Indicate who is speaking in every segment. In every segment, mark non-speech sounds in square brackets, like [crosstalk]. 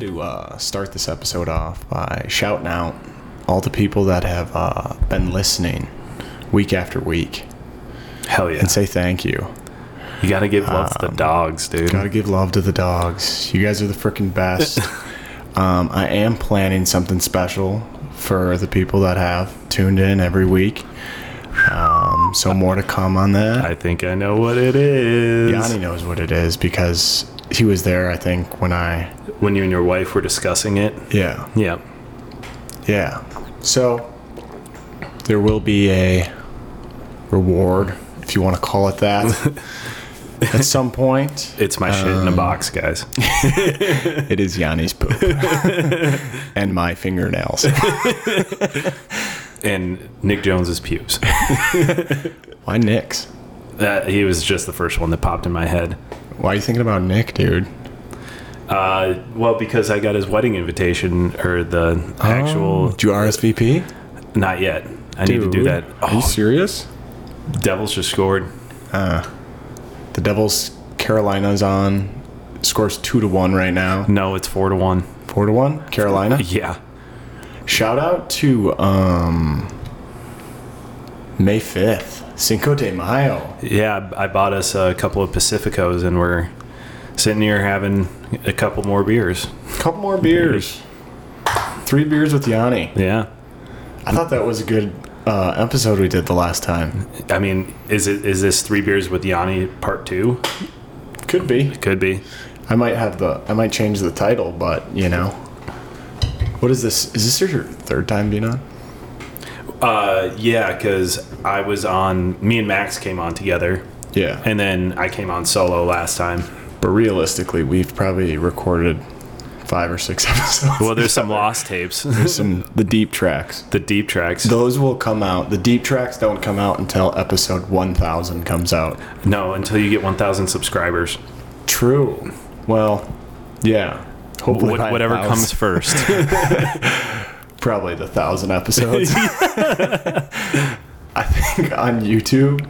Speaker 1: to uh, start this episode off by shouting out all the people that have uh, been listening week after week
Speaker 2: Hell yeah.
Speaker 1: and say thank you.
Speaker 2: You gotta give love to the dogs, dude.
Speaker 1: Um, Gotta give love to the dogs. You guys are the freaking best. um, I am planning something special for the people that have tuned in every week. Um, so more to come on that.
Speaker 2: I think I know what it is.
Speaker 1: Yanni knows what it is because he was there. I think when I
Speaker 2: When you and your wife were discussing it.
Speaker 1: yeah
Speaker 2: Yeah.
Speaker 1: Yeah. So there will be a reward, if you want to call it that, at some point.
Speaker 2: It's my shit
Speaker 1: Um.
Speaker 2: in a box, guys.
Speaker 1: It is Yanni's poop [laughs] and my fingernails.
Speaker 2: And Nick Jones's pubes.
Speaker 1: Why Nick's?
Speaker 2: That he was just the first one that popped in my head.
Speaker 1: Why are you thinking about Nick, dude?
Speaker 2: Uh, well, because I got his wedding invitation or the actual.
Speaker 1: Oh. Do you RSVP?
Speaker 2: Not yet. I need to do
Speaker 1: Um, Dude,
Speaker 2: that.
Speaker 1: Are you
Speaker 2: Oh,
Speaker 1: serious?
Speaker 2: Devils just scored.
Speaker 1: The Devils, Carolina's on. Scores two to one right now.
Speaker 2: No, it's four to one.
Speaker 1: Four to one, Carolina.
Speaker 2: Yeah.
Speaker 1: Shout out to um, May 5th, Cinco de Mayo.
Speaker 2: Yeah, I bought us a couple of Pacificos and we're sitting here having a couple more beers.
Speaker 1: A couple more beers. Three beers with Yanni.
Speaker 2: Yeah.
Speaker 1: I thought that was a good uh, episode we did the last time.
Speaker 2: I mean, is it is this three beers with Yanni part two?
Speaker 1: Could be.
Speaker 2: Could be.
Speaker 1: I might have the. I might change the title, but you know. What is this? Is this your third time being on?
Speaker 2: Uh, yeah, because I was on. Me and Max came on together,
Speaker 1: Yeah.
Speaker 2: and then I came on solo last time.
Speaker 1: but realistically, we've probably recorded five or six [laughs] episodes.
Speaker 2: Well, there's some lost tapes,
Speaker 1: some the deep tracks.
Speaker 2: the deep tracks.
Speaker 1: Those will come out. The deep tracks don't come out until episode 1000 comes out.
Speaker 2: No, until you get 1,000 subscribers,
Speaker 1: True. Well, yeah. Hopefully,
Speaker 2: Wh-
Speaker 1: by
Speaker 2: whatever
Speaker 1: 1,000.
Speaker 2: comes first. [laughs]
Speaker 1: probably the thousand [laughs] episodes. I think on YouTube,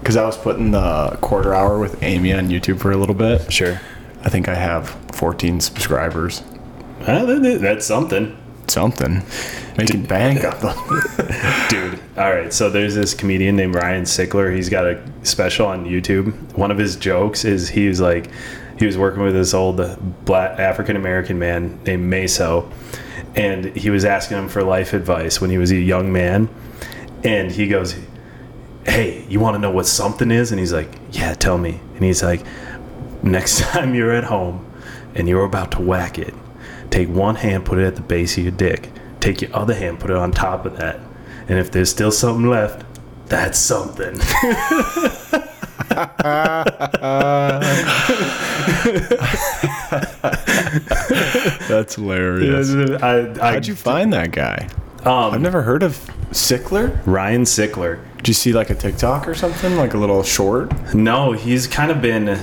Speaker 1: because I was putting the quarter hour with Amy on YouTube for a little bit.
Speaker 2: sure.
Speaker 1: I think I have 14 subscribers.
Speaker 2: that's something.
Speaker 1: Something making bank up the
Speaker 2: Dude, all right. So there's this comedian named Ryan Sickler. He's got a special on YouTube. One of his jokes is he was like, he was working with this old black African American man named Meso, and he was asking him for life advice when he was a young man, and he goes, "Hey, you want to know what something is?" And he's like, "Yeah, tell me." And he's like, "Next [laughs] time you're at home, and you're about to whack it." Take one hand, put it at the base of your dick. Take your other hand, put it on top of that. And if there's still something left, that's [laughs] something.
Speaker 1: [laughs] That's hilarious.
Speaker 2: I, I,
Speaker 1: How'd you find that guy? I've
Speaker 2: um,
Speaker 1: never heard of Sickler.
Speaker 2: Ryan Sickler.
Speaker 1: Did you see like a TikTok or something, like a little short?
Speaker 2: No, he's kind of been,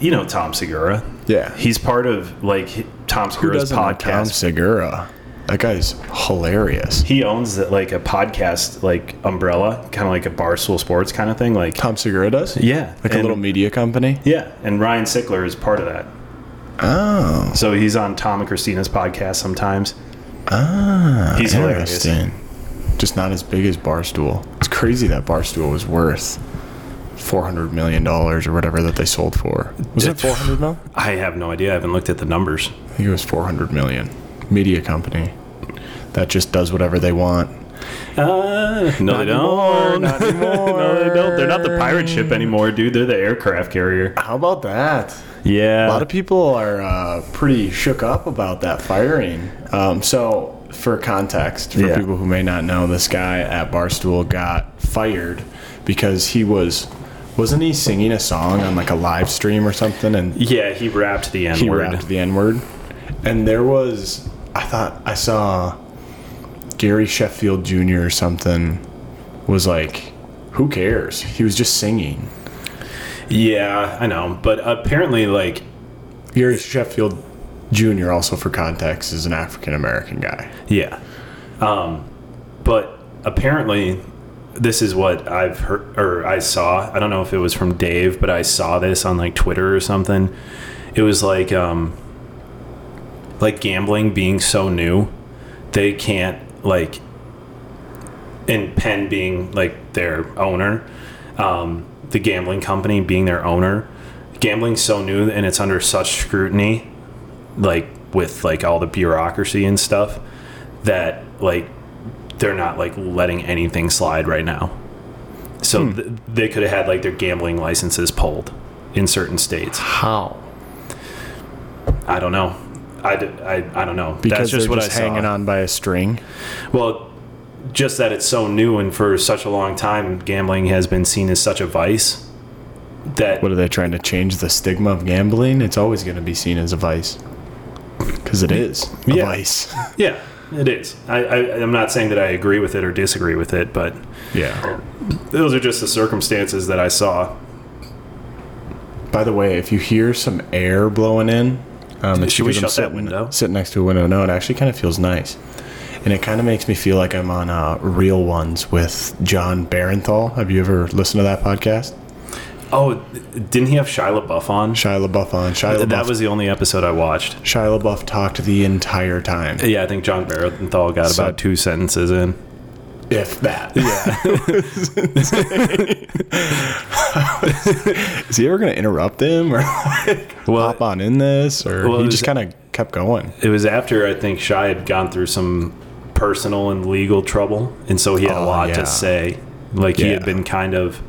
Speaker 2: you know, Tom Segura.
Speaker 1: Yeah.
Speaker 2: He's part of like Tom Segura's
Speaker 1: doesn't know Tom
Speaker 2: podcast.
Speaker 1: Segura. That guy's hilarious.
Speaker 2: He owns like a podcast like umbrella, kind of like a Barstool Sports kind of thing. Like
Speaker 1: Tom Segura does?
Speaker 2: yeah,
Speaker 1: Like a
Speaker 2: and-
Speaker 1: little media company?
Speaker 2: yeah. And Ryan Sickler is part of that.
Speaker 1: Oh.
Speaker 2: So he's on Tom and Christina's podcast sometimes.
Speaker 1: Ah.
Speaker 2: He's hilarious.
Speaker 1: interesting. Just not as big as Barstool. It's crazy that Barstool was worth $400 million or whatever that they sold for. Was it 400 mil?
Speaker 2: I have no idea. I haven't looked at the numbers.
Speaker 1: I think it was 400 million. Media company that just does whatever they want.
Speaker 2: Uh, no, they
Speaker 1: anymore,
Speaker 2: don't.
Speaker 1: not
Speaker 2: [laughs] no, they don't. They're not the
Speaker 1: anymore.
Speaker 2: pirate ship anymore, dude. They're the aircraft carrier.
Speaker 1: How about that? A
Speaker 2: Yeah.
Speaker 1: lot of people are uh, pretty shook up about that firing. Um, so, for context, for
Speaker 2: Yeah.
Speaker 1: people who may not know, this guy at Barstool got fired because he was, wasn't he singing a song on like a live stream or something, and
Speaker 2: yeah, he wrapped the N
Speaker 1: he
Speaker 2: word.
Speaker 1: rapped the N word, and there was, I thought I saw Gary Sheffield Jr. or something was like, who cares? He was just singing.
Speaker 2: Yeah, I know. But apparently, like,
Speaker 1: Gary Sheffield Jr. also for context is an African American guy.
Speaker 2: yeah. Um, but apparently, this is what I've heard or I saw. I don't know if it was from Dave, but I saw this on like Twitter or something. It was like, um, like gambling being so new, they can't like and Penn being like their owner, um, the gambling company being their owner, gambling's so new and it's under such scrutiny, like with like all the bureaucracy and stuff, that like they're not like letting anything slide right now. So
Speaker 1: Hmm.
Speaker 2: th- they could have had like their gambling licenses pulled in certain states.
Speaker 1: How?
Speaker 2: I don't know. I, d- I, I don't know.
Speaker 1: Because
Speaker 2: That's just
Speaker 1: they're
Speaker 2: what
Speaker 1: just
Speaker 2: I saw.
Speaker 1: hanging on by a string.
Speaker 2: Well, just that it's so new and for such a long time, gambling has been seen as such a vice that
Speaker 1: What are they trying to change the stigma of gambling? It's always going to be seen as a vice. Because it is a
Speaker 2: Yeah. [laughs]
Speaker 1: vice.
Speaker 2: yeah, it is. I, I I'm not saying that I agree with it or disagree with it, but
Speaker 1: yeah.
Speaker 2: those are just the circumstances that I saw.
Speaker 1: By the way, if you hear some air blowing in, um, it's
Speaker 2: Should we
Speaker 1: because I'm
Speaker 2: shut that
Speaker 1: sitting-
Speaker 2: window?
Speaker 1: Sitting next to a window. No, it actually kind of feels nice, and it kind of makes me feel like I'm on uh, Real Ones with John Barenthal. Have you ever listened to that podcast?
Speaker 2: Oh, didn't he have Shia LaBeouf on?
Speaker 1: Shia LaBeouf on Shia LaBeouf.
Speaker 2: That was the only episode I watched.
Speaker 1: Shia LaBeouf talked the entire time.
Speaker 2: Yeah, I think John Barenthal got
Speaker 1: So-
Speaker 2: about two sentences in.
Speaker 1: If that. Yeah. [laughs] Is he ever going to interrupt him or like,
Speaker 2: Well-
Speaker 1: hop on in this? Or
Speaker 2: Well, it
Speaker 1: he
Speaker 2: was-
Speaker 1: just kind of kept going.
Speaker 2: It was after I think Shia had gone through some personal and legal trouble, and so he had a
Speaker 1: Oh,
Speaker 2: lot
Speaker 1: yeah.
Speaker 2: to say. Like he had
Speaker 1: Yeah.
Speaker 2: been kind of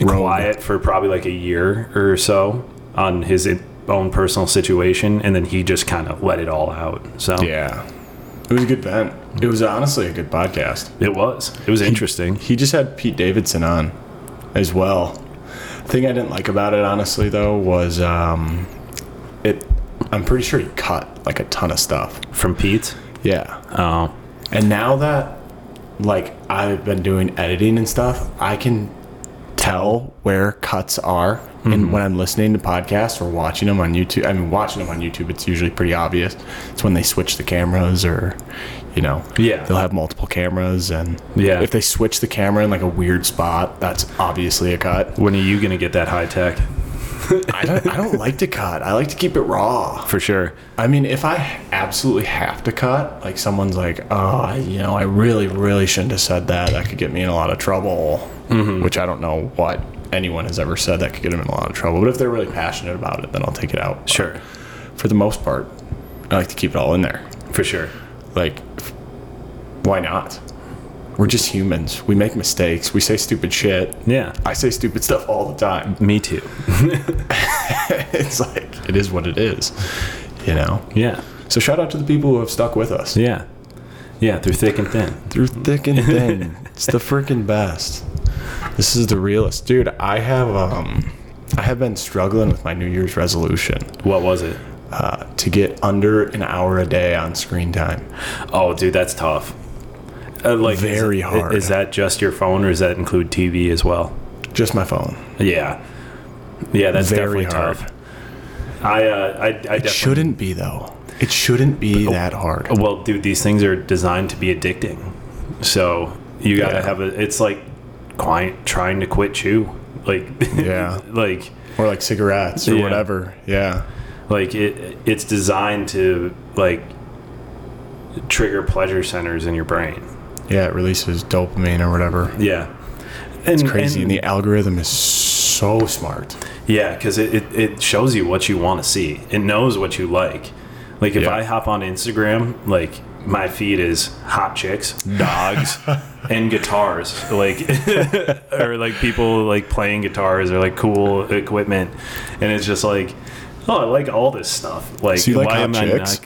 Speaker 1: Rogue.
Speaker 2: quiet for probably like a year or so on his i- own personal situation, and then he just kind of let it all out. So
Speaker 1: Yeah. It was a good event. It was honestly a good podcast.
Speaker 2: it was it was interesting.
Speaker 1: He just had Pete Davidson on as well. The thing I didn't like about it, honestly, though, was um, it. I'm pretty sure he cut like a ton of stuff.
Speaker 2: From Pete,
Speaker 1: Yeah.
Speaker 2: oh,
Speaker 1: Um, And now that like I've been doing editing and stuff, I can tell where cuts are.
Speaker 2: Mm-hmm.
Speaker 1: And when I'm listening to podcasts or watching them on YouTube, I mean watching them on YouTube, it's usually pretty obvious. It's when they switch the cameras or you know,
Speaker 2: Yeah.
Speaker 1: they'll have multiple cameras and
Speaker 2: Yeah.
Speaker 1: if they switch the camera in like a weird spot, that's obviously a cut.
Speaker 2: when are you gonna get that high tech?
Speaker 1: I don't, I don't [laughs] like to cut. I like to keep it raw.
Speaker 2: For sure.
Speaker 1: I mean, if I absolutely have to cut, like someone's like, oh, you know, I really, really shouldn't have said that. That could get me in a lot of trouble, which I don't know what anyone has ever said that could get them in a lot of trouble. But if they're really passionate about it, then I'll take it out. But
Speaker 2: Sure.
Speaker 1: For the most part, I like to keep it all in there.
Speaker 2: For sure.
Speaker 1: Like, f- why not? We're just humans. We make mistakes. We say stupid shit.
Speaker 2: Yeah.
Speaker 1: I say stupid stuff all the time. [laughs]
Speaker 2: Me too.
Speaker 1: it's like, it is what it is, you know?
Speaker 2: Yeah.
Speaker 1: So shout out to the people who have stuck with us.
Speaker 2: Yeah. Yeah. Through thick and thin.
Speaker 1: through thick and thin. it's the freaking best. This is the realest, dude. I have um, I have been struggling with my New Year's resolution
Speaker 2: What was it?
Speaker 1: uh, to get under an hour a day on screen time.
Speaker 2: Oh, dude, that's tough. Uh, like is-
Speaker 1: Very hard.
Speaker 2: Is that just your phone, or does that include TV as well?
Speaker 1: Just my phone.
Speaker 2: Yeah, yeah, that's
Speaker 1: Very
Speaker 2: definitely
Speaker 1: hard.
Speaker 2: tough. I, uh, I, I definitely
Speaker 1: Shouldn't be though. It shouldn't be that hard.
Speaker 2: Well, dude, these things are designed to be addicting. So you gotta
Speaker 1: Yeah.
Speaker 2: have a. It's like client trying to quit chew. Like
Speaker 1: Yeah.
Speaker 2: [laughs] like
Speaker 1: Or like cigarettes or
Speaker 2: Yeah.
Speaker 1: whatever. Yeah.
Speaker 2: like it. It's designed to like trigger pleasure centers in your brain.
Speaker 1: Yeah, it releases dopamine or whatever.
Speaker 2: Yeah, and,
Speaker 1: Crazy.
Speaker 2: and-
Speaker 1: And the algorithm is so smart.
Speaker 2: Yeah, because it, it, it shows you what you want to see. It knows what you like. Like if
Speaker 1: Yeah.
Speaker 2: I hop on Instagram, like my feed is hot chicks,
Speaker 1: [laughs]
Speaker 2: dogs, and guitars. Like [laughs] or like people like playing guitars or like cool equipment, and it's just like. Oh, I like all this stuff. Like,
Speaker 1: So you like
Speaker 2: why,
Speaker 1: hot
Speaker 2: am I
Speaker 1: chicks?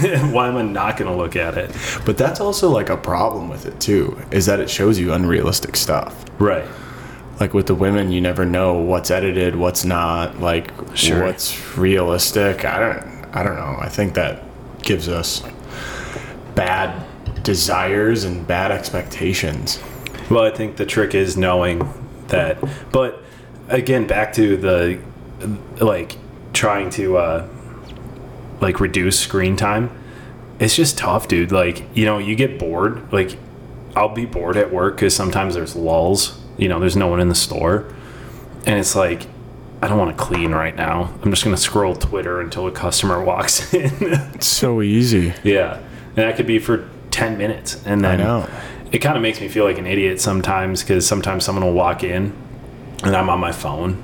Speaker 2: not, [laughs] why am I not going to look at it?
Speaker 1: But that's also like a problem with it too, is that it shows you unrealistic stuff.
Speaker 2: Right.
Speaker 1: like with the women you never know what's edited what's not like
Speaker 2: Sure.
Speaker 1: what's realistic i don't i don't know i think that gives us bad desires and bad expectations
Speaker 2: Well, I think the trick is knowing that. But again, back to the like trying to uh, like reduce screen time. It's just tough, dude. Like you know, you get bored. Like I'll be bored at work because sometimes there's lulls. You know, there's no one in the store, and it's like I don't want to clean right now. I'm just going to scroll Twitter until a customer [laughs] walks in.
Speaker 1: It's so easy.
Speaker 2: yeah. And that could be for 10 minutes. And
Speaker 1: I
Speaker 2: then
Speaker 1: know.
Speaker 2: it kind of makes me feel like an idiot sometimes because sometimes someone will walk in and I'm on my phone.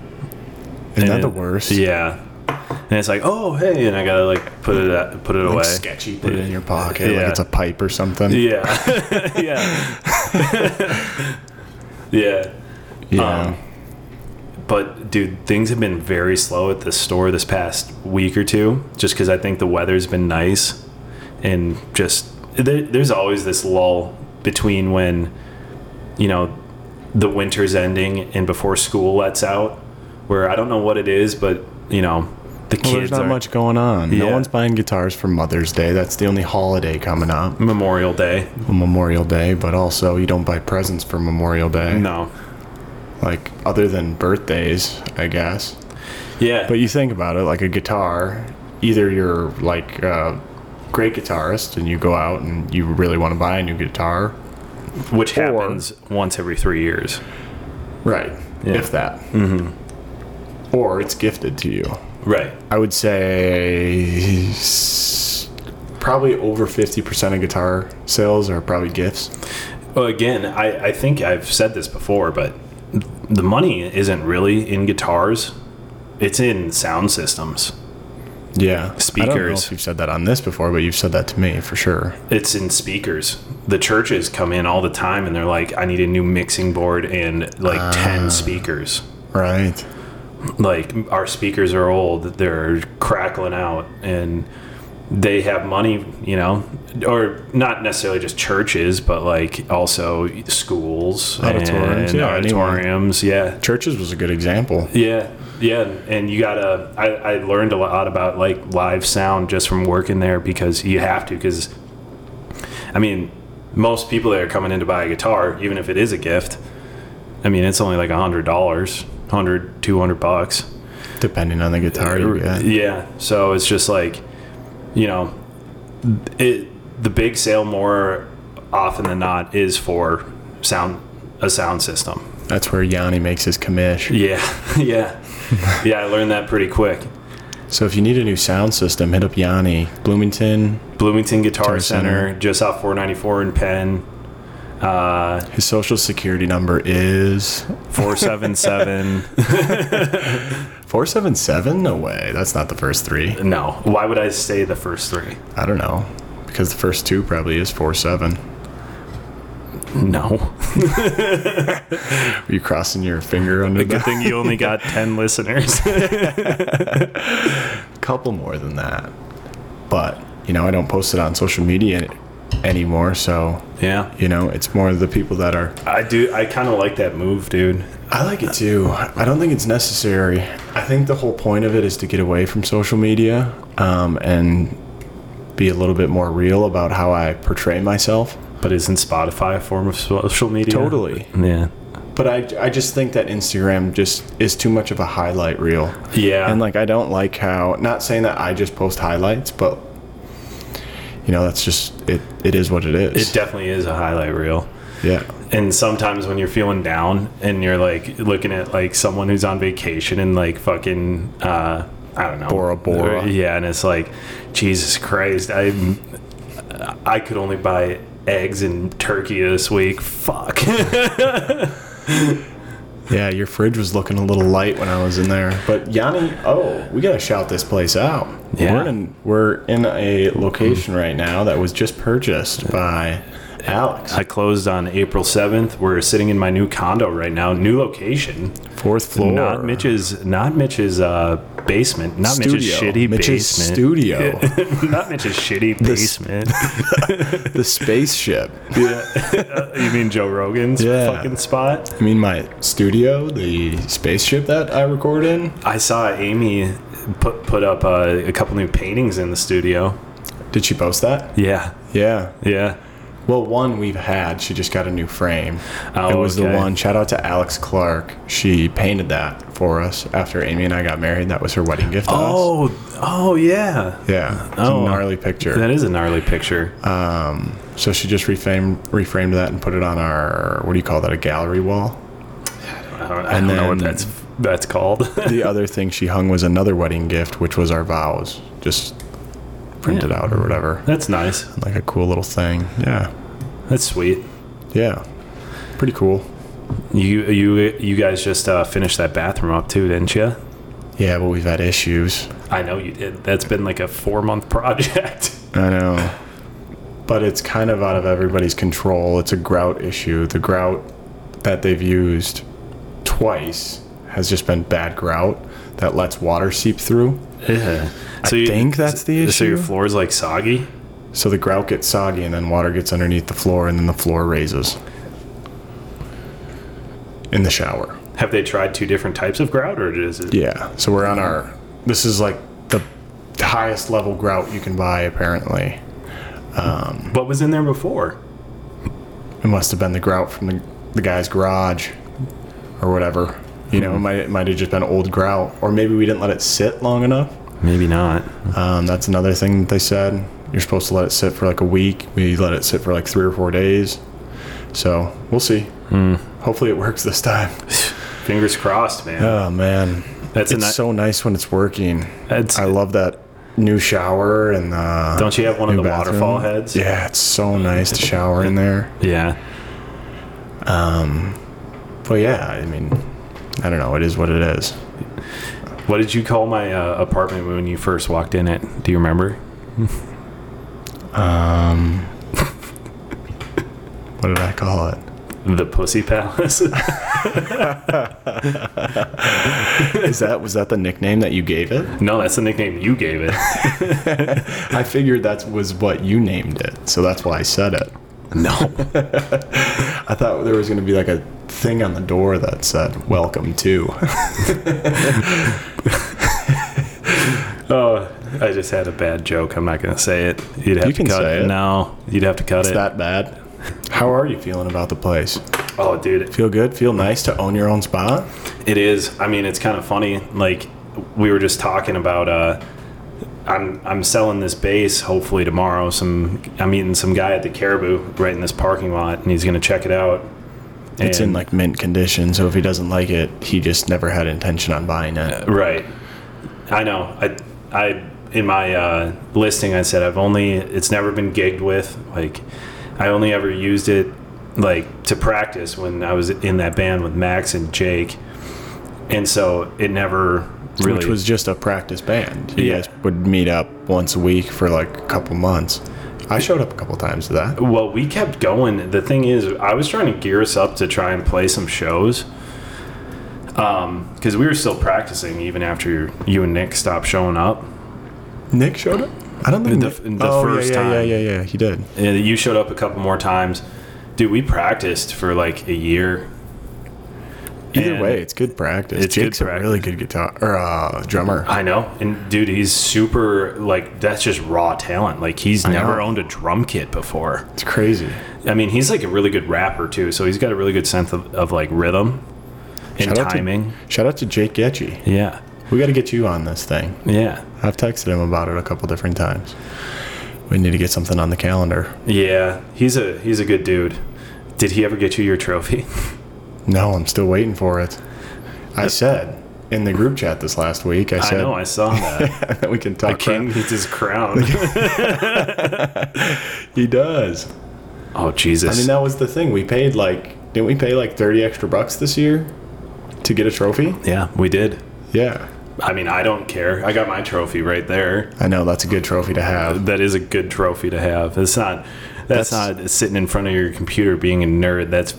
Speaker 1: Isn't that
Speaker 2: and
Speaker 1: the
Speaker 2: it-
Speaker 1: worst?
Speaker 2: Yeah. And it's like, oh, hey. And I got to like put it, uh, put it away.
Speaker 1: Like sketchy. Put it in your pocket
Speaker 2: Yeah.
Speaker 1: like it's a pipe or something.
Speaker 2: Yeah. [laughs] yeah. [laughs] yeah.
Speaker 1: Yeah.
Speaker 2: Um, But dude, things have been very slow at this store this past week or two, just because I think the weather's been nice, and just there, there's always this lull between when, you know, the winter's ending and before school lets out, where I don't know what it is, but you know, the
Speaker 1: well,
Speaker 2: kids
Speaker 1: there's not
Speaker 2: are
Speaker 1: much going on. No
Speaker 2: Yeah.
Speaker 1: one's buying guitars for Mother's Day. That's the only holiday coming up.
Speaker 2: Memorial Day.
Speaker 1: Memorial Day, but also you don't buy presents for Memorial Day.
Speaker 2: No.
Speaker 1: Like other than birthdays, I guess.
Speaker 2: Yeah.
Speaker 1: But you think about it, like a guitar, either you're like a great guitarist and you go out and you really want to buy a new guitar.
Speaker 2: which
Speaker 1: or-
Speaker 2: happens once every three years.
Speaker 1: Right.
Speaker 2: Yeah.
Speaker 1: If that. Mm-hmm. Or it's gifted to you.
Speaker 2: Right.
Speaker 1: I would say s- probably over 50% of guitar sales are probably gifts.
Speaker 2: Well, again, I, I think I've said this before, but the money isn't really in guitars; it's in sound systems.
Speaker 1: Yeah. I don't know
Speaker 2: Speakers.
Speaker 1: if you've said that on this before, but you've said that to me for sure.
Speaker 2: It's in speakers. The churches come in all the time, and they're like, "I need a new mixing board and like
Speaker 1: Ah.
Speaker 2: ten speakers."
Speaker 1: Right.
Speaker 2: Like our speakers are old; they're crackling out, and they have money, you know, or not necessarily just churches, but like also schools,
Speaker 1: Auditoriums,
Speaker 2: and
Speaker 1: yeah, anyone.
Speaker 2: auditoriums, yeah.
Speaker 1: Churches was a good example.
Speaker 2: Yeah, yeah, and you gotta. I, I learned a lot about like live sound just from working there because you have to. Because I mean, most people that are coming in to buy a guitar, even if it is a gift, I mean, it's only like a hundred dollars, hundred, two hundred bucks.
Speaker 1: Depending on the guitar you get.
Speaker 2: Yeah, so it's just like, you know, it the big sale more often than not is for sound a sound system.
Speaker 1: That's where Yanni makes his commish.
Speaker 2: Yeah, [laughs] yeah, yeah. I learned that pretty quick.
Speaker 1: So if you need a new sound system, hit up Yanni. Bloomington,
Speaker 2: Bloomington Guitar
Speaker 1: Guitar
Speaker 2: Center,
Speaker 1: Center.
Speaker 2: just off 494 in Penn. Uh,
Speaker 1: his social security number is
Speaker 2: [laughs] 477.
Speaker 1: 477? No way. That's not the first three.
Speaker 2: no, why would I say the first three?
Speaker 1: I don't know. Because the first two probably is 47.
Speaker 2: No.
Speaker 1: Are you crossing your finger under
Speaker 2: Good
Speaker 1: the
Speaker 2: thing you only [laughs] got 10 listeners.
Speaker 1: [laughs] couple more than that? But, you know, I don't post it on social media any- anymore. So,
Speaker 2: yeah.
Speaker 1: you know, it's more the people that are.
Speaker 2: I do. I kind of like that move, dude.
Speaker 1: I like it too. I don't think it's necessary. I think the whole point of it is to get away from social media um, and be a little bit more real about how I portray myself.
Speaker 2: But isn't Spotify a form of social media?
Speaker 1: Totally.
Speaker 2: Yeah.
Speaker 1: But I, I just think that Instagram just is too much of a highlight reel.
Speaker 2: Yeah.
Speaker 1: And like I don't like how not saying that I just post highlights, but you know, that's just it it is what it
Speaker 2: it
Speaker 1: is.
Speaker 2: definitely is a highlight reel.
Speaker 1: yeah.
Speaker 2: and sometimes when you're feeling down and you're like looking at like someone who's on vacation and like fucking uh I don't know
Speaker 1: Bora Bora.
Speaker 2: Or- yeah and it's like Jesus Christ I I could only buy eggs and turkey this week fuck [laughs]
Speaker 1: Yeah, your fridge was looking a little light when I was in there. But Yanni, oh, we gotta shout this place out.
Speaker 2: Yeah.
Speaker 1: We're in we're in a location right now that was just purchased by Alex.
Speaker 2: I closed on April 7th we're sitting in my new condo right now new location
Speaker 1: Fourth floor.
Speaker 2: not Mitch's not Mitch's uh basement not Mitch's
Speaker 1: Studio.
Speaker 2: shitty
Speaker 1: Mitch's
Speaker 2: basement
Speaker 1: studio.
Speaker 2: [laughs] not Mitch's shitty basement
Speaker 1: the spaceship.
Speaker 2: yeah [laughs] you mean Joe Rogan's
Speaker 1: Yeah.
Speaker 2: fucking spot
Speaker 1: I mean my studio, the spaceship that I record in.
Speaker 2: I saw Amy put put up uh, a couple new paintings in the studio.
Speaker 1: Did she post that?
Speaker 2: Yeah,
Speaker 1: Yeah.
Speaker 2: yeah.
Speaker 1: Well, one we've had. She just got a new frame.
Speaker 2: Oh,
Speaker 1: it was
Speaker 2: okay.
Speaker 1: the one. Shout out to Alex Clark. She painted that for us after Amy and I got married. That was her wedding gift. To us.
Speaker 2: Oh, oh yeah.
Speaker 1: yeah. It's
Speaker 2: Oh.
Speaker 1: a gnarly picture.
Speaker 2: That is a gnarly picture.
Speaker 1: Uh, so she just reframed reframed that and put it on our what do you call that? A gallery wall.
Speaker 2: I don't, I don't know what
Speaker 1: then-
Speaker 2: that's that's called. [laughs]
Speaker 1: The other thing she hung was another wedding gift, which was our vows, just printed
Speaker 2: Yeah.
Speaker 1: out or whatever.
Speaker 2: that's nice.
Speaker 1: Like a cool little thing. Yeah.
Speaker 2: That's sweet.
Speaker 1: Yeah. Pretty cool.
Speaker 2: You you you guys just uh, finished that bathroom up too, didn't you?
Speaker 1: Yeah, but we've had issues.
Speaker 2: I know you did. That's been like a four month [laughs] project.
Speaker 1: I know. But it's kind of out of everybody's control. It's a grout issue. The grout that they've used twice has just been bad grout that lets water seep through.
Speaker 2: Yeah. So
Speaker 1: I think that's the
Speaker 2: So your
Speaker 1: issue?
Speaker 2: floor's like soggy.
Speaker 1: So the grout gets soggy and then water gets underneath the floor and then the floor raises. In the shower.
Speaker 2: Have they tried two different types of grout, or is it?
Speaker 1: Yeah. So we're on our. This is like the highest level grout you can buy, apparently.
Speaker 2: What was in there before?
Speaker 1: It must have been the grout from the, the guy's garage or whatever. You
Speaker 2: Hmm.
Speaker 1: know, it might, it might have just been old grout. Or maybe we didn't let it sit long enough.
Speaker 2: Maybe not.
Speaker 1: Um, that's another thing that they said. You're supposed to let it sit for like a week. We let it sit for like three or four days. So we'll see.
Speaker 2: Hmm.
Speaker 1: Hopefully it works this time.
Speaker 2: Fingers crossed, man.
Speaker 1: Oh, man.
Speaker 2: that's a
Speaker 1: It's
Speaker 2: ni-
Speaker 1: so nice when it's working.
Speaker 2: that's,
Speaker 1: I love that new shower and the.
Speaker 2: Don't you have one of
Speaker 1: new
Speaker 2: the
Speaker 1: bathroom.
Speaker 2: waterfall heads?
Speaker 1: Yeah, it's so nice
Speaker 2: [laughs]
Speaker 1: to shower in there.
Speaker 2: Yeah.
Speaker 1: But yeah, I mean, I don't know. It is what it is.
Speaker 2: What did you call my uh, apartment when you first walked in it? Do you remember?
Speaker 1: Um, what did I call it?
Speaker 2: The Pussy Palace. [laughs]
Speaker 1: Is that was that the nickname that you gave it?
Speaker 2: no, that's the nickname you gave it.
Speaker 1: I figured that was what you named it, so that's why I said it.
Speaker 2: [laughs] no.
Speaker 1: I thought there was going to be like a thing on the door that said "Welcome to."
Speaker 2: Oh, I just had a bad joke. I'm not going to say it. You'd have
Speaker 1: You
Speaker 2: to
Speaker 1: can
Speaker 2: cut
Speaker 1: say it.
Speaker 2: No, you'd have to cut it.
Speaker 1: that bad? How are you feeling about the place?
Speaker 2: oh, dude,
Speaker 1: Feel good? Feel nice to own your own spot?
Speaker 2: It is. I mean, it's kind of funny. Like we were just talking about. Uh, I'm I'm selling this base hopefully tomorrow. Some I'm meeting some guy at the Caribou right in this parking lot, and he's gonna check it out.
Speaker 1: It's in
Speaker 2: And-
Speaker 1: like mint condition, so if he doesn't like it, he just never had intention on buying it.
Speaker 2: Right. I know. I I in my uh, listing I said I've only it's never been gigged with. Like I only ever used it like to practice when I was in that band with Max and Jake. And so it never really
Speaker 1: Which was just a practice band. You
Speaker 2: Yeah.
Speaker 1: guys would meet up once a week for like a couple months. I showed up a couple times to that.
Speaker 2: Well, we kept going. The thing is, I was trying to gear us up to try and play some shows. Um, because we were still practicing even after you and Nick stopped showing up.
Speaker 1: Nick showed up? I don't think
Speaker 2: The-
Speaker 1: Nick- Oh,
Speaker 2: the
Speaker 1: yeah,
Speaker 2: first
Speaker 1: yeah, Yeah,
Speaker 2: time.
Speaker 1: yeah, yeah, he did.
Speaker 2: And you showed up a couple more times. Dude, we practiced for like a year.
Speaker 1: Either
Speaker 2: And
Speaker 1: way, it's good practice.
Speaker 2: it's good
Speaker 1: Jake's a really good guitar or uh, drummer.
Speaker 2: I know. And dude, he's super like that's just raw talent. Like he's never
Speaker 1: know.
Speaker 2: owned a drum kit before.
Speaker 1: It's crazy.
Speaker 2: I mean, he's like a really good rapper too, so he's got a really good sense of, of like rhythm and
Speaker 1: Shout out to-
Speaker 2: timing.
Speaker 1: Shout out to Jake Getchy.
Speaker 2: Yeah.
Speaker 1: We got to get you on this thing.
Speaker 2: Yeah.
Speaker 1: I've texted him about it a couple different times. We need to get something on the calendar.
Speaker 2: Yeah, he's a he's a good dude. Did he ever get you your trophy? [laughs]
Speaker 1: No, I'm still waiting for it. I said in the group chat this last week. I
Speaker 2: Uh, I
Speaker 1: said
Speaker 2: know, I saw
Speaker 1: [laughs]
Speaker 2: that.
Speaker 1: that we can talk.
Speaker 2: the king
Speaker 1: crap.
Speaker 2: needs
Speaker 1: [laughs]
Speaker 2: his crown.
Speaker 1: He does.
Speaker 2: oh
Speaker 1: I
Speaker 2: Jesus!
Speaker 1: mean, that was the thing. We paid like, didn't we pay like 30 extra bucks this year to get a trophy?
Speaker 2: yeah, we did.
Speaker 1: Yeah.
Speaker 2: I mean, I don't care. I got my trophy right there. Uh,
Speaker 1: I know that's a good trophy to have.
Speaker 2: That is a good trophy to have. It's not. That's,
Speaker 1: That's-
Speaker 2: not sitting in front of your computer being a nerd. That's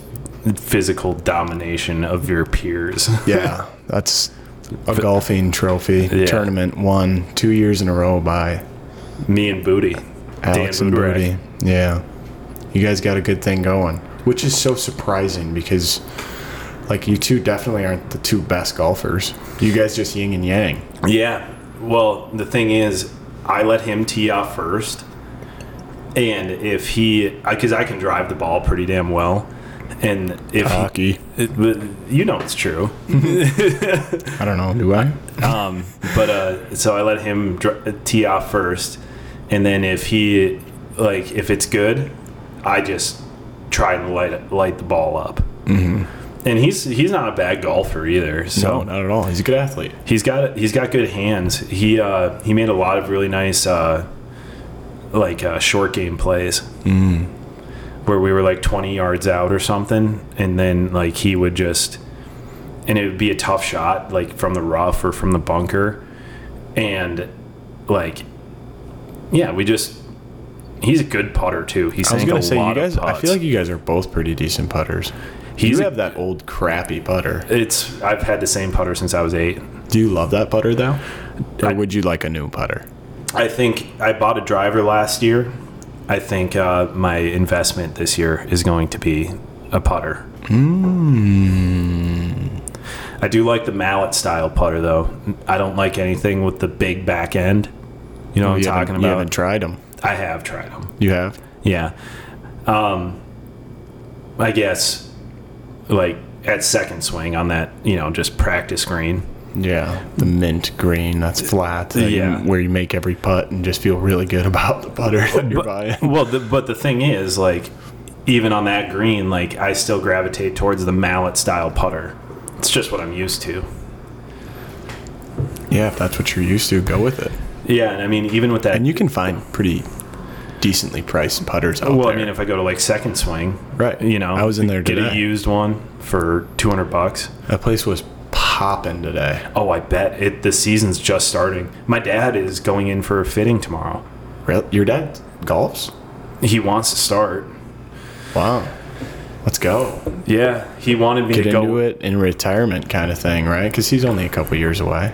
Speaker 2: physical domination of your peers.
Speaker 1: Yeah. That's a golfing trophy tournament won two years in a row by
Speaker 2: Me and Booty.
Speaker 1: Alex and
Speaker 2: Burak.
Speaker 1: Brody. Yeah. You guys got a good thing going, which is so surprising because, like, you two definitely aren't the two best golfers. You guys just yin and yang.
Speaker 2: Yeah. Well, the thing is, I let him tee off first, and if he, because I can drive the ball pretty damn well, and if he-
Speaker 1: Hockey.
Speaker 2: it- but you know it's true,
Speaker 1: I don't know. Do I?
Speaker 2: um, but uh, so I let him dr- tee off first, and then if he, like, if it's good, I just try and light light the ball up. and he's he's not a bad golfer either. So
Speaker 1: Mm-hmm. No, not at all. He's a good athlete.
Speaker 2: he's got he's got good hands. He uh, he made a lot of really nice uh, like uh, short game plays
Speaker 1: Mm.
Speaker 2: where we were like 20 yards out or something, and then like he would just and it would be a tough shot like from the rough or from the bunker, and like yeah, we just he's a good putter too.
Speaker 1: I
Speaker 2: He
Speaker 1: was
Speaker 2: sank
Speaker 1: gonna
Speaker 2: a
Speaker 1: say
Speaker 2: lot
Speaker 1: you guys.
Speaker 2: of
Speaker 1: I
Speaker 2: putts.
Speaker 1: feel like you guys are both pretty decent putters.
Speaker 2: He's
Speaker 1: you
Speaker 2: a-
Speaker 1: have that old crappy putter.
Speaker 2: it's I've had the same putter since I was eight.
Speaker 1: Do you love that putter though, or would you like a new putter?
Speaker 2: I think I bought a driver last year. I think uh, my investment this year is going to be a putter. I do like the mallet style putter though. I don't like anything with the big back end. You know what I'm
Speaker 1: you haven't-
Speaker 2: talking
Speaker 1: You
Speaker 2: about?
Speaker 1: haven't tried them.
Speaker 2: I have tried them.
Speaker 1: You have.
Speaker 2: Yeah. Um, I guess like at second swing on that, you know, just practice green.
Speaker 1: Yeah, the mint green that's flat. that you-
Speaker 2: Yeah.
Speaker 1: where you make every putt and just feel really good about the putter that you're buying. [laughs]
Speaker 2: Well, the, but the thing is, like, even on that green, like, I still gravitate towards the mallet style putter. It's just what I'm used to.
Speaker 1: Yeah, if that's what you're used to, go with it.
Speaker 2: Yeah, and I mean, even with that.
Speaker 1: And you can find pretty decently priced putters out
Speaker 2: well,
Speaker 1: there.
Speaker 2: I mean, if I go to like second swing,
Speaker 1: Right.
Speaker 2: You know,
Speaker 1: I was in there
Speaker 2: get a
Speaker 1: today.
Speaker 2: used one for 200 bucks.
Speaker 1: that place was popping today.
Speaker 2: Oh, I bet it. The season's just starting. My dad is going in for a fitting tomorrow.
Speaker 1: Real- Your dad golfs?
Speaker 2: He wants to start.
Speaker 1: Wow. Let's go.
Speaker 2: Yeah, he wanted me
Speaker 1: Get
Speaker 2: to
Speaker 1: into
Speaker 2: go
Speaker 1: it in retirement kind of thing, right? Because he's only a couple years away.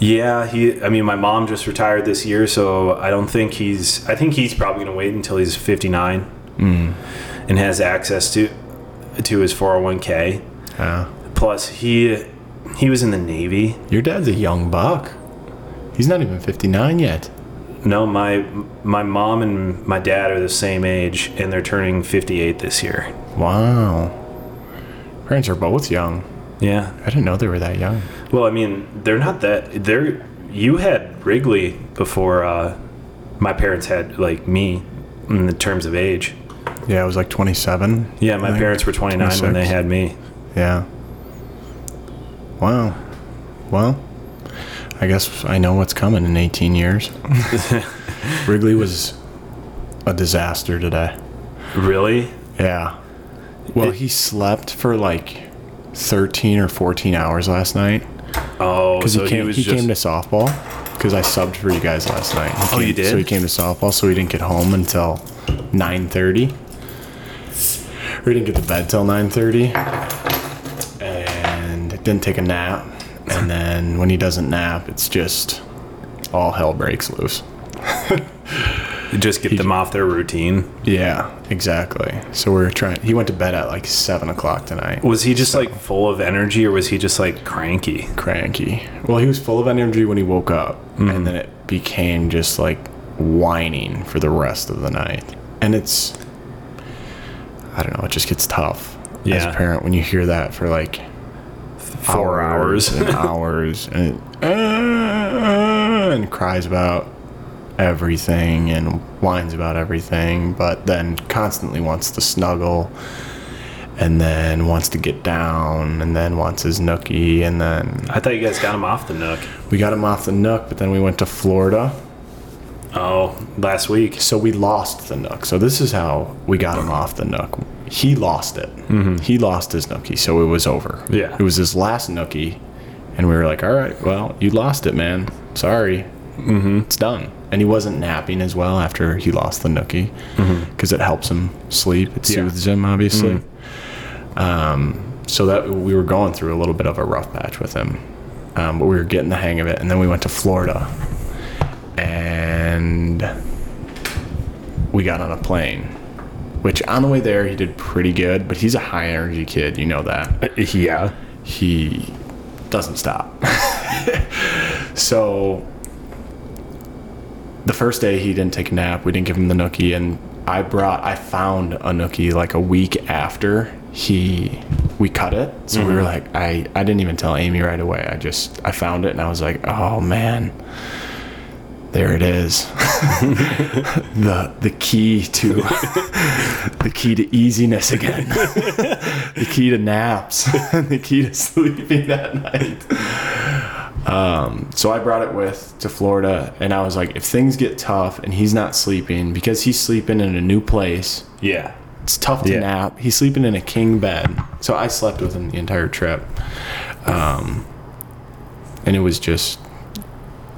Speaker 2: Yeah, he. I mean, my mom just retired this year, so I don't think he's. I think he's probably going to wait until he's fifty nine, and has access to to his four hundred one k.
Speaker 1: Uh,
Speaker 2: Plus, he he was in the Navy.
Speaker 1: your dad's a young buck. He's not even 59 yet.
Speaker 2: No, my my mom and my dad are the same age, and they're turning fifty eight this year.
Speaker 1: Wow. Parents are both young.
Speaker 2: Yeah.
Speaker 1: I didn't know they were that young.
Speaker 2: Well, I mean, they're not that. They're you had Wrigley before uh, my parents had like me in the terms of age.
Speaker 1: Yeah, I was like 27.
Speaker 2: Yeah, my
Speaker 1: I think.
Speaker 2: parents were 29 when they
Speaker 1: 26.
Speaker 2: had me.
Speaker 1: Yeah. Wow. Well, I guess I know what's coming in 18 [laughs] years. Wrigley was a disaster today.
Speaker 2: Really?
Speaker 1: Yeah. Well, he slept for like 13 or 14 hours last night
Speaker 2: Oh,
Speaker 1: because
Speaker 2: so
Speaker 1: he came.
Speaker 2: was
Speaker 1: He,
Speaker 2: just.
Speaker 1: came to softball because I subbed for you guys last night. He
Speaker 2: Oh,
Speaker 1: came-
Speaker 2: you did?
Speaker 1: So he came to softball, so he didn't get home until 9:30. Or he didn't get to bed till 9:30, and didn't take a nap. And then when he doesn't nap, it's just all hell breaks loose.
Speaker 2: just get them off their routine.
Speaker 1: Yeah, exactly. So we're trying. He went to bed at like seven o'clock tonight.
Speaker 2: Was he just like full of energy or was he just like cranky?
Speaker 1: cranky. Well, he was full of energy when he woke up,
Speaker 2: Mm-hmm.
Speaker 1: and then it became just like whining for the rest of the night. And it's, I don't know, it just gets tough as
Speaker 2: Yeah.
Speaker 1: a parent when you hear that for like
Speaker 2: Four hours.
Speaker 1: and [laughs] hours and, it, "Ah," and cries about everything and whines about everything, but then constantly wants to snuggle and then wants to get down and then wants his nookie and then
Speaker 2: [laughs] I thought you guys got him off the nook.
Speaker 1: we got him off the Nook, but then we went to Florida.
Speaker 2: Oh, last week.
Speaker 1: So we lost the Nook. So this is how we got him off the Nook. He lost it. He lost his Nookie. So it was over.
Speaker 2: Yeah.
Speaker 1: It was his last Nookie. And we were like, all right, well, you lost it, man. Sorry. Mm-hmm. It's done. And he wasn't napping as well after he lost the Nookie because it helps him sleep. It soothes him, obviously. Um, so that we were going through a little bit of a rough patch with him. Um, but we were getting the hang of it. And then we went to Florida. And we got on a plane, which on the way there he did pretty good, but he's a high energy kid, you know that.
Speaker 2: Yeah.
Speaker 1: He doesn't stop. [laughs] so the first day he didn't take a nap, we didn't give him the nookie and I brought I found a nookie like a week after he we cut it. So we were like I I didn't even tell Amy right away. I just I found it and I was like, "Oh man, There it is. [laughs] the the key to [laughs] the key to easiness again. the key to naps. [laughs] the key to sleeping that night. Um, so I brought it with to Florida and I was like, if things get tough and he's not sleeping, because he's sleeping in a new place,
Speaker 2: Yeah.
Speaker 1: it's tough to
Speaker 2: Yeah.
Speaker 1: nap. He's sleeping in a king bed, so I slept with him the entire trip, um, and it was just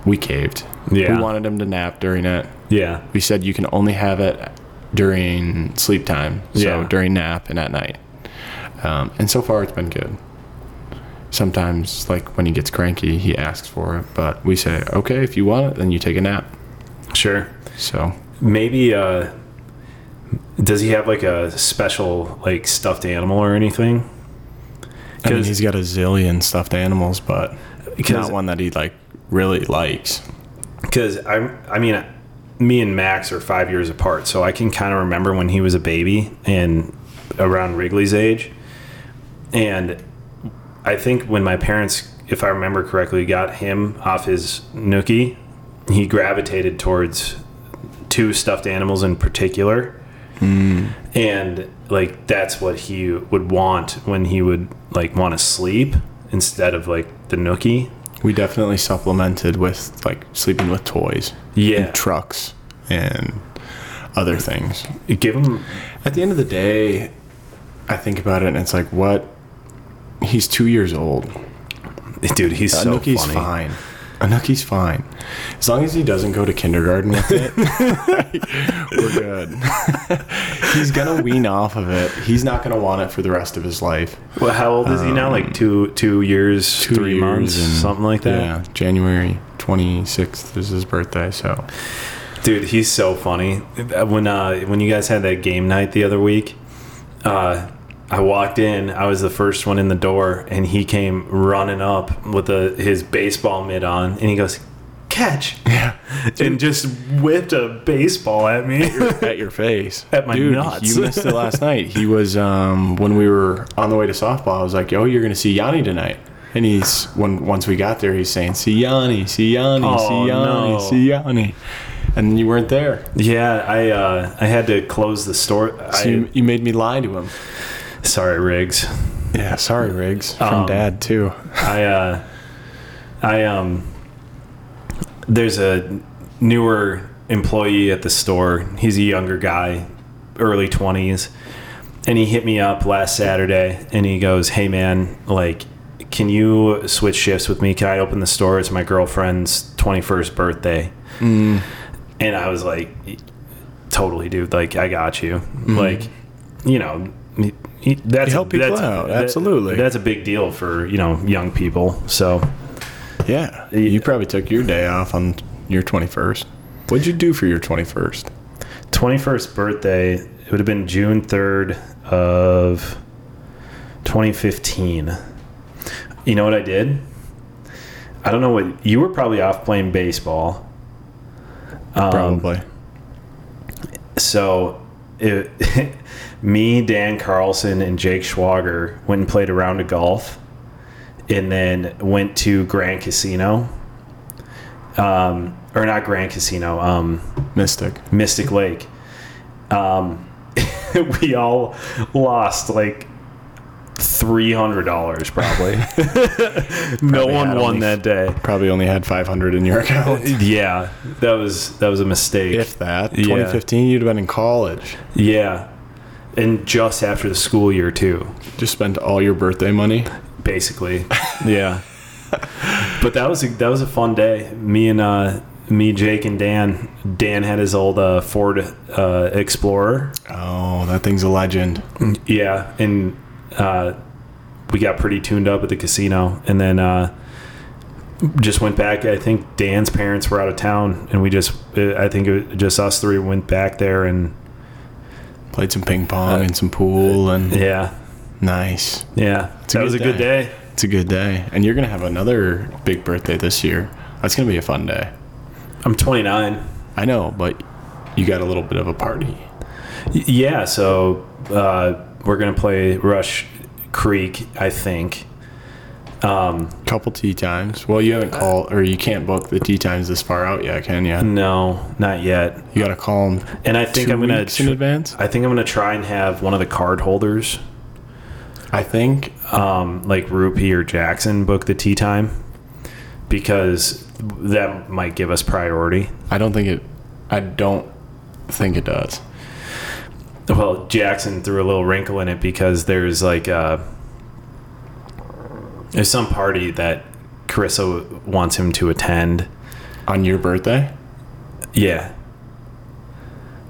Speaker 1: we caved.
Speaker 2: Yeah.
Speaker 1: we wanted him to nap during it.
Speaker 2: Yeah.
Speaker 1: We said you can only have it during sleep time, so
Speaker 2: Yeah.
Speaker 1: during nap and at night. Um, and so far, it's been good. Sometimes, like when he gets cranky, he asks for it, but we say, okay, if you want it, then you take a nap.
Speaker 2: Sure.
Speaker 1: So
Speaker 2: Maybe uh does he have like a special like stuffed animal or anything?
Speaker 1: I mean,
Speaker 2: 'Cause-
Speaker 1: he's got a zillion stuffed animals, but
Speaker 2: Because
Speaker 1: not one that he like really likes.
Speaker 2: because I I mean me and Max are five years apart, so I can kind of remember when he was a baby and around Wrigley's age, and I think when my parents, if I remember correctly, got him off his nookie, he gravitated towards two stuffed animals in particular. And like that's what he would want when he would like want to sleep instead of like the nookie.
Speaker 1: We definitely supplemented with like sleeping with toys,
Speaker 2: Yeah,
Speaker 1: trucks, and other things.
Speaker 2: give him
Speaker 1: At the end of the day, I think about it and it's like, what? He's two years old. [laughs]
Speaker 2: Dude, he's
Speaker 1: A
Speaker 2: so
Speaker 1: Nookie's
Speaker 2: funny.
Speaker 1: fine. A Nookie's fine. As long as he doesn't go to kindergarten with it,
Speaker 2: [laughs]
Speaker 1: we're good. [laughs] he's gonna wean off of it. He's not gonna want it for the rest of his life.
Speaker 2: Well, how old is he now? Like two, two years, three
Speaker 1: Um, years
Speaker 2: months,
Speaker 1: and-
Speaker 2: something like that.
Speaker 1: Yeah, January 26th is his birthday, so
Speaker 2: Dude, he's so funny. When uh, when you guys had that game night the other week, uh, I walked in. I was the first one in the door, and he came running up with a, his baseball mitt on, and he goes, "Catch!"
Speaker 1: [laughs] yeah,
Speaker 2: [laughs] and just whipped a baseball at
Speaker 1: [laughs]
Speaker 2: me.
Speaker 1: at your face,
Speaker 2: At my
Speaker 1: dude.
Speaker 2: nuts.
Speaker 1: You missed it last night. He was um, when we were on the way to softball. I was like, "Yo, you're gonna see Yanni tonight." And he's when once we got there, he's saying, "See Yanni, see Yanni,
Speaker 2: Oh,
Speaker 1: see Yanni,
Speaker 2: no.
Speaker 1: see Yanni," and then you weren't there.
Speaker 2: yeah, I uh, I had to close the store.
Speaker 1: So you, you made me lie to him.
Speaker 2: I, sorry, Riggs.
Speaker 1: Yeah, sorry, Riggs, from
Speaker 2: Um,
Speaker 1: Dad too.
Speaker 2: I uh, I um, there's a newer employee at the store. He's a younger guy, early twenties, and he hit me up last Saturday, and he goes, "Hey man, like, can you switch shifts with me? Can I open the store? It's my girlfriend's twenty first birthday."
Speaker 1: Mm.
Speaker 2: And I was like, "Totally, dude. Like, I got you. Like, you know." he- he- That's
Speaker 1: help Mm-hmm. people
Speaker 2: that's-
Speaker 1: out,
Speaker 2: that-
Speaker 1: absolutely.
Speaker 2: that's a big deal for you know young people. So
Speaker 1: Yeah, you probably took your day off on your 21st. What'd you do for your 21st?
Speaker 2: twenty first birthday, it would have been June third of twenty fifteen. You know what I did? I don't know what you were probably off playing baseball. Um,
Speaker 1: Probably.
Speaker 2: So, it, [laughs] me, Dan Carlson, and Jake Schwager went and played a round of golf, and then went to Grand Casino. Um, or not Grand Casino. Um, [laughs]
Speaker 1: Mystic.
Speaker 2: Mystic Lake. Um, [laughs] we all lost like three hundred dollars, probably. [laughs] no one
Speaker 1: had
Speaker 2: won
Speaker 1: only-
Speaker 2: that day.
Speaker 1: Probably only had 500 in your account.
Speaker 2: Yeah, that was that was a mistake.
Speaker 1: If that.
Speaker 2: Yeah.
Speaker 1: 2015, you'd have been in college.
Speaker 2: yeah, and just after the school year too,
Speaker 1: Just spent all your birthday money.
Speaker 2: basically. [laughs] yeah, but that was a, that was a fun day. Me and uh, me, Jake, and Dan. Dan had his old uh, Ford uh, Explorer.
Speaker 1: Oh, that thing's a legend.
Speaker 2: Yeah, and uh, we got pretty tuned up at the casino, and then uh, just went back. I think Dan's parents were out of town, and we just, uh, I think it was just us three went back there, and
Speaker 1: Played some ping pong and some pool and
Speaker 2: yeah,
Speaker 1: nice.
Speaker 2: yeah,
Speaker 1: a
Speaker 2: that was a
Speaker 1: good
Speaker 2: good day.
Speaker 1: It's a good day. And you're gonna have another big birthday this year. That's gonna be a fun day.
Speaker 2: I'm 29.
Speaker 1: I know, but you got a little bit of a party.
Speaker 2: Y- Yeah, so uh, we're gonna play Rush Creek, I think. Um,
Speaker 1: Couple tea times. Well, you haven't called, or you can't book the tea times this far out yet, can you?
Speaker 2: no, not yet.
Speaker 1: You got to call them
Speaker 2: And I think
Speaker 1: Two
Speaker 2: I'm gonna.
Speaker 1: weeks in advance?
Speaker 2: I think I'm gonna try and have one of the card holders,
Speaker 1: I think
Speaker 2: um, like Rupee or Jackson, book the tea time, because that might give us priority.
Speaker 1: I don't think it. I don't think it does.
Speaker 2: Well, Jackson threw a little wrinkle in it because there's like uh there's some party that Carissa wants him to attend.
Speaker 1: On your birthday?
Speaker 2: Yeah,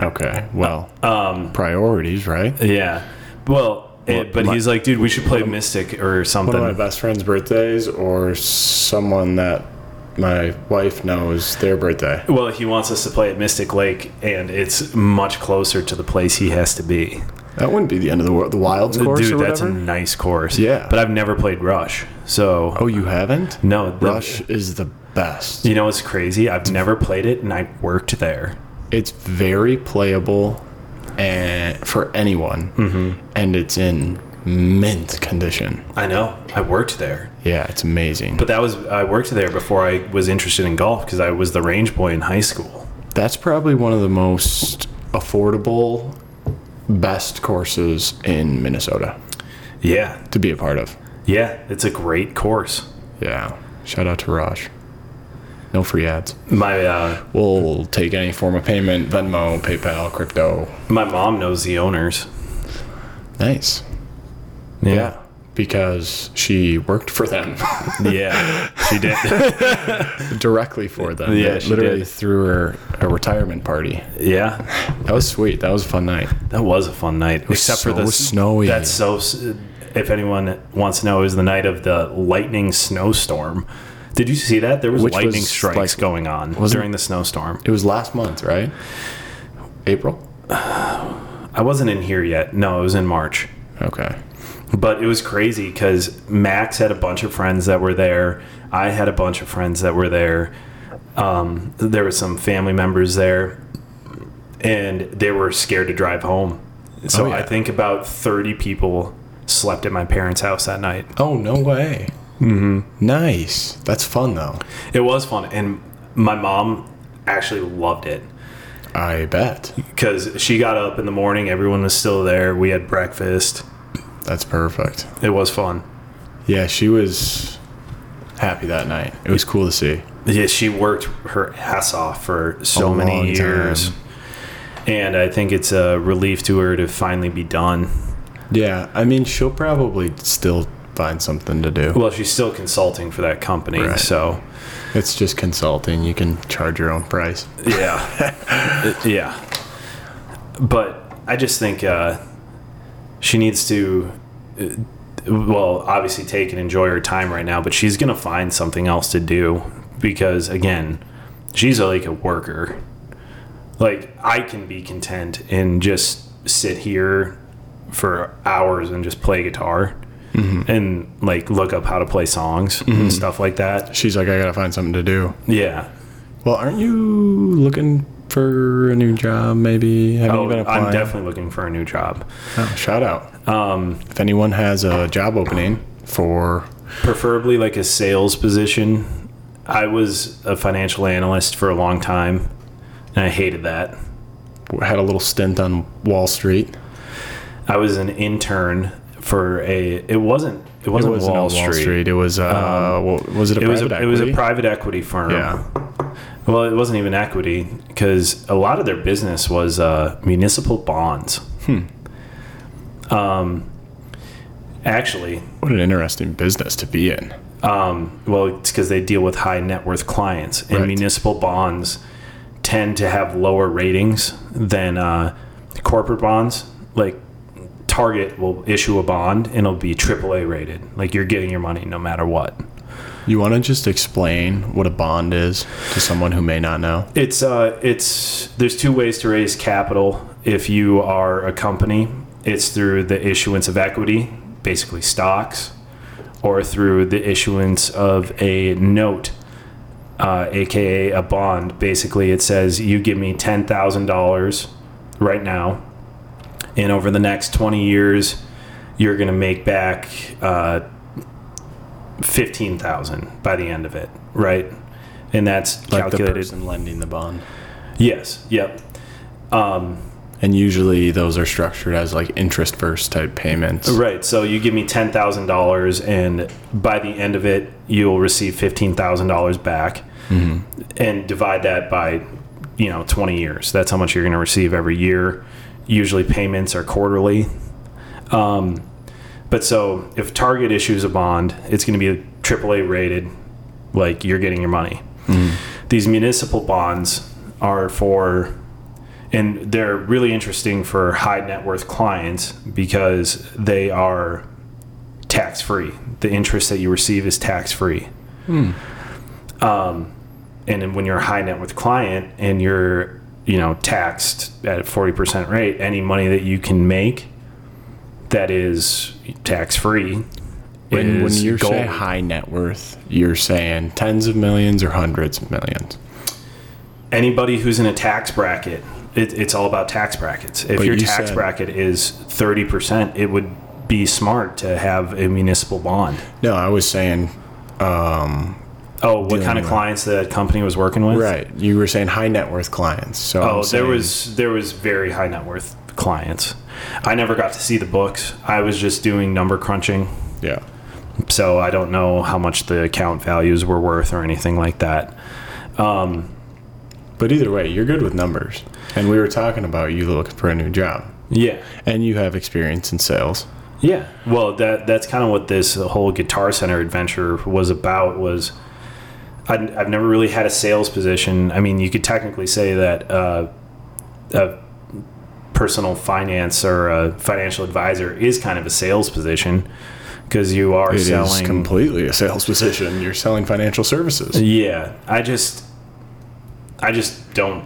Speaker 1: Okay. Well, um, priorities, right?
Speaker 2: yeah. Well, it,
Speaker 1: Well,
Speaker 2: but
Speaker 1: my-
Speaker 2: he's like, dude, we should play Mystic or
Speaker 1: One of my
Speaker 2: something.
Speaker 1: best friend's birthdays, or someone that my wife knows their birthday.
Speaker 2: Well, he wants us to play at Mystic Lake, and it's much closer to the place he has to be.
Speaker 1: That wouldn't be the end of the world. The Wilds course,
Speaker 2: dude,
Speaker 1: or
Speaker 2: that's a
Speaker 1: whatever?
Speaker 2: nice course.
Speaker 1: Yeah.
Speaker 2: but I've never played Rush, so
Speaker 1: oh, you haven't?
Speaker 2: no the-
Speaker 1: Rush is the best.
Speaker 2: You know what's crazy? I've never played it, and I worked there.
Speaker 1: It's very playable, and for anyone, and it's in mint condition.
Speaker 2: I know. I worked there.
Speaker 1: Yeah, it's amazing.
Speaker 2: But that was I worked there before I was interested in golf because I was the range boy in high school.
Speaker 1: That's probably one of the most affordable, best courses in Minnesota
Speaker 2: Yeah,
Speaker 1: to be a part of.
Speaker 2: yeah, it's a great course.
Speaker 1: Yeah. Shout out to Raj. No free ads.
Speaker 2: My uh,
Speaker 1: We'll take any form of payment Venmo, PayPal, crypto.
Speaker 2: my mom knows the owners.
Speaker 1: Nice. Yeah. Because she worked for them [laughs]
Speaker 2: yeah, she did.
Speaker 1: directly for them.
Speaker 2: Yeah,
Speaker 1: They
Speaker 2: she
Speaker 1: literally
Speaker 2: did.
Speaker 1: through her a retirement party.
Speaker 2: yeah,
Speaker 1: That was sweet. That was a fun night.
Speaker 2: that was a fun night. Except for
Speaker 1: so
Speaker 2: the
Speaker 1: snowy.
Speaker 2: That's so. s- If anyone wants to know, it was the night of the lightning snowstorm. Did you see that? There was
Speaker 1: Which
Speaker 2: lightning
Speaker 1: was,
Speaker 2: strikes
Speaker 1: like,
Speaker 2: going on
Speaker 1: wasn't-
Speaker 2: during the snowstorm.
Speaker 1: It was last month, right? April.
Speaker 2: I wasn't in here yet. No, it was in March.
Speaker 1: Okay.
Speaker 2: but it was crazy because Max had a bunch of friends that were there. I had a bunch of friends that were there. Um, there were some family members there, and they were scared to drive home. So
Speaker 1: Oh, yeah.
Speaker 2: I think about thirty people slept at my parents' house that night.
Speaker 1: Oh no way. Mm-hmm. Nice. That's fun though.
Speaker 2: It was fun, and my mom actually loved it
Speaker 1: I bet.
Speaker 2: because she got up in the morning. Everyone was still there. We had breakfast.
Speaker 1: That's perfect.
Speaker 2: It was fun.
Speaker 1: Yeah, she was happy that night. It was cool to see.
Speaker 2: Yeah, she worked her ass off for
Speaker 1: A
Speaker 2: so
Speaker 1: long
Speaker 2: many years.
Speaker 1: time.
Speaker 2: And I think it's a relief to her to finally be done.
Speaker 1: Yeah, I mean, she'll probably still find something to do.
Speaker 2: Well, she's still consulting for that company,
Speaker 1: Right.
Speaker 2: so
Speaker 1: It's just consulting. You can charge your own price.
Speaker 2: yeah, Uh, yeah. But I just think uh, she needs to, uh, well, obviously take and enjoy her time right now. But she's gonna find something else to do because again, she's like a worker. Like I can be content and just sit here for hours and just play guitar. And like look up how to play songs and stuff like that.
Speaker 1: She's like, I gotta find something to do.
Speaker 2: Yeah,
Speaker 1: Well, aren't you looking for a new job? Maybe have you
Speaker 2: oh,
Speaker 1: been applying?
Speaker 2: I'm definitely looking for a new job.
Speaker 1: Oh, shout out. Um, if anyone has a job opening for,
Speaker 2: preferably like a sales position. I was a financial analyst for a long time, and I hated that.
Speaker 1: had a little stint on Wall Street.
Speaker 2: I was an intern for a. It wasn't. It wasn't,
Speaker 1: wasn't
Speaker 2: Wall,
Speaker 1: on
Speaker 2: Street.
Speaker 1: It was uh, what was it a
Speaker 2: It was.
Speaker 1: private
Speaker 2: A,
Speaker 1: equity?
Speaker 2: it was a private equity firm.
Speaker 1: Yeah.
Speaker 2: Well, it wasn't even equity because a lot of their business was uh, municipal bonds. Hmm.
Speaker 1: Hmm.
Speaker 2: Um. Actually,
Speaker 1: What an interesting business to be in.
Speaker 2: Um, well, it's because they deal with high net worth clients, and
Speaker 1: Right.
Speaker 2: municipal bonds tend to have lower ratings than uh, corporate bonds. Like Target will issue a bond, and it'll be AAA rated. Like you're getting your money no matter what.
Speaker 1: You want to just explain what a bond is to someone who may not know?
Speaker 2: It's uh, it's there's two ways to raise capital. If you are a company, it's through the issuance of equity, basically stocks, or through the issuance of a note, uh, aka a bond. Basically, it says you give me ten thousand dollars right now, and over the next twenty years, you're gonna make back uh, fifteen thousand by the end of it, right? And that's
Speaker 1: Like the
Speaker 2: calculated.
Speaker 1: person lending the bond.
Speaker 2: yes. Yep. Um,
Speaker 1: And usually those are structured as like interest first type payments.
Speaker 2: Right. So you give me ten thousand dollars, and by the end of it, you'll receive fifteen thousand dollars back, and divide that by, you know, twenty years. That's how much you're going to receive every year. Usually, payments are quarterly. Um, but so if Target issues a bond, it's going to be AAA rated. Like you're getting your money. These municipal bonds are for and they're really interesting for high net worth clients because they are tax free. The interest that you receive is tax free. Um, and then when you're a high net worth client and you're you know taxed at a 40% rate, any money that you can make that is tax free.
Speaker 1: When, when you say high net worth, you're saying tens of millions or hundreds of millions.
Speaker 2: anybody who's in a tax bracket, it, it's all about tax brackets. If
Speaker 1: But
Speaker 2: your
Speaker 1: you
Speaker 2: tax
Speaker 1: said-
Speaker 2: bracket is 30%, it would be smart to have a municipal bond.
Speaker 1: No, I was saying
Speaker 2: Oh, what kind of
Speaker 1: with-
Speaker 2: clients that company was working with?
Speaker 1: right. You were saying high net worth clients. So I'm
Speaker 2: Oh, there
Speaker 1: saying-
Speaker 2: was there was very high net worth clients. I never got to see the books. I was just doing number crunching,
Speaker 1: yeah.
Speaker 2: so I don't know how much the account values were worth or anything like that.
Speaker 1: But either way, you're good with numbers. And we were talking about you looking for a new job,
Speaker 2: Yeah.
Speaker 1: and you have experience in sales.
Speaker 2: Yeah. Well, that that's kind of what this whole Guitar Center adventure was about. Was I'd, I've never really had a sales position. I mean, you could technically say that uh, a personal finance or a financial advisor is kind of a sales position because you are
Speaker 1: It is
Speaker 2: selling.
Speaker 1: completely a sales position. You're selling financial services.
Speaker 2: yeah. I just, I just don't.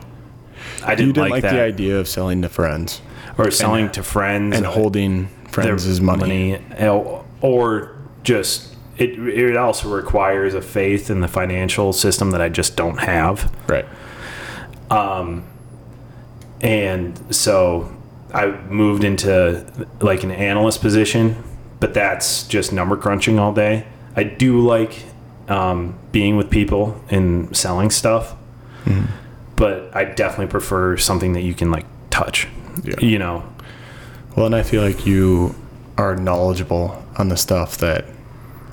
Speaker 2: I didn't,
Speaker 1: You didn't
Speaker 2: like,
Speaker 1: like,
Speaker 2: that.
Speaker 1: the idea of selling to friends
Speaker 2: or selling to friends
Speaker 1: and holding
Speaker 2: their
Speaker 1: friends' money.
Speaker 2: el- or just it, it also requires a faith in the financial system that I just don't have.
Speaker 1: Right.
Speaker 2: And so I moved into like an analyst position, but that's just number crunching all day. I do like um, being with people and selling stuff,
Speaker 1: Mm-hmm.
Speaker 2: but I definitely prefer something that you can like touch,
Speaker 1: Yeah.
Speaker 2: you know,
Speaker 1: Well, and I feel like you are knowledgeable on the stuff that,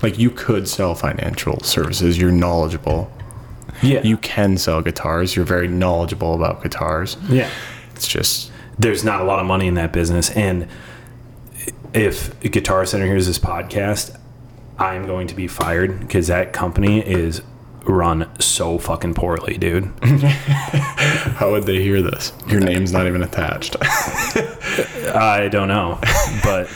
Speaker 1: like, you could sell financial services. You're knowledgeable.
Speaker 2: yeah,
Speaker 1: You can sell guitars. You're very knowledgeable about guitars.
Speaker 2: yeah.
Speaker 1: It's just
Speaker 2: there's not a lot of money in that business. And if Guitar Center hears this podcast, I'm going to be fired because that company is run so fucking
Speaker 1: [laughs]
Speaker 2: poorly, dude.
Speaker 1: how would they hear this? Your name's not even [laughs] attached.
Speaker 2: I don't know, but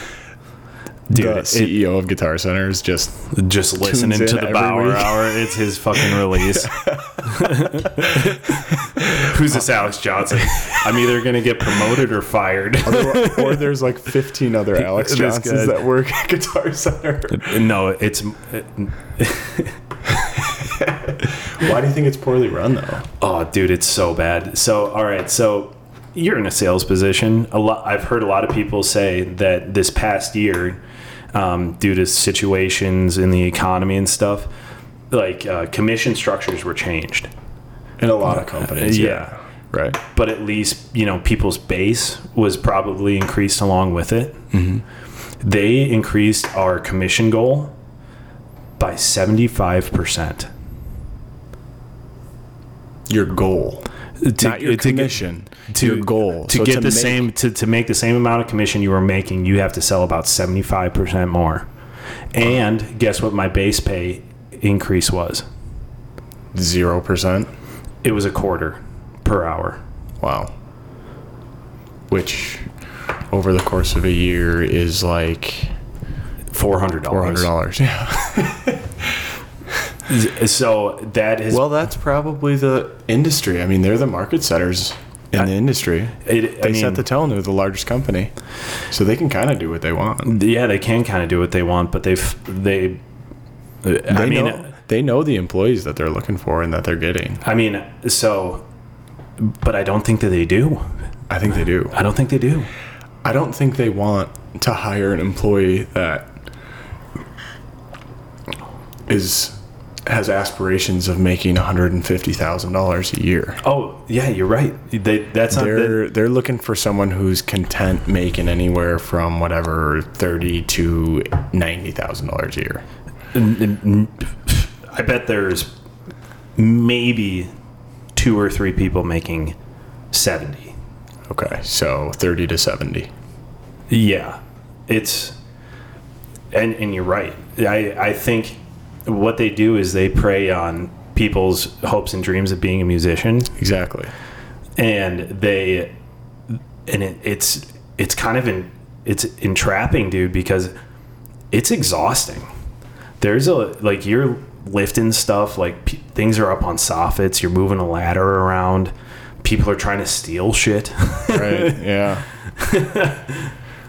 Speaker 2: dude,
Speaker 1: the
Speaker 2: it-
Speaker 1: CEO of Guitar Center is just
Speaker 2: just listening
Speaker 1: in
Speaker 2: to the
Speaker 1: every
Speaker 2: Bauer
Speaker 1: week.
Speaker 2: Hour, it's his
Speaker 1: [laughs]
Speaker 2: fucking release. Who's this Alex Johnson? I'm either gonna get promoted
Speaker 1: [laughs]
Speaker 2: or fired.
Speaker 1: [laughs] or there's like 15 other Alex
Speaker 2: This
Speaker 1: Johnsons
Speaker 2: guy.
Speaker 1: that work at Guitar Center.
Speaker 2: no, it's
Speaker 1: Why do you think it's poorly run though?
Speaker 2: Oh, dude, it's so bad. So, all right, so you're in a sales position. A lot. I've heard a lot of people say that this past year, um, due to situations in the economy and stuff, like uh, commission structures were changed.
Speaker 1: In a lot of companies. Right.
Speaker 2: But at least you know people's base was probably increased along with it.
Speaker 1: Mm-hmm.
Speaker 2: They increased our commission goal by seventy five percent.
Speaker 1: Your goal. Not your commission. your goal.
Speaker 2: to
Speaker 1: So
Speaker 2: get the
Speaker 1: make-
Speaker 2: same to, to make the same amount of commission you were making you have to sell about 75% more and guess what my base pay increase was
Speaker 1: 0%.
Speaker 2: it was a quarter per hour
Speaker 1: Wow. Which over the course of a year is like
Speaker 2: $400
Speaker 1: $400. Yeah.
Speaker 2: so that is
Speaker 1: [laughs] Well, that's probably the industry. I mean, they're the market setters in the industry.
Speaker 2: it,
Speaker 1: They
Speaker 2: I mean,
Speaker 1: set the tone. They're the largest company. So they can kind of do what they want.
Speaker 2: yeah they can kind of do what they want but they've they
Speaker 1: They
Speaker 2: i mean
Speaker 1: know, they know the employees that they're looking for and that they're getting.
Speaker 2: i mean so but i don't think that they do
Speaker 1: I think they do.
Speaker 2: i don't think they do
Speaker 1: I don't think they want to hire an employee that is has aspirations of making one hundred and fifty thousand dollars a year.
Speaker 2: Oh yeah, you're right. They, that's not.
Speaker 1: They're they're looking for someone who's content making anywhere from whatever thirty to ninety thousand dollars a year.
Speaker 2: I bet there's maybe two or three people making seventy.
Speaker 1: Okay, so thirty to seventy.
Speaker 2: Yeah, it's and and you're right. I I think what they do is they prey on people's hopes and dreams of being a musician,
Speaker 1: Exactly.
Speaker 2: and they and it, it's it's kind of in, it's entrapping, dude, because it's exhausting. There's a like you're lifting stuff, like p- things are up on soffits, you're moving a ladder around, people are trying to steal shit. [laughs]
Speaker 1: Right. yeah.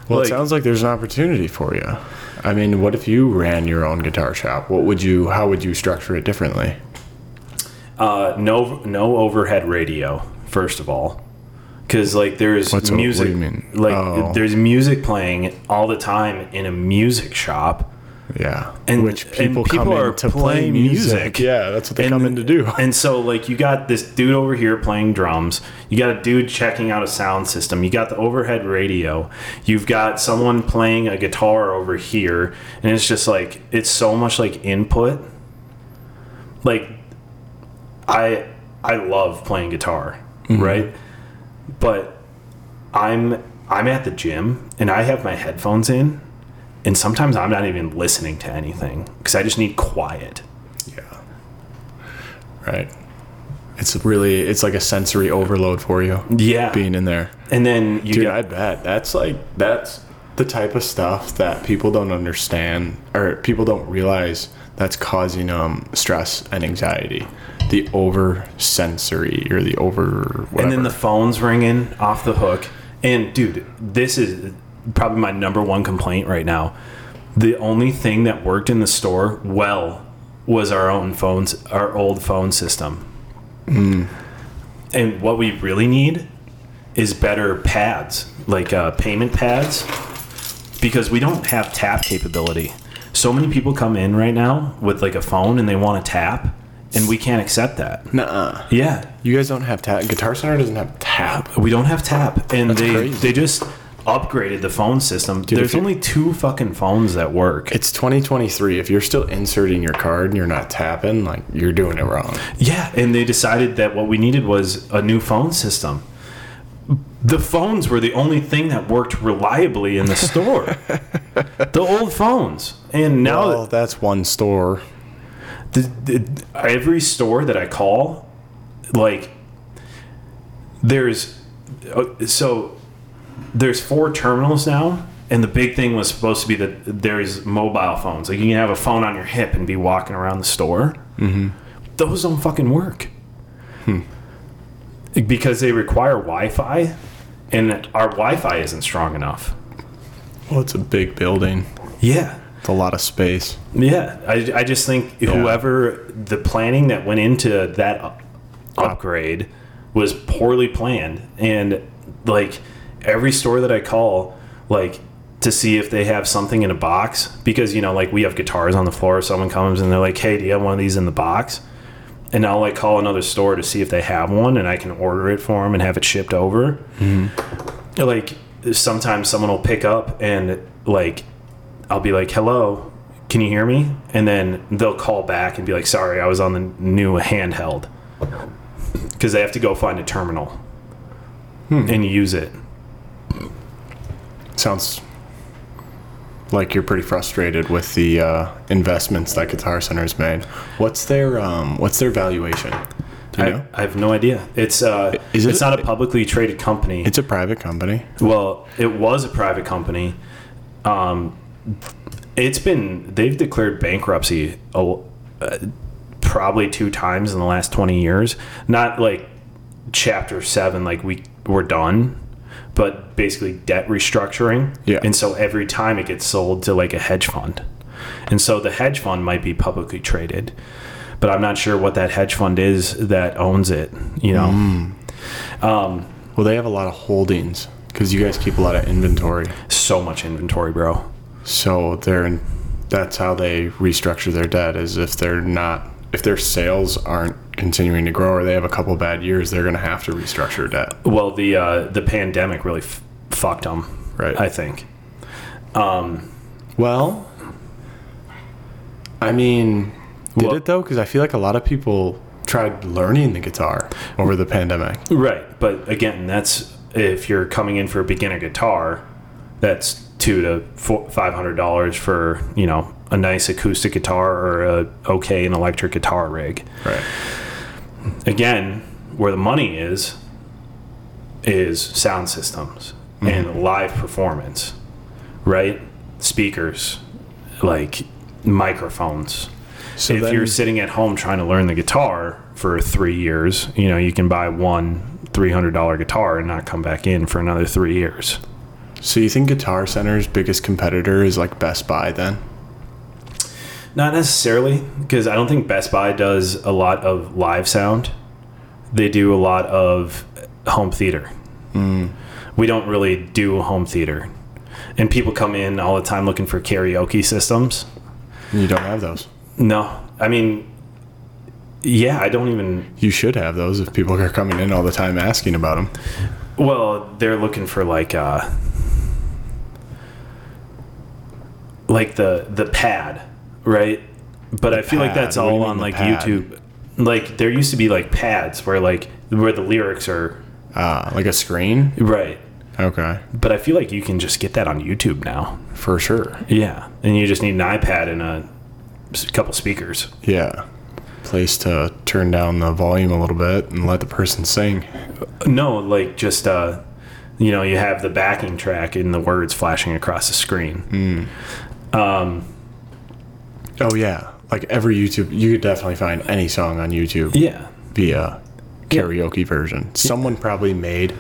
Speaker 1: Well,
Speaker 2: Like-
Speaker 1: it sounds like there's an opportunity for you. I mean, what if you ran your own guitar shop? What would you? How would you structure it differently?
Speaker 2: Uh, no, no overhead radio. First of all, because like there's
Speaker 1: What's o- what do
Speaker 2: music,
Speaker 1: you mean?
Speaker 2: like
Speaker 1: Oh.
Speaker 2: there's music playing all the time in a music shop,
Speaker 1: Yeah.
Speaker 2: And-
Speaker 1: Which
Speaker 2: and
Speaker 1: people, come
Speaker 2: people are
Speaker 1: in to play
Speaker 2: playing
Speaker 1: music.
Speaker 2: music.
Speaker 1: Yeah, that's what they
Speaker 2: And-
Speaker 1: come in to do.
Speaker 2: and so like you got this dude over here playing drums, you got a dude checking out a sound system, you got the overhead radio, you've got someone playing a guitar over here, and it's just like it's so much like input. Like, I I love playing guitar, right? But I'm I'm at the gym and I have my headphones in, and sometimes I'm not even listening to anything because I just need quiet.
Speaker 1: [laughs] Yeah. Right. It's really it's like a sensory overload for you
Speaker 2: Yeah,
Speaker 1: being in there.
Speaker 2: and then you
Speaker 1: Dude,
Speaker 2: got
Speaker 1: I bet that's like that's the type of stuff that people don't understand or people don't realize that's causing um stress and anxiety. The over sensory or the over whatever.
Speaker 2: and then the phone's ringing off the hook. And dude, this is probably my number one complaint right now. The only thing that worked in the store well was our own phones, our old phone system. And what we really need is better pads, like uh, payment pads, because we don't have tap capability. So many people come in right now with like a phone and they want to tap, and we can't accept that.
Speaker 1: Nuh-uh.
Speaker 2: Yeah,
Speaker 1: You guys don't have tap. Guitar Center doesn't have tap.
Speaker 2: we don't have tap, and they
Speaker 1: crazy.
Speaker 2: they just upgraded the phone system. There's
Speaker 1: if you-
Speaker 2: only two fucking phones that work.
Speaker 1: It's 2023. If you're still inserting your card and you're not tapping, like you're doing it wrong.
Speaker 2: Yeah, and they decided that what we needed was a new phone system. The phones were the only thing that worked reliably in the store.
Speaker 1: [laughs]
Speaker 2: the old phones, and now
Speaker 1: Well, Oh, that's one store.
Speaker 2: the, the, every store that I call, like, there's uh, so there's four terminals now, and the big thing was supposed to be that there's mobile phones. Like you can have a phone on your hip and be walking around the store. Mm-hmm. Hmm. Those don't fucking work because they require Wi-Fi, and our Wi-Fi isn't strong enough.
Speaker 1: Well, it's a big building.
Speaker 2: Yeah.
Speaker 1: It's a lot of space.
Speaker 2: Yeah, I, I just think whoever the planning that went into that up- upgrade was poorly planned, and like every store that I call, like to see if they have something in a box because you know like we have guitars on the floor. Someone comes and they're like, "Hey, do you have one of these in the box?" And I'll like call another store to see if they have one, and I can order it for them and have it shipped over. Like sometimes someone will pick up and like I'll be like, "Hello, can you hear me?" And then they'll call back and be like, "Sorry, I was on the new handheld," because they have to go find a terminal
Speaker 1: Hmm.
Speaker 2: and use it.
Speaker 1: Sounds like you're pretty frustrated with the uh, investments that Guitar Center's made. What's their um, What's their valuation? Do you
Speaker 2: I,
Speaker 1: know?
Speaker 2: I have no idea. It's uh,
Speaker 1: Is it-
Speaker 2: it's not a publicly traded company.
Speaker 1: It's a private company.
Speaker 2: Well, it was a private company. Um, it's been they've declared bankruptcy a, uh, probably two times in the last twenty years. Not like Chapter Seven, like we we're done, but basically debt restructuring.
Speaker 1: Yeah.
Speaker 2: and so every time it gets sold to like a hedge fund, and so the hedge fund might be publicly traded. But I'm not sure what that hedge fund is that owns it. You know,
Speaker 1: Well, they have a lot of holdings because you guys keep a lot of inventory.
Speaker 2: so much inventory, bro.
Speaker 1: So they're that's how they restructure their debt is if they're not if their sales aren't continuing to grow or they have a couple bad years, they're going to have to restructure debt.
Speaker 2: Well, the uh, the pandemic really f- fucked them,
Speaker 1: Right.
Speaker 2: I think. Um,
Speaker 1: Well, I mean, did
Speaker 2: Well-
Speaker 1: it though? Because I feel like a lot of people tried learning the guitar over the pandemic.
Speaker 2: right, but again, that's if you're coming in for a beginner guitar, that's two to four, five hundred dollars for you know a nice acoustic guitar or a okay an electric guitar rig.
Speaker 1: Right.
Speaker 2: again, where the money is, is sound systems and live performance, right? Speakers, like microphones.
Speaker 1: So
Speaker 2: if
Speaker 1: then-
Speaker 2: you're sitting at home trying to learn the guitar for three years, you know, you can buy one $300 guitar and not come back in for another three years.
Speaker 1: So you think Guitar Center's biggest competitor is like Best Buy then?
Speaker 2: Not necessarily, because I don't think Best Buy does a lot of live sound. They do a lot of home theater. Hmm. We don't really do home theater. And people come in all the time looking for karaoke systems.
Speaker 1: You don't have those.
Speaker 2: No, I mean, yeah, I don't even.
Speaker 1: You should have those if people are coming in all the time asking about them.
Speaker 2: Well, they're looking for like, uh, like the the pad, right? But I feel like
Speaker 1: pad.
Speaker 2: that's
Speaker 1: What do you
Speaker 2: all
Speaker 1: mean
Speaker 2: on
Speaker 1: the
Speaker 2: like
Speaker 1: pad?
Speaker 2: YouTube. Like there used to be like pads where like where the lyrics are
Speaker 1: Uh, like a screen?
Speaker 2: right.
Speaker 1: Okay.
Speaker 2: But I feel like you can just get that on YouTube now.
Speaker 1: For sure.
Speaker 2: Yeah, and you just need an iPad and a s- couple speakers.
Speaker 1: Yeah. Place to turn down the volume a little bit and let the person sing.
Speaker 2: No, like just uh, you know, you have the backing track and the words flashing across the screen.
Speaker 1: Mm. Oh yeah. Like every YouTube you could definitely find any song on YouTube
Speaker 2: Yeah,
Speaker 1: via uh, karaoke version. Someone probably made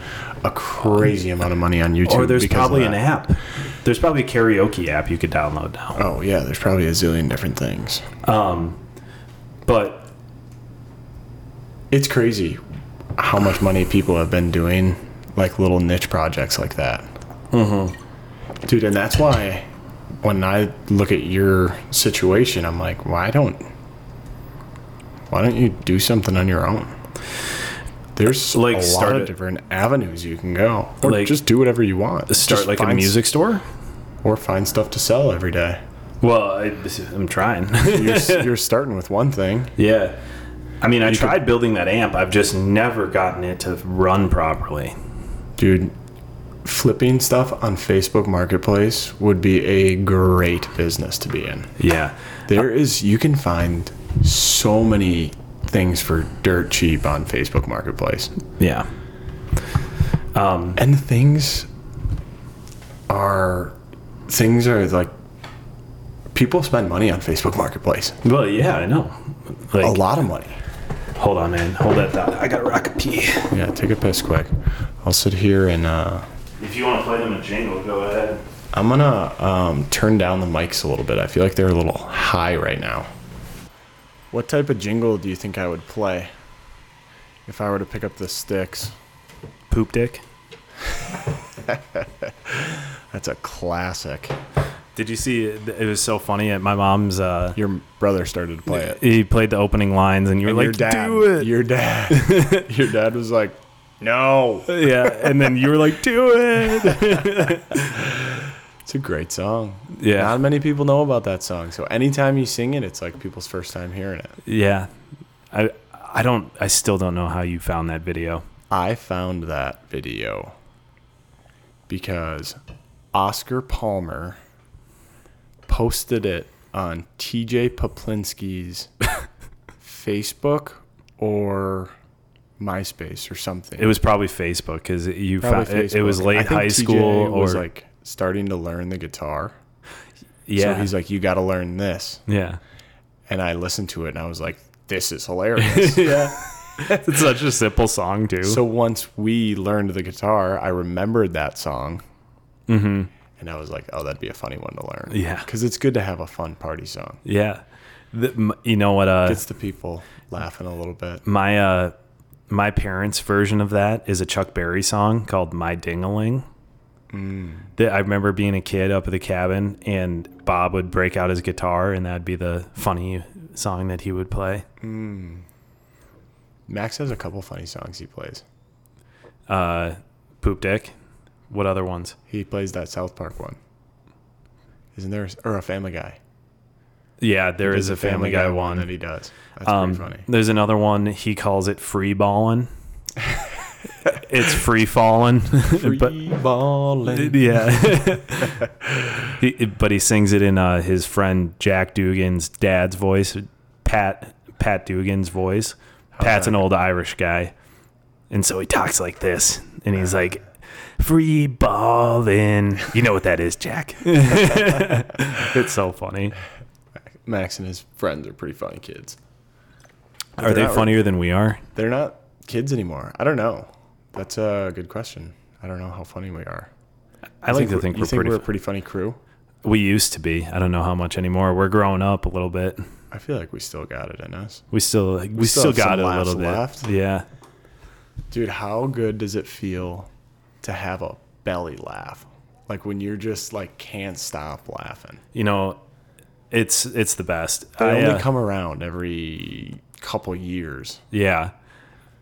Speaker 1: a crazy amount of money on YouTube.
Speaker 2: or there's
Speaker 1: because of
Speaker 2: probably an
Speaker 1: that.
Speaker 2: app. There's probably a karaoke app you could download now.
Speaker 1: Oh yeah, there's probably a zillion different things.
Speaker 2: But
Speaker 1: It's crazy how much money people have been doing like little niche projects like that. Mm-hmm.
Speaker 2: Mm-hmm.
Speaker 1: Dude, and that's why when I look at your situation, I'm like, why don't why don't you do something on your own? There's
Speaker 2: Like
Speaker 1: like a lot
Speaker 2: start a-
Speaker 1: of different avenues you can go, or
Speaker 2: Like-
Speaker 1: just do whatever you want.
Speaker 2: start
Speaker 1: Just
Speaker 2: like a
Speaker 1: find s-
Speaker 2: music store.
Speaker 1: or find stuff to sell every day.
Speaker 2: Well, I, I'm trying. [laughs]
Speaker 1: You're, s- you're starting with one thing.
Speaker 2: yeah, I mean, I tried building that amp. I've just never gotten it to run properly.
Speaker 1: Dude, flipping stuff on Facebook Marketplace would be a great business to be in.
Speaker 2: Yeah.
Speaker 1: There is, you can find so many things for dirt cheap on Facebook Marketplace.
Speaker 2: Yeah.
Speaker 1: And the things are, things are like, people spend money on Facebook Marketplace.
Speaker 2: Well, yeah, I know. Like,
Speaker 1: A lot of money.
Speaker 2: hold on, man. Hold that thought. Oh. I got rock a pee.
Speaker 1: Yeah, take a piss quick. I'll sit here and, uh,
Speaker 2: If you want to play them a jingle, go ahead.
Speaker 1: I'm gonna um, turn down the mics a little bit. I feel like they're a little high right now. What type of jingle do you think I would play if I were to pick up the sticks?
Speaker 2: Poop dick.
Speaker 1: That's a classic.
Speaker 2: Did you see? It it was so funny at my mom's. Uh,
Speaker 1: Your brother started to play it.
Speaker 2: he played the opening lines, and you were like,
Speaker 1: your dad,
Speaker 2: "Do it!"
Speaker 1: your
Speaker 2: [laughs]
Speaker 1: dad, your dad was like, "No."
Speaker 2: yeah, and then you were like, "Do it!"
Speaker 1: It's a great song.
Speaker 2: Yeah.
Speaker 1: Not many people know about that song, so anytime you sing it, it's like people's first time hearing it.
Speaker 2: yeah, I, I don't, I still don't know how you found that video.
Speaker 1: I found that video because Oscar Palmer posted it on TJ
Speaker 2: [laughs]
Speaker 1: Poplinsky's Facebook or MySpace or something.
Speaker 2: It was probably Facebook because you
Speaker 1: Probably
Speaker 2: found it, it was
Speaker 1: Facebook.
Speaker 2: late
Speaker 1: I think
Speaker 2: high
Speaker 1: TJ
Speaker 2: school or
Speaker 1: was like starting to learn the guitar.
Speaker 2: yeah,
Speaker 1: So he's like, You gotta learn this.
Speaker 2: yeah,
Speaker 1: And I listened to it and I was like, This is
Speaker 2: [laughs]
Speaker 1: hilarious.
Speaker 2: yeah. [laughs] it's such a simple song too.
Speaker 1: So once we learned the guitar, I remembered that song. Mm-hmm. And I was like, oh, that'd be a funny one to learn.
Speaker 2: Yeah.
Speaker 1: Because it's good to have a fun party song.
Speaker 2: yeah, The- m- you know what? Uh,
Speaker 1: It's the people laughing a little bit.
Speaker 2: my uh my parents' version of that is a Chuck Berry song called "My Dingaling."
Speaker 1: Mm.
Speaker 2: That I remember being a kid up at the cabin, and Bob would break out his guitar, and that'd be the funny song that he would play.
Speaker 1: Max has a couple funny songs he plays.
Speaker 2: Uh, Poop Dick. What other ones?
Speaker 1: He plays that South Park one. Isn't there or a Family Guy?
Speaker 2: Yeah, there is
Speaker 1: There's
Speaker 2: a Family, Guy, one.
Speaker 1: that he does. That's
Speaker 2: Um,
Speaker 1: pretty funny.
Speaker 2: There's another one. He calls it
Speaker 1: [laughs]
Speaker 2: free balling. it's free falling, [laughs] but
Speaker 1: [laughs] balling.
Speaker 2: yeah. [laughs] he, but he sings it in uh, his friend Jack Dugan's dad's voice, Pat Pat Dugan's voice. Pat's an old Irish guy, and so he talks like this, and he's like, "Free balling." You know what that
Speaker 1: [laughs]
Speaker 2: is, Jack? it's so funny.
Speaker 1: Max and his friends are pretty funny kids.
Speaker 2: Are they
Speaker 1: not-
Speaker 2: funnier than we are?
Speaker 1: They're not kids anymore. I don't know. That's a good question. I don't know how funny we are.
Speaker 2: I like to
Speaker 1: we're-
Speaker 2: think
Speaker 1: you
Speaker 2: we're pretty.
Speaker 1: we're a pretty funny crew.
Speaker 2: We used to be. I don't know how much anymore. We're growing up a little bit.
Speaker 1: I feel like we still got it in us.
Speaker 2: We still we, still,
Speaker 1: still have
Speaker 2: got
Speaker 1: some
Speaker 2: it a
Speaker 1: laughs
Speaker 2: little bit.
Speaker 1: left.
Speaker 2: Yeah.
Speaker 1: Dude, how good does it feel to have a belly laugh? Like when you're just like can't stop laughing.
Speaker 2: You know, it's it's the best.
Speaker 1: They
Speaker 2: I,
Speaker 1: only
Speaker 2: uh,
Speaker 1: come around every couple years.
Speaker 2: yeah.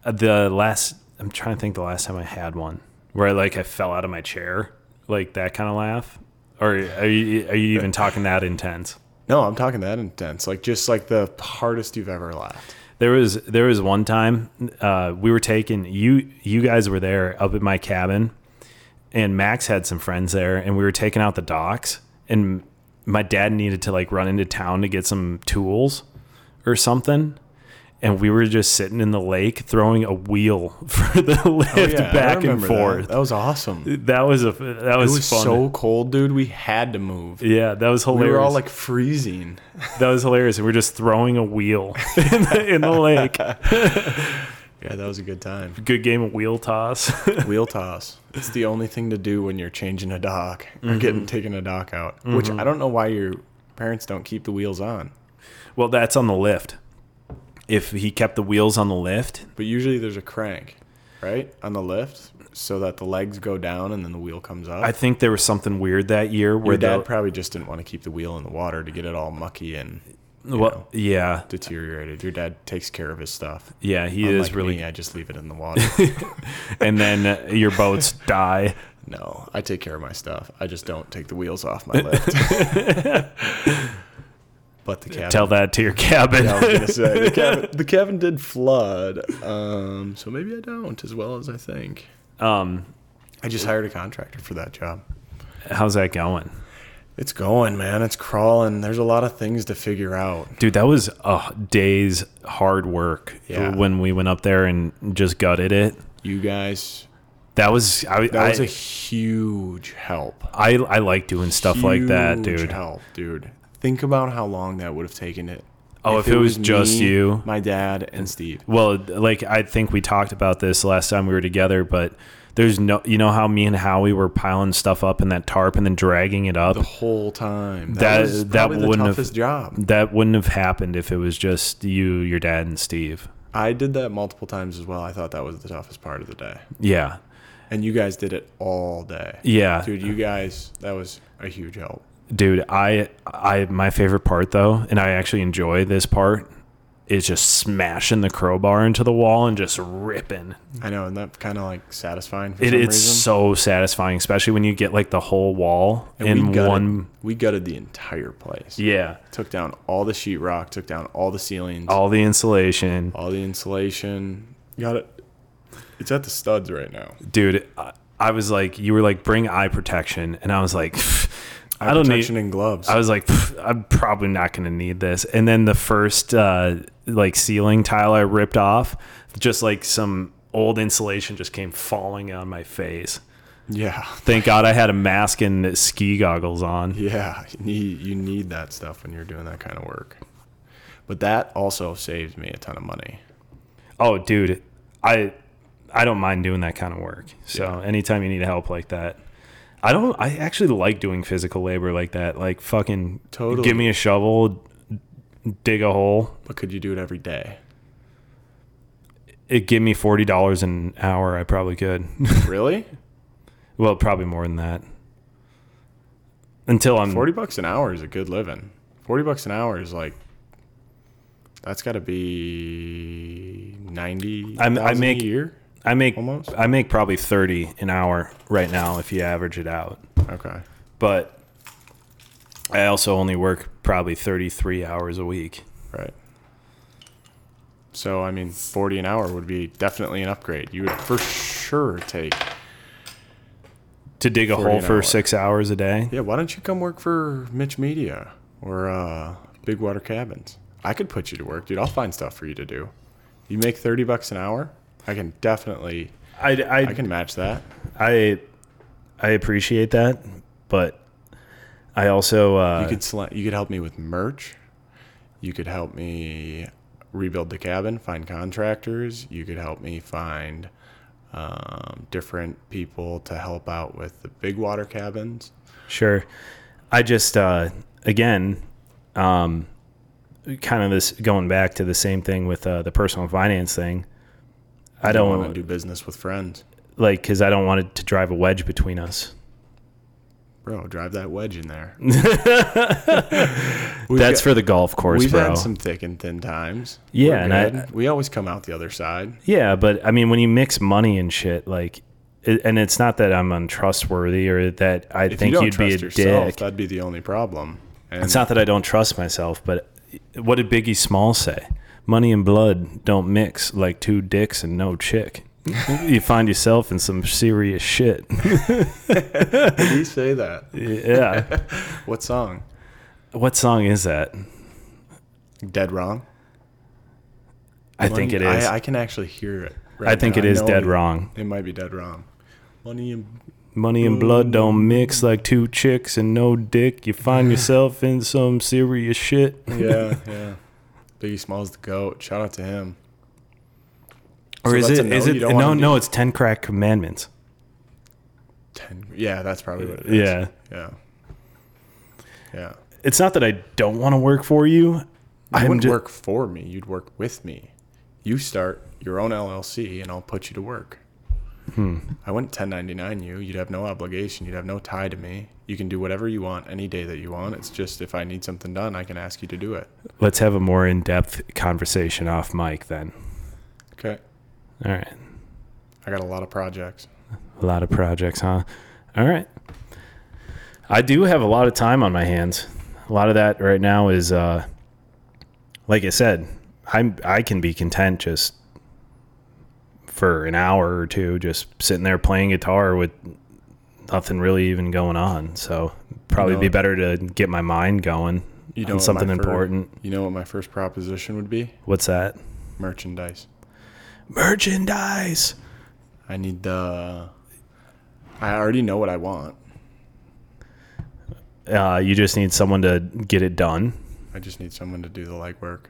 Speaker 2: Uh, The last I'm trying to think the last time I had one where I like I fell out of my chair, like that kind of laugh. Or are you are you even talking that intense?
Speaker 1: No, I'm talking that intense. Like just like the hardest you've ever laughed.
Speaker 2: There was there was one time uh, we were taking you you guys were there up at my cabin, and Max had some friends there, and we were taking out the docks, and my dad needed to like run into town to get some tools or something. And we were just sitting in the lake throwing a wheel [laughs] for the lift
Speaker 1: Oh, Yeah, I
Speaker 2: back and
Speaker 1: remember That.
Speaker 2: forth.
Speaker 1: That was awesome. It
Speaker 2: That, was a that was,
Speaker 1: was,
Speaker 2: fun.
Speaker 1: so cold, dude. We had to move.
Speaker 2: yeah, that was
Speaker 1: We
Speaker 2: hilarious.
Speaker 1: were all like freezing.
Speaker 2: that was hilarious. And we were just throwing a wheel [laughs] in the, in
Speaker 1: [laughs]
Speaker 2: the lake.
Speaker 1: Yeah, that was a good time.
Speaker 2: Good game of wheel toss.
Speaker 1: Wheel toss. It's the only thing to do when you're changing a dock
Speaker 2: Mm-hmm.
Speaker 1: or getting taking a dock out. Which I don't know why your parents don't keep the wheels on.
Speaker 2: Well, that's on the lift. If he kept the wheels on the lift,
Speaker 1: But usually there's a crank, right, on the lift, so that the legs go down and then the wheel comes up.
Speaker 2: I think there was something weird that year where
Speaker 1: Your dad
Speaker 2: the
Speaker 1: probably just didn't want to keep the wheel in the water to get it all mucky and
Speaker 2: well, yeah,
Speaker 1: deteriorated. Your dad takes care of his stuff.
Speaker 2: yeah, he is
Speaker 1: Unlike
Speaker 2: really.
Speaker 1: me, I just leave it in the water.
Speaker 2: [laughs] and then uh, your
Speaker 1: [laughs]
Speaker 2: boats die.
Speaker 1: no, I take care of my stuff. I just don't take the wheels off
Speaker 2: [laughs]
Speaker 1: my lift. [laughs] but the cabin
Speaker 2: Tell that to your cabin.
Speaker 1: I was gonna say the cabin, [laughs] the cabin did flood, um, so maybe I don't as well as I think.
Speaker 2: [laughs] um,
Speaker 1: I just hired a contractor for that job.
Speaker 2: how's that going,
Speaker 1: It's going, man. It's crawling. There's a lot of things to figure out.
Speaker 2: dude? That was a day's hard work
Speaker 1: Yeah.
Speaker 2: when we went up there and just gutted it.
Speaker 1: You guys,
Speaker 2: That was I.
Speaker 1: that was
Speaker 2: I,
Speaker 1: a huge help.
Speaker 2: I, I like doing stuff like that,
Speaker 1: Huge
Speaker 2: dude.
Speaker 1: Help, dude. Think about how long that would have taken it.
Speaker 2: Oh, if it was just you.
Speaker 1: my dad, and Steve.
Speaker 2: Well, like I think we talked about this last time we were together, but there's no, you know how me and Howie were piling stuff up in that tarp and then dragging it up.
Speaker 1: The whole time.
Speaker 2: That-
Speaker 1: was
Speaker 2: that
Speaker 1: probably
Speaker 2: wouldn't
Speaker 1: the
Speaker 2: have-
Speaker 1: toughest job.
Speaker 2: that wouldn't have happened if it was just you, your dad, and Steve.
Speaker 1: I did that multiple times as well. I thought that was the toughest part of the day.
Speaker 2: Yeah,
Speaker 1: And you guys did it all day.
Speaker 2: yeah, dude.
Speaker 1: Dude, you guys, that was a huge help.
Speaker 2: I, I, my favorite part though, and I actually enjoy this part, is just smashing the crowbar into the wall and just ripping.
Speaker 1: I know, and that kind of like satisfying for
Speaker 2: It,
Speaker 1: some
Speaker 2: it's
Speaker 1: reason.
Speaker 2: so satisfying, especially when you get like the whole wall in
Speaker 1: we gutted,
Speaker 2: one.
Speaker 1: we gutted the entire place.
Speaker 2: Yeah,
Speaker 1: Took down all the sheetrock, took down all the ceilings, all,
Speaker 2: all the insulation.
Speaker 1: the insulation. Got it. It's at the studs right now.
Speaker 2: dude I, I was like you were like bring eye protection and i was like [laughs] i don't
Speaker 1: Protection
Speaker 2: need
Speaker 1: and gloves.
Speaker 2: i was like "Pff, i'm probably not going to need this and then the first uh like ceiling tile i ripped off just like some old insulation just came falling on my face
Speaker 1: yeah,
Speaker 2: thank god i had a mask and ski goggles on
Speaker 1: yeah. You need, you need that stuff when you're doing that kind of work. But that also saves me a ton of money.
Speaker 2: oh dude i i don't mind doing that kind of work so anytime you need help like that i don't i actually like doing physical labor like that like fucking
Speaker 1: Totally.
Speaker 2: give me a shovel dig a hole
Speaker 1: But could you do it every day?
Speaker 2: it give me $40 an hour i probably could [laughs]
Speaker 1: Really?
Speaker 2: Well, probably more than that. Until I'm
Speaker 1: Forty bucks an hour is a good living. Forty bucks an hour is like that's got to be ninety.
Speaker 2: I'm- I
Speaker 1: thousand
Speaker 2: make-
Speaker 1: a year.
Speaker 2: I make
Speaker 1: Almost?
Speaker 2: I make probably 30 an hour right now if you average it out.
Speaker 1: Okay.
Speaker 2: But I also only work probably 33 hours a week.
Speaker 1: Right. So I mean, forty an hour would be definitely an upgrade. You would for sure take.
Speaker 2: To dig a
Speaker 1: 40
Speaker 2: hole
Speaker 1: an
Speaker 2: for
Speaker 1: hour.
Speaker 2: 6 hours a day?
Speaker 1: Yeah, why don't you come work for Mitch Media or uh, Big Water Cabins? I could put you to work, dude. I'll find stuff for you to do. You make thirty bucks an hour. I can definitely.
Speaker 2: I I
Speaker 1: I can match that.
Speaker 2: I I appreciate that, but I also uh
Speaker 1: You could sli- you could help me with merch. You could help me rebuild the cabin, find contractors. You could help me find um, different people to help out with the big water cabins.
Speaker 2: Sure. I just uh again um kind of this going back to the same thing with uh, the personal finance thing. I don't
Speaker 1: want to do business with friends,
Speaker 2: like cuz I don't want it to drive a wedge between us.
Speaker 1: bro. Drive that wedge in
Speaker 2: [laughs]
Speaker 1: there.
Speaker 2: That's for the golf course,
Speaker 1: We've
Speaker 2: bro.
Speaker 1: had some thick and thin times.
Speaker 2: Yeah,
Speaker 1: We're
Speaker 2: and I-
Speaker 1: good. we always come out the other side.
Speaker 2: yeah, but I mean when you mix money and shit like it, and it's not that I'm untrustworthy or that I
Speaker 1: If
Speaker 2: think
Speaker 1: you don't
Speaker 2: you'd be
Speaker 1: trust
Speaker 2: a
Speaker 1: yourself,
Speaker 2: dick.
Speaker 1: that'd be the only problem. And
Speaker 2: It's not that I don't trust myself, but what did Biggie Small say? Money and blood don't mix like two dicks and no chick.
Speaker 1: [laughs]
Speaker 2: you find yourself in some serious shit.
Speaker 1: did he say that?
Speaker 2: yeah.
Speaker 1: What song?
Speaker 2: What song is that?
Speaker 1: Dead wrong.
Speaker 2: I think it
Speaker 1: Money-
Speaker 2: is.
Speaker 1: I,
Speaker 2: I,
Speaker 1: I can actually hear it.
Speaker 2: think
Speaker 1: now.
Speaker 2: it is
Speaker 1: know
Speaker 2: dead
Speaker 1: it-
Speaker 2: wrong.
Speaker 1: It might be dead wrong. Money
Speaker 2: [laughs]
Speaker 1: and
Speaker 2: Money and blood don't mix like two chicks and no dick. You
Speaker 1: [laughs]
Speaker 2: find yourself in some serious shit.
Speaker 1: yeah, yeah. Biggie Smalls the goat. Shout out to him.
Speaker 2: Or
Speaker 1: So
Speaker 2: is
Speaker 1: that's a
Speaker 2: it?
Speaker 1: no
Speaker 2: Is
Speaker 1: you
Speaker 2: it?
Speaker 1: don't
Speaker 2: No,
Speaker 1: wanna
Speaker 2: no. It's ten crack commandments.
Speaker 1: Ten. Yeah, that's probably what it is.
Speaker 2: Yeah.
Speaker 1: yeah, yeah.
Speaker 2: It's not that I don't want to work for you.
Speaker 1: You
Speaker 2: I'm
Speaker 1: wouldn't
Speaker 2: just,
Speaker 1: work for me. You'd work with me. You start your own LLC, and I'll put you to work.
Speaker 2: Hmm.
Speaker 1: I wouldn't 1099 you. You'd have no obligation. You'd have no tie to me. You can do whatever you want any day that you want. It's just if I need something done, I can ask you to do it.
Speaker 2: Let's have a more in-depth conversation off mic then.
Speaker 1: Okay.
Speaker 2: All right.
Speaker 1: I got a lot of projects.
Speaker 2: A lot of projects, huh? All right. I do have a lot of time on my hands. A lot of that right now is uh like I said, I'm I can be content just for an hour or two just sitting there playing guitar with nothing really even going on. So probably
Speaker 1: No.
Speaker 2: be better to get my mind going
Speaker 1: You
Speaker 2: on
Speaker 1: what
Speaker 2: something
Speaker 1: my fir-
Speaker 2: important.
Speaker 1: you know what my first proposition would be?
Speaker 2: What's that?
Speaker 1: Merchandise.
Speaker 2: Merchandise.
Speaker 1: I need the. I already know what I want.
Speaker 2: Uh, you just need someone to get it done.
Speaker 1: I just need someone to do the legwork.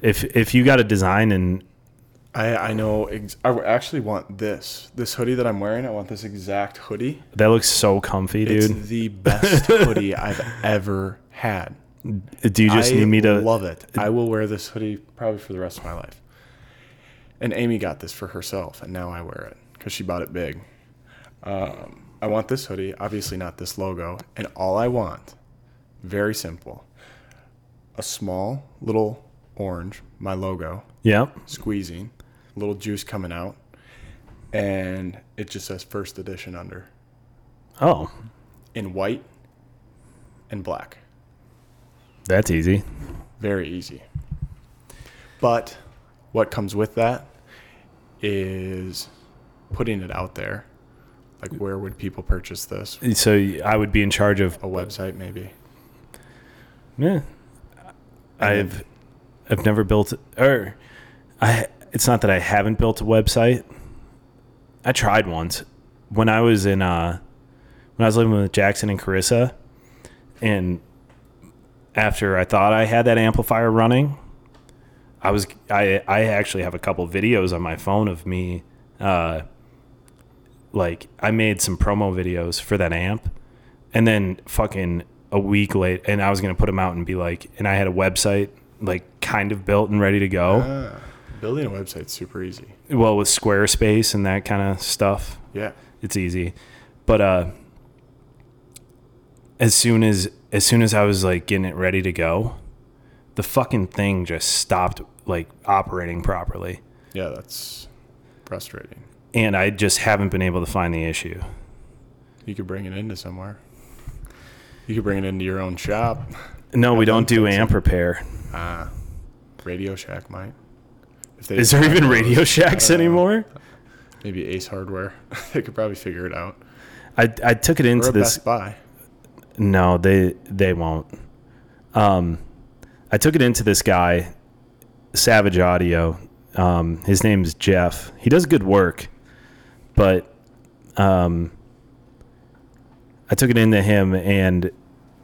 Speaker 2: If if you got a design and
Speaker 1: I I know. Ex- I actually want this this hoodie that I'm wearing. I want this exact hoodie.
Speaker 2: that looks so comfy, dude,
Speaker 1: It's the
Speaker 2: [laughs]
Speaker 1: best hoodie I've ever had.
Speaker 2: do you just
Speaker 1: I
Speaker 2: need me to?
Speaker 1: love it. I will wear this hoodie probably for the rest of my life. And Amy got this for herself, and now I wear it because she bought it big. Um, I want this hoodie, obviously not this logo, and all I want, very simple, a small little orange, my logo,
Speaker 2: Yep.
Speaker 1: squeezing, little juice coming out, and it just says first edition under
Speaker 2: Oh,
Speaker 1: in white and black.
Speaker 2: that's easy.
Speaker 1: Very easy. But what comes with that is putting it out there. Like, where would people purchase this?
Speaker 2: So I would be in charge of.
Speaker 1: A website, maybe.
Speaker 2: Yeah. I've I've never built or I. It's not that I haven't built a website. I tried once when I was in uh when I was living with Jackson and Carissa, and after I thought I had that amplifier running, I was I I actually have a couple videos on my phone of me uh like I made some promo videos for that amp and then fucking a week late and I was going to put them out and be like and I had a website like kind of built and ready to go
Speaker 1: Ah, Building a website's super easy.
Speaker 2: well with Squarespace and that kind of stuff.
Speaker 1: Yeah.
Speaker 2: It's easy, but uh, as soon as as soon as I was like getting it ready to go, the fucking thing just stopped like operating properly,
Speaker 1: Yeah, that's frustrating.
Speaker 2: and I just haven't been able to find the issue.
Speaker 1: You could bring it into somewhere. You could bring it into your own shop.
Speaker 2: No, we don't do amp repair.
Speaker 1: Radio Shack might. If they
Speaker 2: Ah. Is there even Radio Shacks anymore?
Speaker 1: maybe Ace Hardware? [laughs] they could probably figure it out.
Speaker 2: I, I took it
Speaker 1: Or
Speaker 2: into
Speaker 1: a
Speaker 2: this.
Speaker 1: Best Buy.
Speaker 2: No, they they won't. Um, I took it into this guy, Savage Audio. Um, his name is Jeff. He does good work, but um, I took it into him, and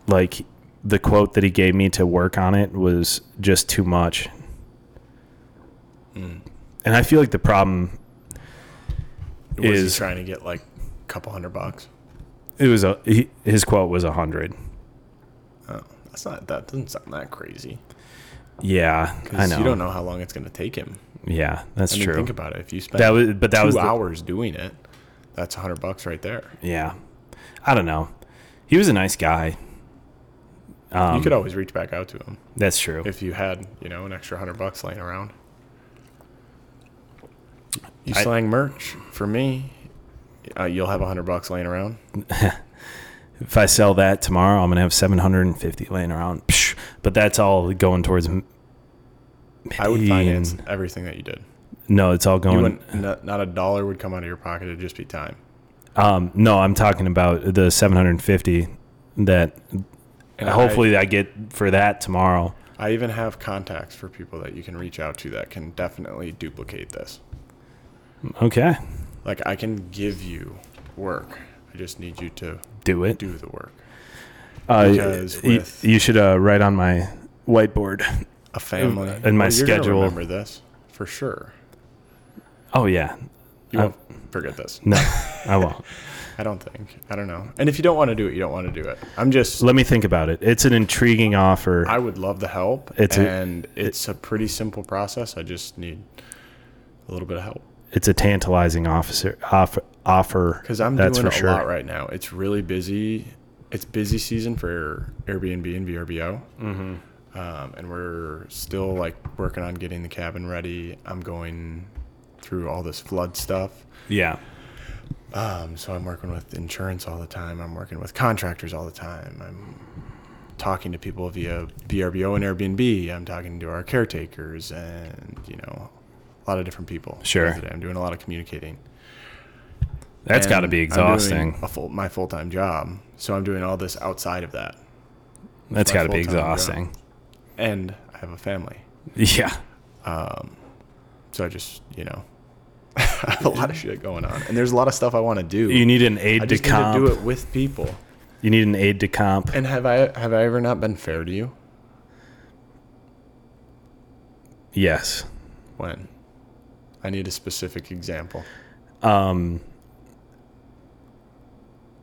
Speaker 2: like the quote that he gave me to work on it was just too much.
Speaker 1: Hmm.
Speaker 2: And I feel like the problem
Speaker 1: Was he
Speaker 2: Is-
Speaker 1: trying to get like a couple hundred bucks.
Speaker 2: it was a he, his quote was a hundred.
Speaker 1: Oh, that's not that doesn't sound that crazy.
Speaker 2: Yeah, I
Speaker 1: 'Cause
Speaker 2: know.
Speaker 1: You don't know how long it's going to take him.
Speaker 2: Yeah, that's
Speaker 1: I mean,
Speaker 2: true.
Speaker 1: think about it. If you spend
Speaker 2: that was, but that
Speaker 1: two
Speaker 2: was the-
Speaker 1: hours doing it, that's a hundred bucks right there.
Speaker 2: yeah. I don't know. He was a nice guy. Um,
Speaker 1: you could always reach back out to him
Speaker 2: that's true.
Speaker 1: if you had, you know, an extra hundred bucks laying around. You
Speaker 2: I-
Speaker 1: slang merch for me, uh, you'll have a hundred bucks laying around.
Speaker 2: If I sell that tomorrow, I'm gonna have 750 laying around. Psh, but that's all going towards. m-
Speaker 1: I would
Speaker 2: Median.
Speaker 1: finance everything that you did.
Speaker 2: No, it's all
Speaker 1: You
Speaker 2: going.
Speaker 1: wouldn't, not, not a dollar would come out of your pocket. It'd just be time.
Speaker 2: Um, no, I'm talking about the 750 that
Speaker 1: And
Speaker 2: hopefully I get for that tomorrow.
Speaker 1: I even have contacts for people that you can reach out to that can definitely duplicate this.
Speaker 2: Okay,
Speaker 1: Like I can give you work. I just need you to
Speaker 2: do it.
Speaker 1: do the work.
Speaker 2: Uh,
Speaker 1: Because
Speaker 2: you,
Speaker 1: with-
Speaker 2: you should uh, write on my whiteboard. [laughs]
Speaker 1: A family
Speaker 2: and my
Speaker 1: you're gonna
Speaker 2: schedule.
Speaker 1: Remember this for sure.
Speaker 2: Oh yeah,
Speaker 1: You
Speaker 2: I-
Speaker 1: won't forget this.
Speaker 2: no, I won't.
Speaker 1: I don't think. I don't know. And if you don't want to do it, you don't want to do it. I'm just.
Speaker 2: Let me think about it. It's an intriguing offer.
Speaker 1: I would love the help.
Speaker 2: It's a-
Speaker 1: and it's a pretty simple process. I just need a little bit of help.
Speaker 2: it's a tantalizing officer offer. offer
Speaker 1: Because I'm doing a lot right now. It's really busy. It's busy season for Airbnb and VRBO. Mm-hmm. Um, and we're still like working on getting the cabin ready. I'm going through all this flood stuff.
Speaker 2: Yeah,
Speaker 1: Um, so I'm working with insurance all the time. I'm working with contractors all the time. I'm talking to people via VRBO and Airbnb. I'm talking to our caretakers and, you know, a lot of different people.
Speaker 2: Sure.
Speaker 1: I'm doing a lot of communicating.
Speaker 2: that's
Speaker 1: And
Speaker 2: got to be
Speaker 1: I'm
Speaker 2: exhausting.
Speaker 1: doing a full, my full time job, so I'm doing all this outside of that,
Speaker 2: that's
Speaker 1: my
Speaker 2: got to be
Speaker 1: full-time job.
Speaker 2: exhausting. [laughs]
Speaker 1: and I have a family,
Speaker 2: Yeah,
Speaker 1: so I just you know, [laughs] I have a lot of shit going on, and there's a lot of stuff I want to do.
Speaker 2: you need an
Speaker 1: I
Speaker 2: aide to
Speaker 1: just need to do
Speaker 2: comp.
Speaker 1: it with people.
Speaker 2: You need an aide to comp.
Speaker 1: And have I have I ever not been fair to you?
Speaker 2: Yes.
Speaker 1: When? I need a specific example.
Speaker 2: Um,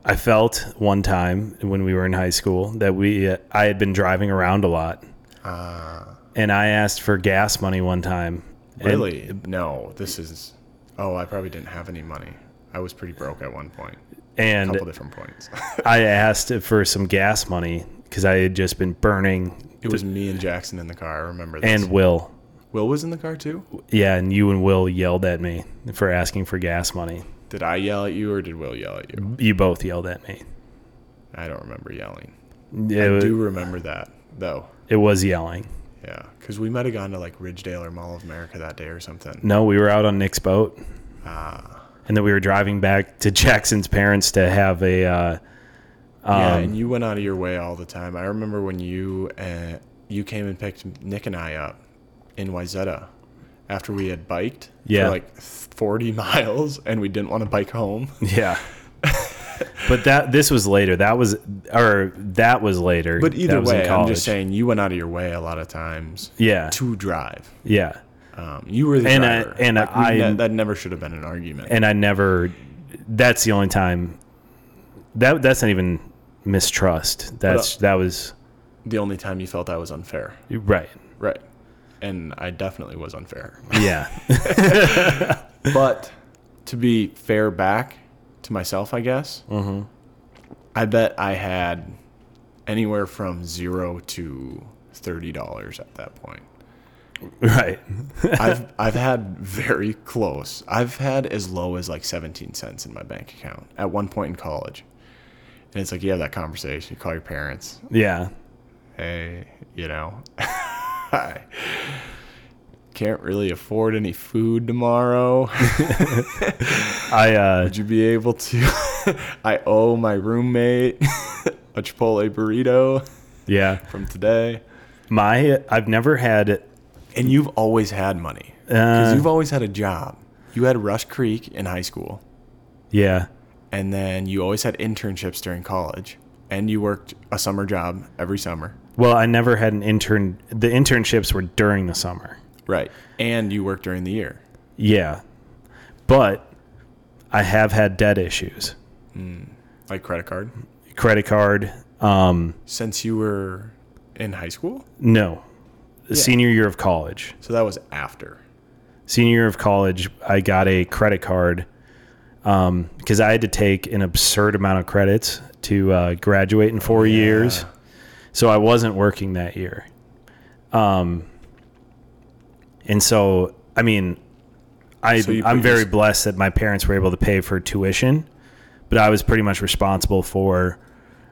Speaker 2: I felt one time when we were in high school that we uh, I had been driving around a lot,
Speaker 1: Uh,
Speaker 2: and I asked for gas money one time. And-
Speaker 1: really? no. This is. Oh, I probably didn't have any money. I was pretty broke at one point. A
Speaker 2: And,
Speaker 1: couple different points. [laughs]
Speaker 2: I asked for some gas money because I had just been burning
Speaker 1: it was me and Jackson in the car. I remember this.
Speaker 2: and Will.
Speaker 1: Will was in the car too.
Speaker 2: Yeah, and you and Will yelled at me for asking for gas money.
Speaker 1: Did I yell at you or did Will yell at you?
Speaker 2: You both yelled at me.
Speaker 1: I don't remember yelling.
Speaker 2: It,
Speaker 1: I
Speaker 2: wa-
Speaker 1: do remember that though.
Speaker 2: it was yelling.
Speaker 1: Yeah, because we might have gone to like Ridgedale or Mall of America that day or something.
Speaker 2: No, we were out on Nick's boat,
Speaker 1: Ah,
Speaker 2: and then we were driving back to [laughs] Jackson's parents to have a. Uh,
Speaker 1: yeah,
Speaker 2: um,
Speaker 1: and you went out of your way all the time. I remember when you uh, you came and picked Nick and I up in Wyzetta after we had biked
Speaker 2: Yeah.
Speaker 1: for like forty [laughs] miles, and we didn't want to bike
Speaker 2: [laughs]
Speaker 1: home.
Speaker 2: yeah. but that this was later. That was or that was later.
Speaker 1: But
Speaker 2: that
Speaker 1: either
Speaker 2: was in
Speaker 1: way, I'm
Speaker 2: college.
Speaker 1: just saying you went out of your way a lot of times
Speaker 2: Yeah,
Speaker 1: to drive.
Speaker 2: yeah.
Speaker 1: Um, you were the
Speaker 2: And I-
Speaker 1: driver.
Speaker 2: and
Speaker 1: we
Speaker 2: I-
Speaker 1: ne- that never should have been an argument.
Speaker 2: and I never. That's the only time. That that's not even
Speaker 1: uh,
Speaker 2: mistrust. That's that was
Speaker 1: the only time you felt that was unfair.
Speaker 2: right.
Speaker 1: Right. and I definitely was unfair.
Speaker 2: Yeah.
Speaker 1: [laughs] but to be fair back to myself, I guess, I bet I had anywhere from zero to thirty dollars at that [laughs] point.
Speaker 2: right.
Speaker 1: I've I've had very close. I've had as low as like seventeen cents in my bank account at one point in college. And it's like you have that conversation, you call your parents.
Speaker 2: Yeah.
Speaker 1: Hey, you know. I [laughs] can't really afford any food tomorrow. [laughs]
Speaker 2: I uh
Speaker 1: Would you be able to? [laughs] I owe my roommate [laughs] a Chipotle burrito
Speaker 2: yeah.
Speaker 1: from today.
Speaker 2: My I've never had
Speaker 1: And you've always had money because
Speaker 2: Uh.
Speaker 1: you've always had a job. You had Rush Creek in high school,
Speaker 2: yeah.
Speaker 1: and then you always had internships during college, and you worked a summer job every summer.
Speaker 2: Well, I never had an intern the internships were during the summer.
Speaker 1: Right. And you worked during the year.
Speaker 2: Yeah. But I have had debt issues.
Speaker 1: Like credit card.
Speaker 2: Credit card, um
Speaker 1: Since you were in high school?
Speaker 2: no. Senior year of college.
Speaker 1: So that was after.
Speaker 2: senior year of college, I got a credit card because I had to take an absurd amount of credits to uh, graduate in four years. So I wasn't working that year. Um, and so, I mean, I,
Speaker 1: So you
Speaker 2: I'm
Speaker 1: put
Speaker 2: very
Speaker 1: your-
Speaker 2: blessed that my parents were able to pay for tuition, but I was pretty much responsible for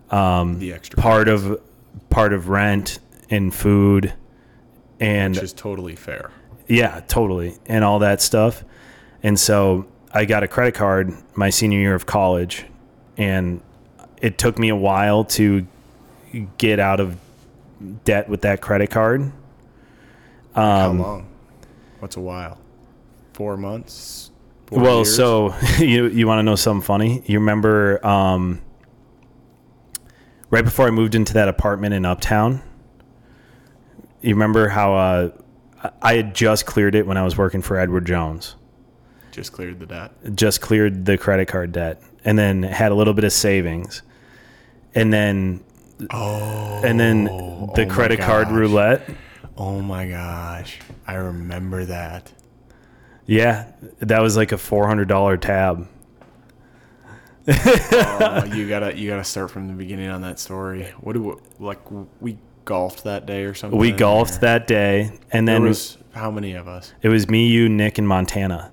Speaker 1: The extra
Speaker 2: part of part of rent and food and
Speaker 1: which is totally fair.
Speaker 2: yeah, totally. And all that stuff. And so I got a credit card my senior year of college and it took me a while to get out of debt with that credit card. Um,
Speaker 1: How long? What's a while? Four months? Four
Speaker 2: well,
Speaker 1: years?
Speaker 2: so [laughs] you you want to know something funny? You remember um, right before I moved into that apartment in Uptown? You remember how uh, I- I had just cleared it when I was working for Edward Jones.
Speaker 1: just cleared the debt.
Speaker 2: just cleared the credit card debt and then had a little bit of savings and then oh and then the
Speaker 1: oh my
Speaker 2: credit card
Speaker 1: gosh.
Speaker 2: roulette
Speaker 1: Oh my gosh, I remember
Speaker 2: [laughs]
Speaker 1: that.
Speaker 2: yeah that was like a $400 tab
Speaker 1: Oh, you gotta you gotta start from the beginning on that story. What do we, like we golfed that day or something?
Speaker 2: we golfed that day and
Speaker 1: There
Speaker 2: then
Speaker 1: was how many of us?
Speaker 2: it was me you nick and montana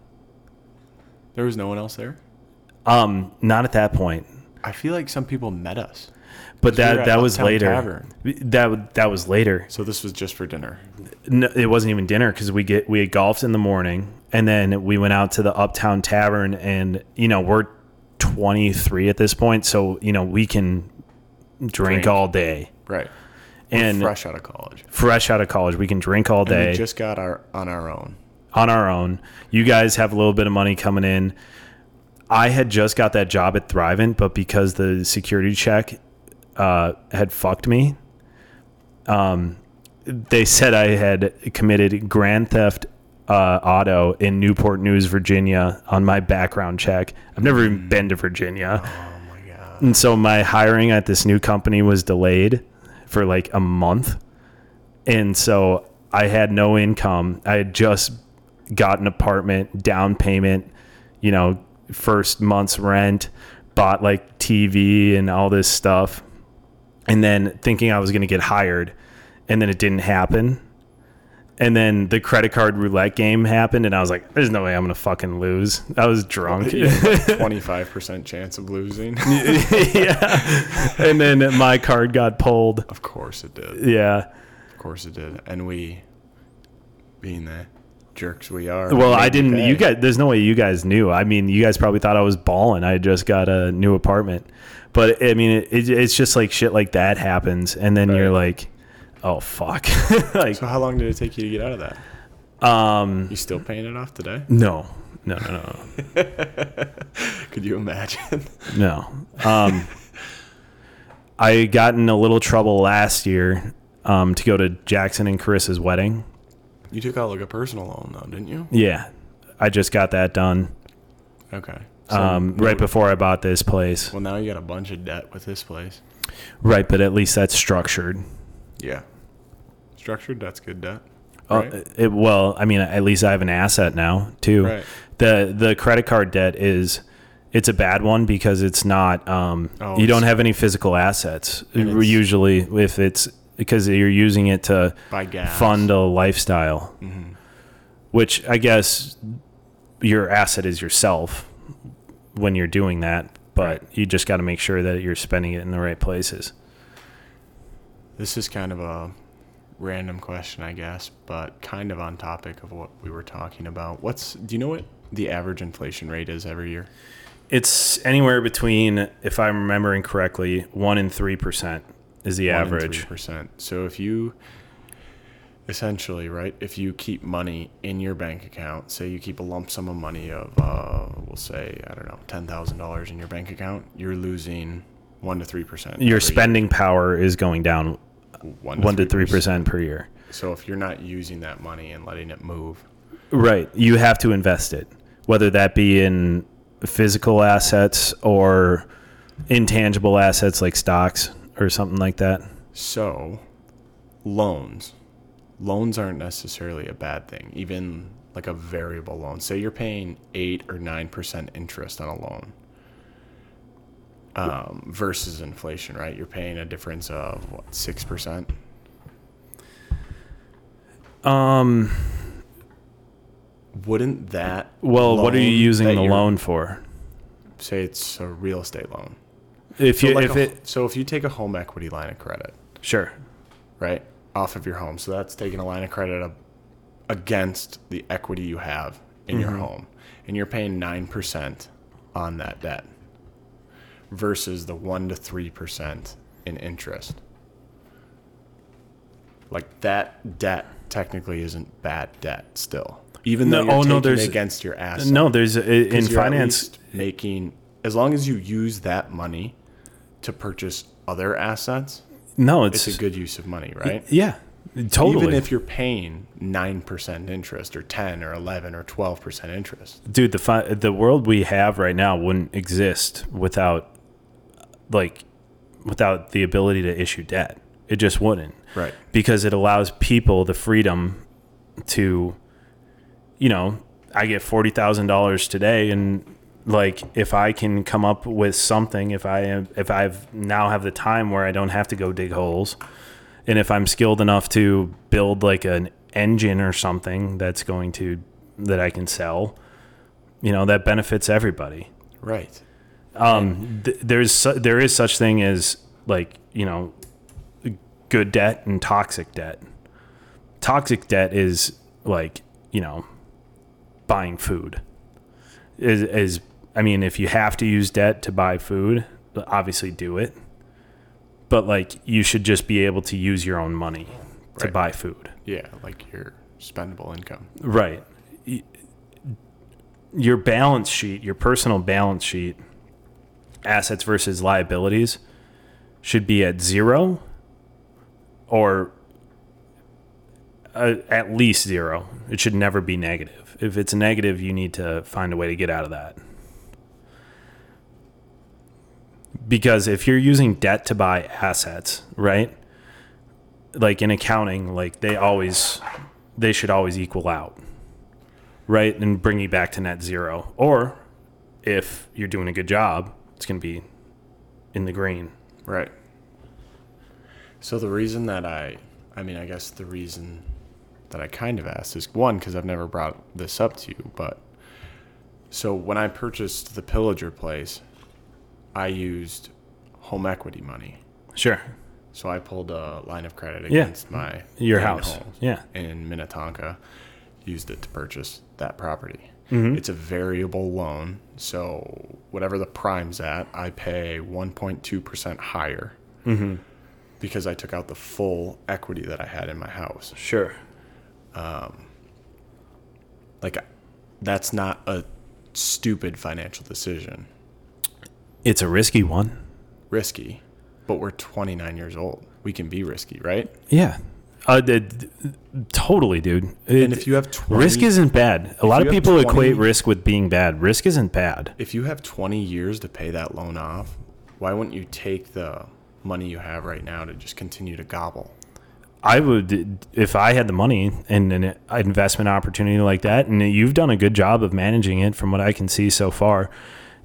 Speaker 1: There was no one else there.
Speaker 2: um not at that point
Speaker 1: I feel like some people met us.
Speaker 2: but
Speaker 1: we
Speaker 2: that
Speaker 1: were at
Speaker 2: that was
Speaker 1: Uptown
Speaker 2: later
Speaker 1: Tavern.
Speaker 2: that that was later
Speaker 1: So this was just for dinner.
Speaker 2: no, it wasn't even dinner because we get we had golfed in the morning and then we went out to the uptown tavern and you know we're 23 at this point so you know we can drink,
Speaker 1: Drink.
Speaker 2: all day
Speaker 1: Right.
Speaker 2: and fresh.
Speaker 1: Fresh out of college.
Speaker 2: out of college we can drink all day
Speaker 1: We just got our on our own.
Speaker 2: on our own you guys have a little bit of money coming in i had just got that job at thrivent but because the security check uh, had fucked me um, they said I had committed grand theft uh, auto in Newport News, Virginia, on my background check. I've never even been to Virginia,
Speaker 1: Oh my god.
Speaker 2: and so my hiring at this new company was delayed for like a month, and so I had no income. I had just got an apartment, down payment, you know, first month's rent, bought like TV and all this stuff, and then thinking I was going to get hired, and then it didn't happen. And then the credit card roulette game happened, and I was like, "There's no way I'm gonna fucking lose." I
Speaker 1: [laughs]
Speaker 2: was [laughs] drunk.
Speaker 1: Twenty five percent chance of
Speaker 2: [laughs]
Speaker 1: losing.
Speaker 2: yeah. And then my card got pulled.
Speaker 1: of course it did.
Speaker 2: Yeah.
Speaker 1: Of course it did. And we, being the jerks we are.
Speaker 2: Well, I
Speaker 1: made
Speaker 2: didn't.
Speaker 1: pay.
Speaker 2: You guys, there's no way you guys knew. I mean, you guys probably thought I was balling. I just got a new apartment, but I mean, it, it's just like shit like that happens, and then you're like, oh fuck, [laughs] like
Speaker 1: So how long did it take you to get out of that?
Speaker 2: um,
Speaker 1: You still paying it off
Speaker 2: [laughs]
Speaker 1: today?
Speaker 2: no, no, no, no,
Speaker 1: Could you imagine? [laughs]
Speaker 2: No. Um, [laughs] I got in a little trouble last year um, to go to Jackson and Carissa's wedding.
Speaker 1: You took out like a personal loan though, didn't you?
Speaker 2: Yeah. I just got that done
Speaker 1: Okay. So,
Speaker 2: um, right before I bought this place.
Speaker 1: well, now you got a bunch of debt with this place.
Speaker 2: Right, but at least that's structured.
Speaker 1: Yeah. Structured debt's good debt. right?
Speaker 2: Oh, it, well, I mean, at least I have an asset now too.
Speaker 1: Right.
Speaker 2: The the credit card debt is it's a bad one because it's not um,
Speaker 1: Oh,
Speaker 2: you don't
Speaker 1: it's-
Speaker 2: have any physical assets
Speaker 1: it's-
Speaker 2: usually if it's because you're using it to
Speaker 1: Buy gas. Mm-hmm.
Speaker 2: fund a lifestyle, which I guess your asset is yourself when you're doing that. But you just got to make sure that you're spending it in the right places.
Speaker 1: This is kind of a random question, I guess, but kind of on topic of what we were talking about. What's do you know what the average inflation rate is every year?
Speaker 2: It's anywhere between, if I'm remembering correctly, one and three percent is the average.
Speaker 1: percent. So if you essentially, right, if you keep money in your bank account, say you keep a lump sum of money of, uh, we'll say, I don't know, ten thousand dollars in your bank account, you're losing one to three percent.
Speaker 2: Your spending power is going down one to three percent per year.
Speaker 1: So if you're not using that money and letting it move,
Speaker 2: Right. You have to invest it, whether that be in physical assets or intangible assets like stocks or something like that.
Speaker 1: So, loans. Loans aren't necessarily a bad thing, even like a variable loan. Say you're paying 8 or 9% interest on a loan um, versus inflation, right? You're paying a difference of what, 6%?
Speaker 2: Um,
Speaker 1: Wouldn't that.
Speaker 2: well, what are you
Speaker 1: loan
Speaker 2: using
Speaker 1: that
Speaker 2: the
Speaker 1: you're-
Speaker 2: loan for?
Speaker 1: Say it's a real estate loan.
Speaker 2: If you,
Speaker 1: Like
Speaker 2: if
Speaker 1: a-
Speaker 2: it,
Speaker 1: so, if you take a home equity line of credit,
Speaker 2: sure.
Speaker 1: right, off of your home, so that's taking a line of credit up against the equity you have in your
Speaker 2: Mm-hmm.
Speaker 1: home and you're paying 9% on that debt versus the 1 to 3% in interest like that debt technically isn't bad debt still even though you're
Speaker 2: No, oh, no,
Speaker 1: taking it
Speaker 2: there's-
Speaker 1: against your asset
Speaker 2: No, there's in
Speaker 1: 'cause you're at
Speaker 2: finance.
Speaker 1: least making as long as you use that money to purchase other assets
Speaker 2: No, it's,
Speaker 1: it's a good use of money right
Speaker 2: yeah, totally.
Speaker 1: even if you're paying 9% interest or 10 or 11 or 12% interest
Speaker 2: dude the fi- the world we have right now wouldn't exist without like without the ability to issue debt it just wouldn't
Speaker 1: Right.
Speaker 2: because it allows people the freedom to you know i get $40,000 today and like if i can come up with something if i am if i've now have the time where i don't have to go dig holes and if i'm skilled enough to build like an engine or something that's going to that i can sell you know that benefits everybody
Speaker 1: right
Speaker 2: um th- there's su- there is such thing as like you know good debt and toxic debt toxic debt is like you know buying food is is i mean if you have to use debt to buy food obviously do it but like you should just be able to use your own money to
Speaker 1: Right.
Speaker 2: buy food
Speaker 1: yeah like your spendable income
Speaker 2: Right. Y- Your balance sheet, your personal balance sheet, assets versus liabilities should be at zero or uh, at least zero. It should never be negative. If it's negative, you need to find a way to get out of that. Because if you're using debt to buy assets, right? Like in accounting, like they always they should always equal out, right? And bring you back to net zero. Or if you're doing a good job, it's going to be in the green.
Speaker 1: right so the reason that i i mean i guess the reason that i kind of asked is one because i've never brought this up to you but so when i purchased the pillager place i used home equity money
Speaker 2: Sure.
Speaker 1: so i pulled a line of credit
Speaker 2: Yeah.
Speaker 1: against my
Speaker 2: Your
Speaker 1: main
Speaker 2: house.
Speaker 1: home.
Speaker 2: Yeah.
Speaker 1: in Minnetonka used it to purchase that property.
Speaker 2: Mm-hmm.
Speaker 1: It's a variable loan, so whatever the prime's at, I pay 1.2% higher
Speaker 2: Mm-hmm.
Speaker 1: because I took out the full equity that I had in my house.
Speaker 2: Sure.
Speaker 1: Like, that's not a stupid financial decision.
Speaker 2: It's a risky one.
Speaker 1: Risky, but we're 29 years old. We can be risky, right?
Speaker 2: Yeah. Uh, the, totally, dude.
Speaker 1: And if you have 20,
Speaker 2: risk isn't bad. A lot
Speaker 1: you
Speaker 2: of
Speaker 1: have
Speaker 2: people
Speaker 1: 20
Speaker 2: equate risk with being bad. Risk isn't bad.
Speaker 1: if you have 20 years to pay that loan off, why wouldn't you take the money you have right now to just continue to gobble?
Speaker 2: I would, if I had the money and an investment opportunity like that, and you've done a good job of managing it from what I can see so far,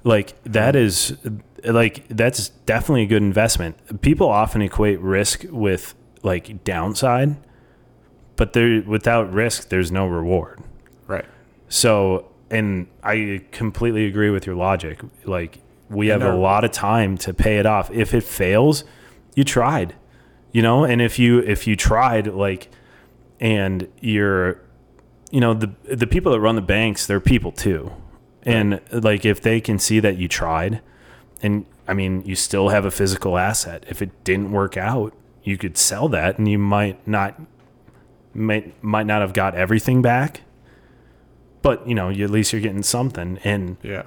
Speaker 2: like that is, like that's definitely a good investment. People often equate risk with like downside, but there without risk, there's no reward.
Speaker 1: Right.
Speaker 2: So, and I completely agree with your logic. Like, we have a
Speaker 1: our-
Speaker 2: lot of time to pay it off. If it fails, you tried, you know. And if you if you tried, like, and you're, you know, the the people that run the banks, they're people too, and like if they can see that you tried, and I mean, you still have a physical asset. If it didn't work out, you could sell that, and you might not might might not have got everything back, but you know, you, at least you're getting something. And
Speaker 1: Yeah.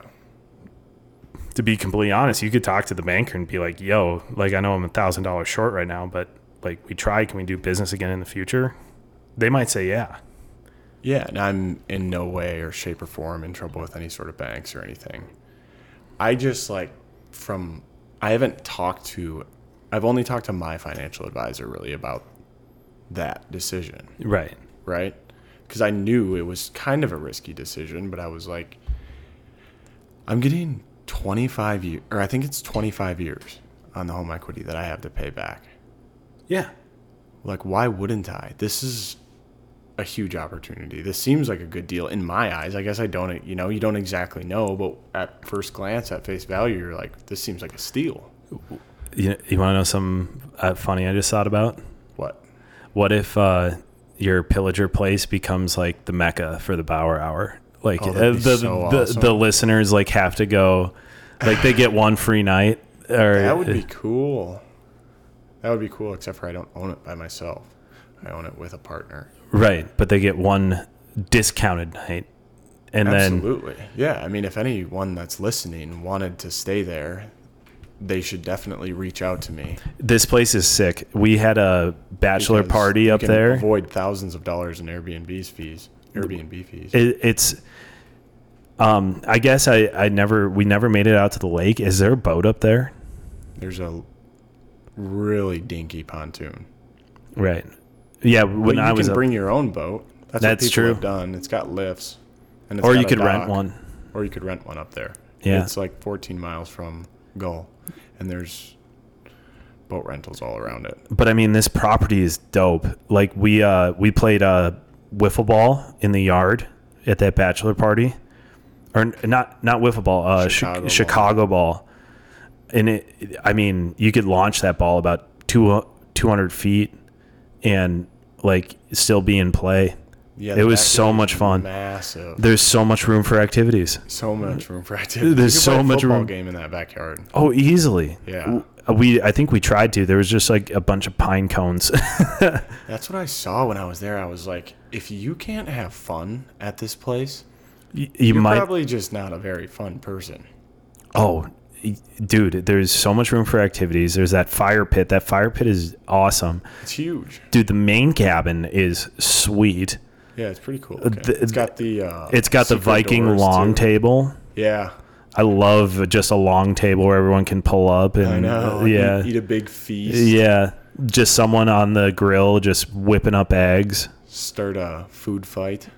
Speaker 2: to be completely honest, you could talk to the banker and be like, "Yo, like I know I'm a thousand dollars short right now, but like we tried, can we do business again in the future?" They might say, "Yeah."
Speaker 1: Yeah, and I'm in no way or shape or form in trouble with any sort of banks or anything. I just like from I haven't talked to I've only talked to my financial advisor really about that decision,
Speaker 2: Right.
Speaker 1: right? Cuz I knew it was kind of a risky decision, but I was like I'm getting 25 year or I think it's 25 years on the home equity that I have to pay back.
Speaker 2: Yeah.
Speaker 1: Like why wouldn't I? This is a huge opportunity. This seems like a good deal in my eyes. I guess I don't, you know, you don't exactly know, but at first glance, at face value, you're like, this seems like a steal.
Speaker 2: You, you want to know something uh, funny I just thought about?
Speaker 1: What?
Speaker 2: What if uh, your pillager place becomes like the mecca for the Bauer Hour? Like
Speaker 1: Oh,
Speaker 2: uh,
Speaker 1: that'd
Speaker 2: the
Speaker 1: be so
Speaker 2: the,
Speaker 1: awesome.
Speaker 2: the listeners like have to go, like they get one free night. Or
Speaker 1: That would
Speaker 2: [laughs]
Speaker 1: be cool. That would be cool, except for I don't own it by myself. I own it with a partner.
Speaker 2: right, but they get one discounted night, and then
Speaker 1: Absolutely. yeah. I mean, if anyone that's listening wanted to stay there, they should definitely reach out to me.
Speaker 2: this place is sick. We had a bachelor
Speaker 1: because
Speaker 2: party
Speaker 1: you
Speaker 2: up
Speaker 1: can
Speaker 2: there.
Speaker 1: Avoid thousands of dollars in Airbnb's fees. Airbnb fees.
Speaker 2: it, it's um i guess i i never we never made it out to the lake is there a boat up there
Speaker 1: There's a really dinky pontoon.
Speaker 2: right yeah when
Speaker 1: But you
Speaker 2: i was
Speaker 1: can
Speaker 2: up,
Speaker 1: bring your own boat. That's,
Speaker 2: That's
Speaker 1: what people have
Speaker 2: true.
Speaker 1: done. It's got lifts, and it's
Speaker 2: or
Speaker 1: got
Speaker 2: you
Speaker 1: a
Speaker 2: could rent
Speaker 1: dock,
Speaker 2: one
Speaker 1: Or you could rent one up there.
Speaker 2: Yeah.
Speaker 1: it's like 14 miles from Gull, and there's boat rentals all around it.
Speaker 2: but i mean this property is dope like we uh we played uh wiffle ball in the yard at that bachelor party or n- not not wiffle ball uh
Speaker 1: Chicago
Speaker 2: chicago,
Speaker 1: ball.
Speaker 2: chicago ball. and it i mean you could launch that ball about two, 200 feet and like still be in play
Speaker 1: Yeah,
Speaker 2: It
Speaker 1: the
Speaker 2: was
Speaker 1: back
Speaker 2: so
Speaker 1: is
Speaker 2: much fun.
Speaker 1: Massive.
Speaker 2: there's so much room for activities.
Speaker 1: so much room for activity.
Speaker 2: There's
Speaker 1: You could play
Speaker 2: so
Speaker 1: a
Speaker 2: much
Speaker 1: football
Speaker 2: room.
Speaker 1: Game in that backyard.
Speaker 2: Oh, easily.
Speaker 1: Yeah.
Speaker 2: W- We I think we tried to. There was just like a bunch of pine cones. [laughs]
Speaker 1: That's what I saw when I was there. I was like, if you can't have fun at this place,
Speaker 2: you you
Speaker 1: you're
Speaker 2: might.
Speaker 1: probably just not a very fun person.
Speaker 2: oh, y- dude, there's so much room for activities. There's that fire pit. That fire pit is awesome,
Speaker 1: It's huge.
Speaker 2: dude. The main cabin is sweet.
Speaker 1: Yeah, it's pretty cool. Okay.
Speaker 2: the-
Speaker 1: it's got the uh,
Speaker 2: Uh, It's got the
Speaker 1: secret
Speaker 2: Viking
Speaker 1: doors,
Speaker 2: long
Speaker 1: too.
Speaker 2: table.
Speaker 1: Yeah,
Speaker 2: I love just a long table where everyone can pull up and
Speaker 1: I know.
Speaker 2: Mm, yeah,
Speaker 1: eat, eat a big feast.
Speaker 2: yeah. Just someone on the grill just whipping up eggs.
Speaker 1: Start a food
Speaker 2: [laughs]
Speaker 1: fight.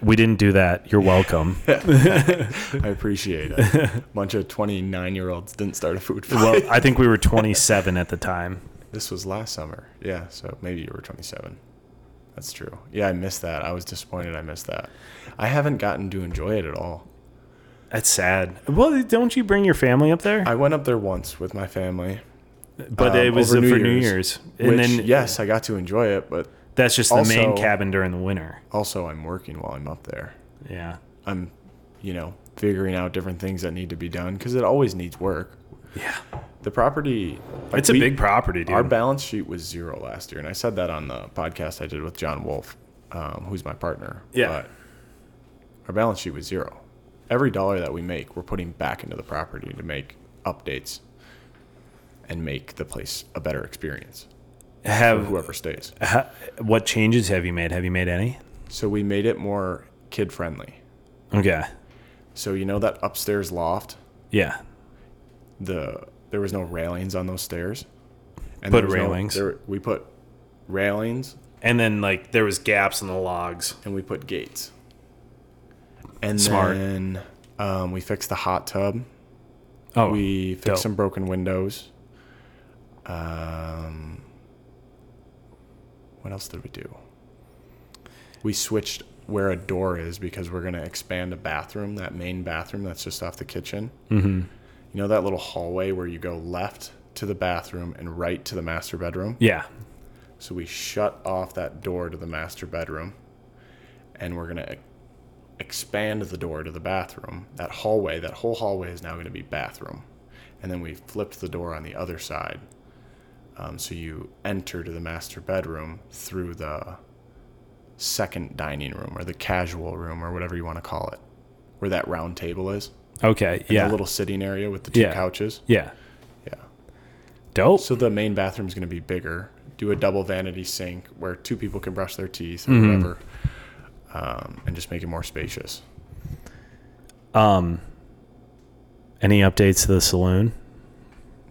Speaker 2: We didn't do that.
Speaker 1: [laughs]
Speaker 2: You're welcome.
Speaker 1: I appreciate it.
Speaker 2: [laughs]
Speaker 1: Bunch of twenty-nine-year-olds didn't start a food fight.
Speaker 2: Well, I think we were 27 at the time.
Speaker 1: this was last summer. Yeah, so maybe you were twenty-seven. That's true. Yeah, I missed that. I was disappointed. I missed that. I haven't gotten to enjoy it at all.
Speaker 2: That's sad. Well, don't you bring your family up there?
Speaker 1: I went up there once with my family.
Speaker 2: but
Speaker 1: um,
Speaker 2: it was
Speaker 1: over
Speaker 2: the-
Speaker 1: New
Speaker 2: for New
Speaker 1: Year's,
Speaker 2: Year's, and
Speaker 1: which,
Speaker 2: then
Speaker 1: yes, I got to enjoy it, but
Speaker 2: that's just the main
Speaker 1: also-
Speaker 2: cabin during the winter.
Speaker 1: also I'm working while I'm up there.
Speaker 2: Yeah,
Speaker 1: I'm, you know, figuring out different things that need to be done because it always needs work.
Speaker 2: yeah.
Speaker 1: The property, like,
Speaker 2: It's a
Speaker 1: we-
Speaker 2: big property, dude.
Speaker 1: Our balance sheet was zero last year, and I said that on the podcast I did with John Wolf, um, who's my partner.
Speaker 2: Yeah.
Speaker 1: our balance sheet was zero. Every dollar that we make, we're putting back into the property to make updates and make the place a better experience for
Speaker 2: have
Speaker 1: whoever stays.
Speaker 2: ha, what changes have you made? Have you made any?
Speaker 1: So we made it more kid friendly.
Speaker 2: Okay.
Speaker 1: So you know that upstairs loft
Speaker 2: Yeah.
Speaker 1: the there was no railings on those stairs And
Speaker 2: Put
Speaker 1: there was
Speaker 2: railings.
Speaker 1: there- we put railings
Speaker 3: And then like there was gaps in the logs.
Speaker 1: and we put gates. And
Speaker 2: Smart.
Speaker 1: then um, we fixed the hot tub.
Speaker 2: Oh,
Speaker 1: We fixed
Speaker 2: dope.
Speaker 1: some broken windows. Um, what else did we do? We switched where a door is because we're going to expand a bathroom, that main bathroom that's just off the kitchen. Mm-hmm. You know that little hallway where you go left to the bathroom and right to the master bedroom?
Speaker 2: yeah.
Speaker 1: So we shut off that door to the master bedroom and we're going to expand the door to the bathroom. That hallway, that whole hallway is now going to be bathroom. And then we flipped the door on the other side. Um, so you enter to the master bedroom through the second dining room or the casual room or whatever you want to call it, where that round table is.
Speaker 2: Okay,
Speaker 1: and
Speaker 2: yeah,
Speaker 1: The little sitting area with the two
Speaker 2: Yeah.
Speaker 1: couches.
Speaker 2: yeah,
Speaker 1: Yeah.
Speaker 2: dope.
Speaker 1: So the main bathroom's going to be bigger. Do a double vanity sink where two people can brush their teeth
Speaker 2: Mm-hmm.
Speaker 1: or whatever, um, and just make it more spacious.
Speaker 2: Um, any updates to the saloon?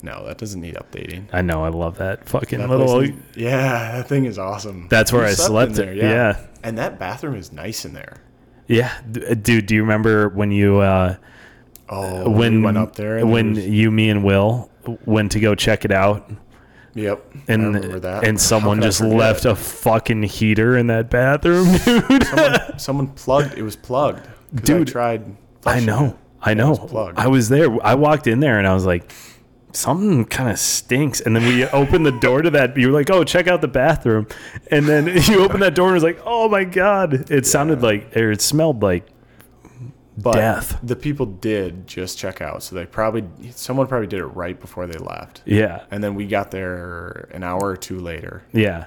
Speaker 1: No, that doesn't need updating.
Speaker 2: I know, I love that fucking
Speaker 1: That
Speaker 2: little.
Speaker 1: place is- yeah, that thing is awesome.
Speaker 2: That's where I
Speaker 1: in
Speaker 2: slept there, yeah.
Speaker 1: and that bathroom is nice in there.
Speaker 2: yeah, d- uh, dude. Do you remember when you uh,
Speaker 1: Oh,
Speaker 2: when
Speaker 1: we went up there, and
Speaker 2: when
Speaker 1: there was-
Speaker 2: you, me, and Will went to go check it out,
Speaker 1: yep, I
Speaker 2: and
Speaker 1: remember that.
Speaker 2: and [laughs]
Speaker 1: How
Speaker 2: someone
Speaker 1: could I
Speaker 2: just
Speaker 1: forget?
Speaker 2: left a fucking heater in that bathroom, [laughs] dude. [laughs]
Speaker 1: Someone plugged. It was plugged. 'Cause
Speaker 2: Dude,
Speaker 1: I tried.
Speaker 2: I
Speaker 1: flushing
Speaker 2: know. I know.
Speaker 1: plugged.
Speaker 2: I was there. I walked in there and I was like, something kind of stinks. And then we [laughs] opened the door to that. You were like, oh, check out the bathroom. And then [laughs] you opened that door and it was like, oh my God. It sounded like, or it smelled like,
Speaker 1: it. But
Speaker 2: death.
Speaker 1: The people did just check out, so they probably someone probably did it right before they left.
Speaker 2: yeah.
Speaker 1: And then we got there an hour or two later,
Speaker 2: Yeah.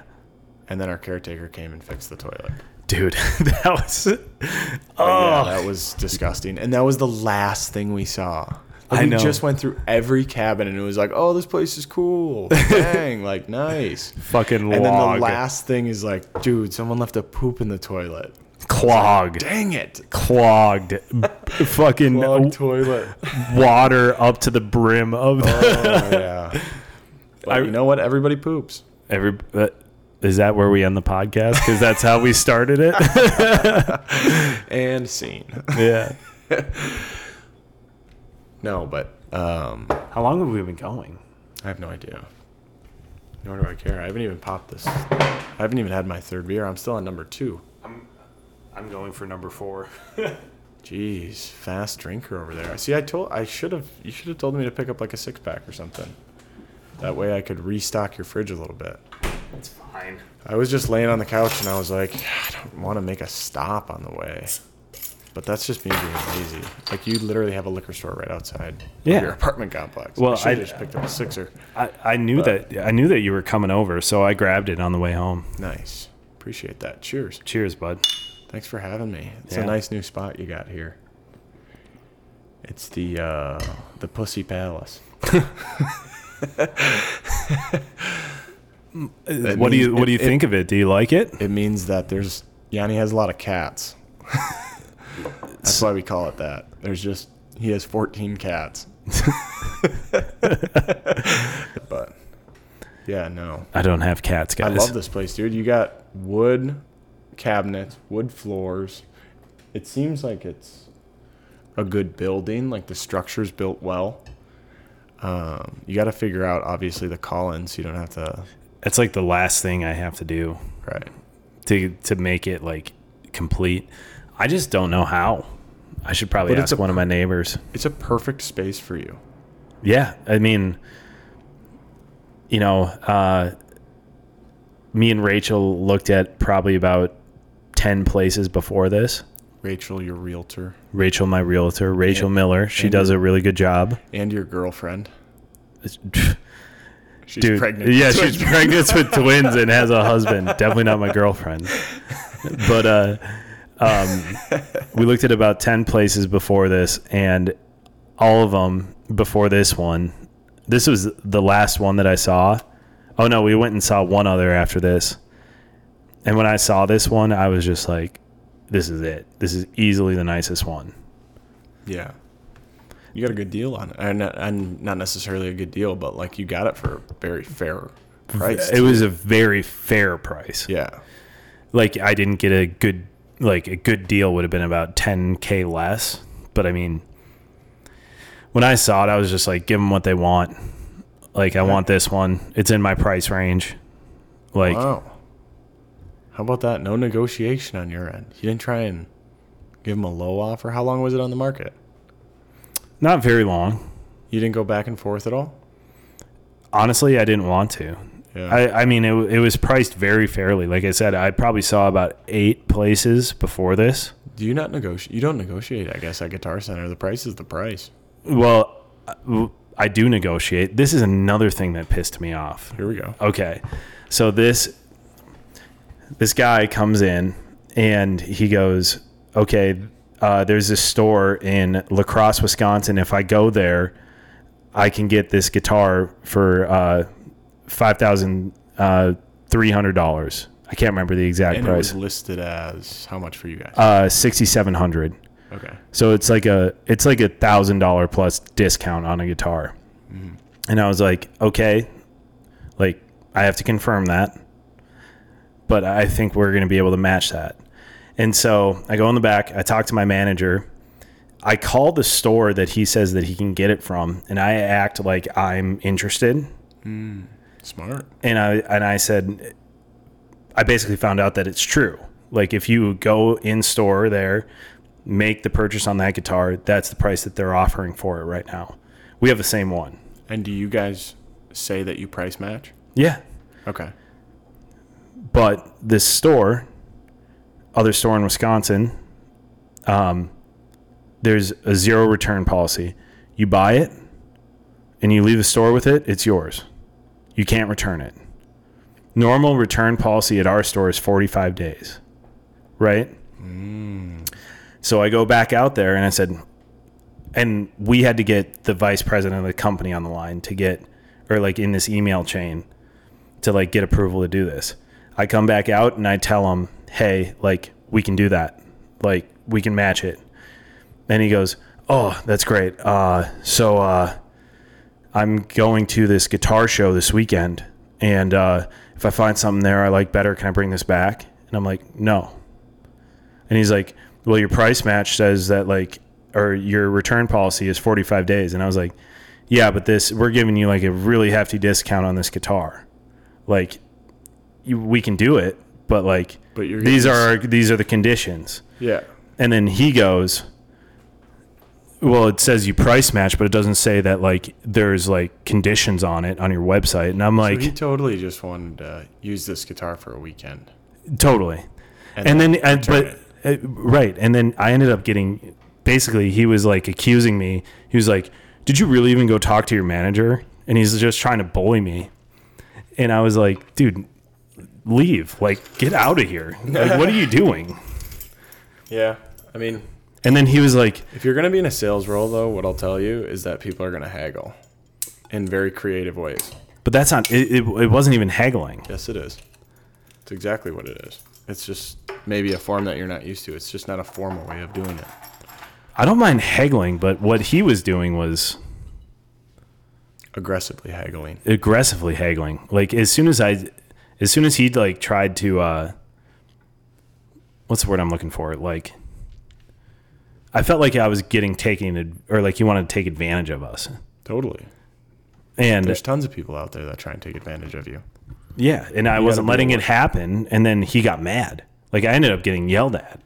Speaker 1: and then our caretaker came and fixed the toilet.
Speaker 2: Dude, [laughs] that was,
Speaker 1: But
Speaker 2: oh,
Speaker 1: yeah, that was disgusting. And that was the last thing we saw. Like,
Speaker 2: I
Speaker 1: we
Speaker 2: know.
Speaker 1: just went through every cabin, and it was like, "Oh, this place is
Speaker 2: [laughs]
Speaker 1: cool, dang, like nice."
Speaker 2: fucking
Speaker 1: And then the
Speaker 2: log.
Speaker 1: last thing is like, "Dude, someone left a poop in the toilet."
Speaker 2: [laughs] clogged.
Speaker 1: Dang it,
Speaker 2: Clogged. fucking
Speaker 1: clogged
Speaker 2: [laughs]
Speaker 1: toilet.
Speaker 2: water up to the brim of the,
Speaker 1: Oh yeah. But
Speaker 2: I-
Speaker 1: you know what? Everybody poops.
Speaker 2: every. Uh, is that where we end the podcast? Because that's how we started it.
Speaker 1: And scene.
Speaker 2: [laughs] yeah.
Speaker 1: [laughs] No, but um,
Speaker 2: How long have we been going?
Speaker 1: I have no idea. Nor do I care. I haven't even popped this. I haven't even had my third beer. I'm still on number two.
Speaker 2: I'm going for number four. [laughs]
Speaker 1: Jeez, fast drinker over there. See, I told I should have. You should have told me to pick up like a six pack or something. That way I could restock your fridge a little bit.
Speaker 2: It's fine.
Speaker 1: I was just laying on the couch and I was like, I don't want to make a stop on the way. But that's just me being lazy. Like you literally have a liquor store right outside of
Speaker 2: Yeah.
Speaker 1: your apartment complex.
Speaker 2: Well,
Speaker 1: I should have
Speaker 2: I-
Speaker 1: just picked up a sixer.
Speaker 2: I, I knew that I knew that you were coming over, so I grabbed it on the way home.
Speaker 1: Nice. Appreciate that. Cheers.
Speaker 2: Cheers, bud.
Speaker 1: Thanks for having me. It's
Speaker 2: Yeah.
Speaker 1: a nice new spot you got here. It's the uh, the Pussy Palace.
Speaker 2: what do you
Speaker 1: means-
Speaker 2: What do you
Speaker 1: it-
Speaker 2: think of it? Do you like it?
Speaker 1: It means that there's Yanni has a lot of cats. [laughs] That's why we call it that. There's just he has 14 cats. [laughs] but yeah, no.
Speaker 2: I don't have cats,
Speaker 1: I
Speaker 2: guys.
Speaker 1: love this place, dude. You got wood cabinets, wood floors. It seems like it's a good building. Like the structure's built well. Um, you got to figure out obviously the call-in, so you don't have to.
Speaker 2: It's like the last thing I have to do
Speaker 1: Right.
Speaker 2: to to make it like complete. I just don't know how. I should probably
Speaker 1: But it's
Speaker 2: ask
Speaker 1: a-
Speaker 2: one of my neighbors.
Speaker 1: It's a perfect space for you.
Speaker 2: Yeah, I mean, you know, uh, me and Rachel looked at probably about ten places before this.
Speaker 1: Rachel, your realtor,
Speaker 2: Rachel, my realtor, Rachel Miller, she
Speaker 1: and
Speaker 2: does a really good job.
Speaker 1: and your girlfriend.
Speaker 2: It's-
Speaker 1: She's
Speaker 2: Dude,
Speaker 1: pregnant.
Speaker 2: yeah, she's pregnant with twins and has a husband. Definitely not my girlfriend. But uh, um, we looked at about ten places before this, and all of them before this one. This was the last one that I saw. Oh no, we went and saw one other after this. And when I saw this one, I was just like, "This is it. This is easily the nicest one."
Speaker 1: [laughs] Yeah. You got a good deal on it. And not, and not necessarily a good deal, but like you got it for a very fair price.
Speaker 2: It was a very fair price.
Speaker 1: yeah.
Speaker 2: Like I didn't get a good like a good deal would have been about 10k less, but I mean when I saw it I was just like give them what they want. Like I want this one. It's in my price range. Like
Speaker 1: Wow. How about that? No negotiation on your end. You didn't try and give him a low offer. How long was it on the market?
Speaker 2: not very long.
Speaker 1: You didn't go back and forth at all.
Speaker 2: Honestly, I didn't want to.
Speaker 1: Yeah.
Speaker 2: I, I mean, it, w- it was priced very fairly. Like I said, I probably saw about eight places before this.
Speaker 1: Do you not negotiate? You don't negotiate. I guess at Guitar Center, the price is the price.
Speaker 2: Well, I- w- I do negotiate. This is another thing that pissed me off.
Speaker 1: Here we go.
Speaker 2: Okay, so this this guy comes in and he goes, "Okay, uh, there's this store in La Crosse, Wisconsin. If I go there, I can get this guitar for uh, five thousand uh, three hundred dollars. I can't remember the exact
Speaker 1: And it
Speaker 2: price.
Speaker 1: was listed as how much for you guys?
Speaker 2: uh, sixty seven hundred.
Speaker 1: okay.
Speaker 2: So it's like a it's like a thousand dollar plus discount on a guitar. And I was like, okay, like I have to confirm that, but I think we're gonna be able to match that. And so I go in the back. I talk to my manager. I call the store that he says that he can get it from, and I act like I'm interested
Speaker 1: Smart.
Speaker 2: and I and I said, I basically found out that it's true. Like if you go in store there, make the purchase on that guitar, that's the price that they're offering for it right now. We have the same one.
Speaker 1: And do you guys say that you price match?
Speaker 2: Yeah,
Speaker 1: Okay.
Speaker 2: but this store, other store in Wisconsin, um, there's a zero return policy. You buy it, and you leave the store with it. It's yours. You can't return it. Normal return policy at our store is 45 days, right? So I go back out there and I said, and we had to get the vice president of the company on the line to get, or like in this email chain to like get approval to do this. I come back out and I tell him, "Hey, like we can do that. Like we can match it." And he goes, "Oh, that's great. Uh, so uh, I'm going to this guitar show this weekend, and uh, if I find something there I like better, can I bring this back?" And I'm like, "No." And he's like, "Well, your price match says that like, or your return policy is 45 days." And I was like, "Yeah, but this we're giving you like a really hefty discount on this guitar." like you, we can do it but like
Speaker 1: But you're
Speaker 2: these
Speaker 1: getting-
Speaker 2: are our, these are the conditions
Speaker 1: Yeah.
Speaker 2: and then he goes well it says you price match but it doesn't say that like there's like conditions on it on your website and i'm
Speaker 1: But
Speaker 2: like
Speaker 1: he totally just wanted to use this guitar for a weekend.
Speaker 2: totally and, then and, but uh, right and then i ended up getting basically he was like accusing me he was like did you really even go talk to your manager and he's just trying to bully me and i was like dude leave like get out of here like what are you [laughs] doing
Speaker 1: Yeah. I mean,
Speaker 2: and then he was like
Speaker 1: if you're going to be in a sales role, though, what I'll tell you is that people are going to haggle in very creative ways.
Speaker 2: but that's not it, it, it wasn't even haggling
Speaker 1: Yes, it is. It's exactly what it is. It's just maybe a form that you're not used to. It's just not a formal way of doing it.
Speaker 2: i don't mind haggling but what he was doing was
Speaker 1: Aggressively haggling.
Speaker 2: aggressively haggling. Like as soon as I, as soon as he like tried to, uh, what's the word I'm looking for? Like, I felt like I was getting taken ad- or like he wanted to take advantage of us.
Speaker 1: Totally.
Speaker 2: And
Speaker 1: There's tons of people out there that try and take advantage of you.
Speaker 2: yeah, and I wasn't
Speaker 1: be
Speaker 2: letting it
Speaker 1: aware.
Speaker 2: happen. And then he got mad. Like I ended up getting yelled at.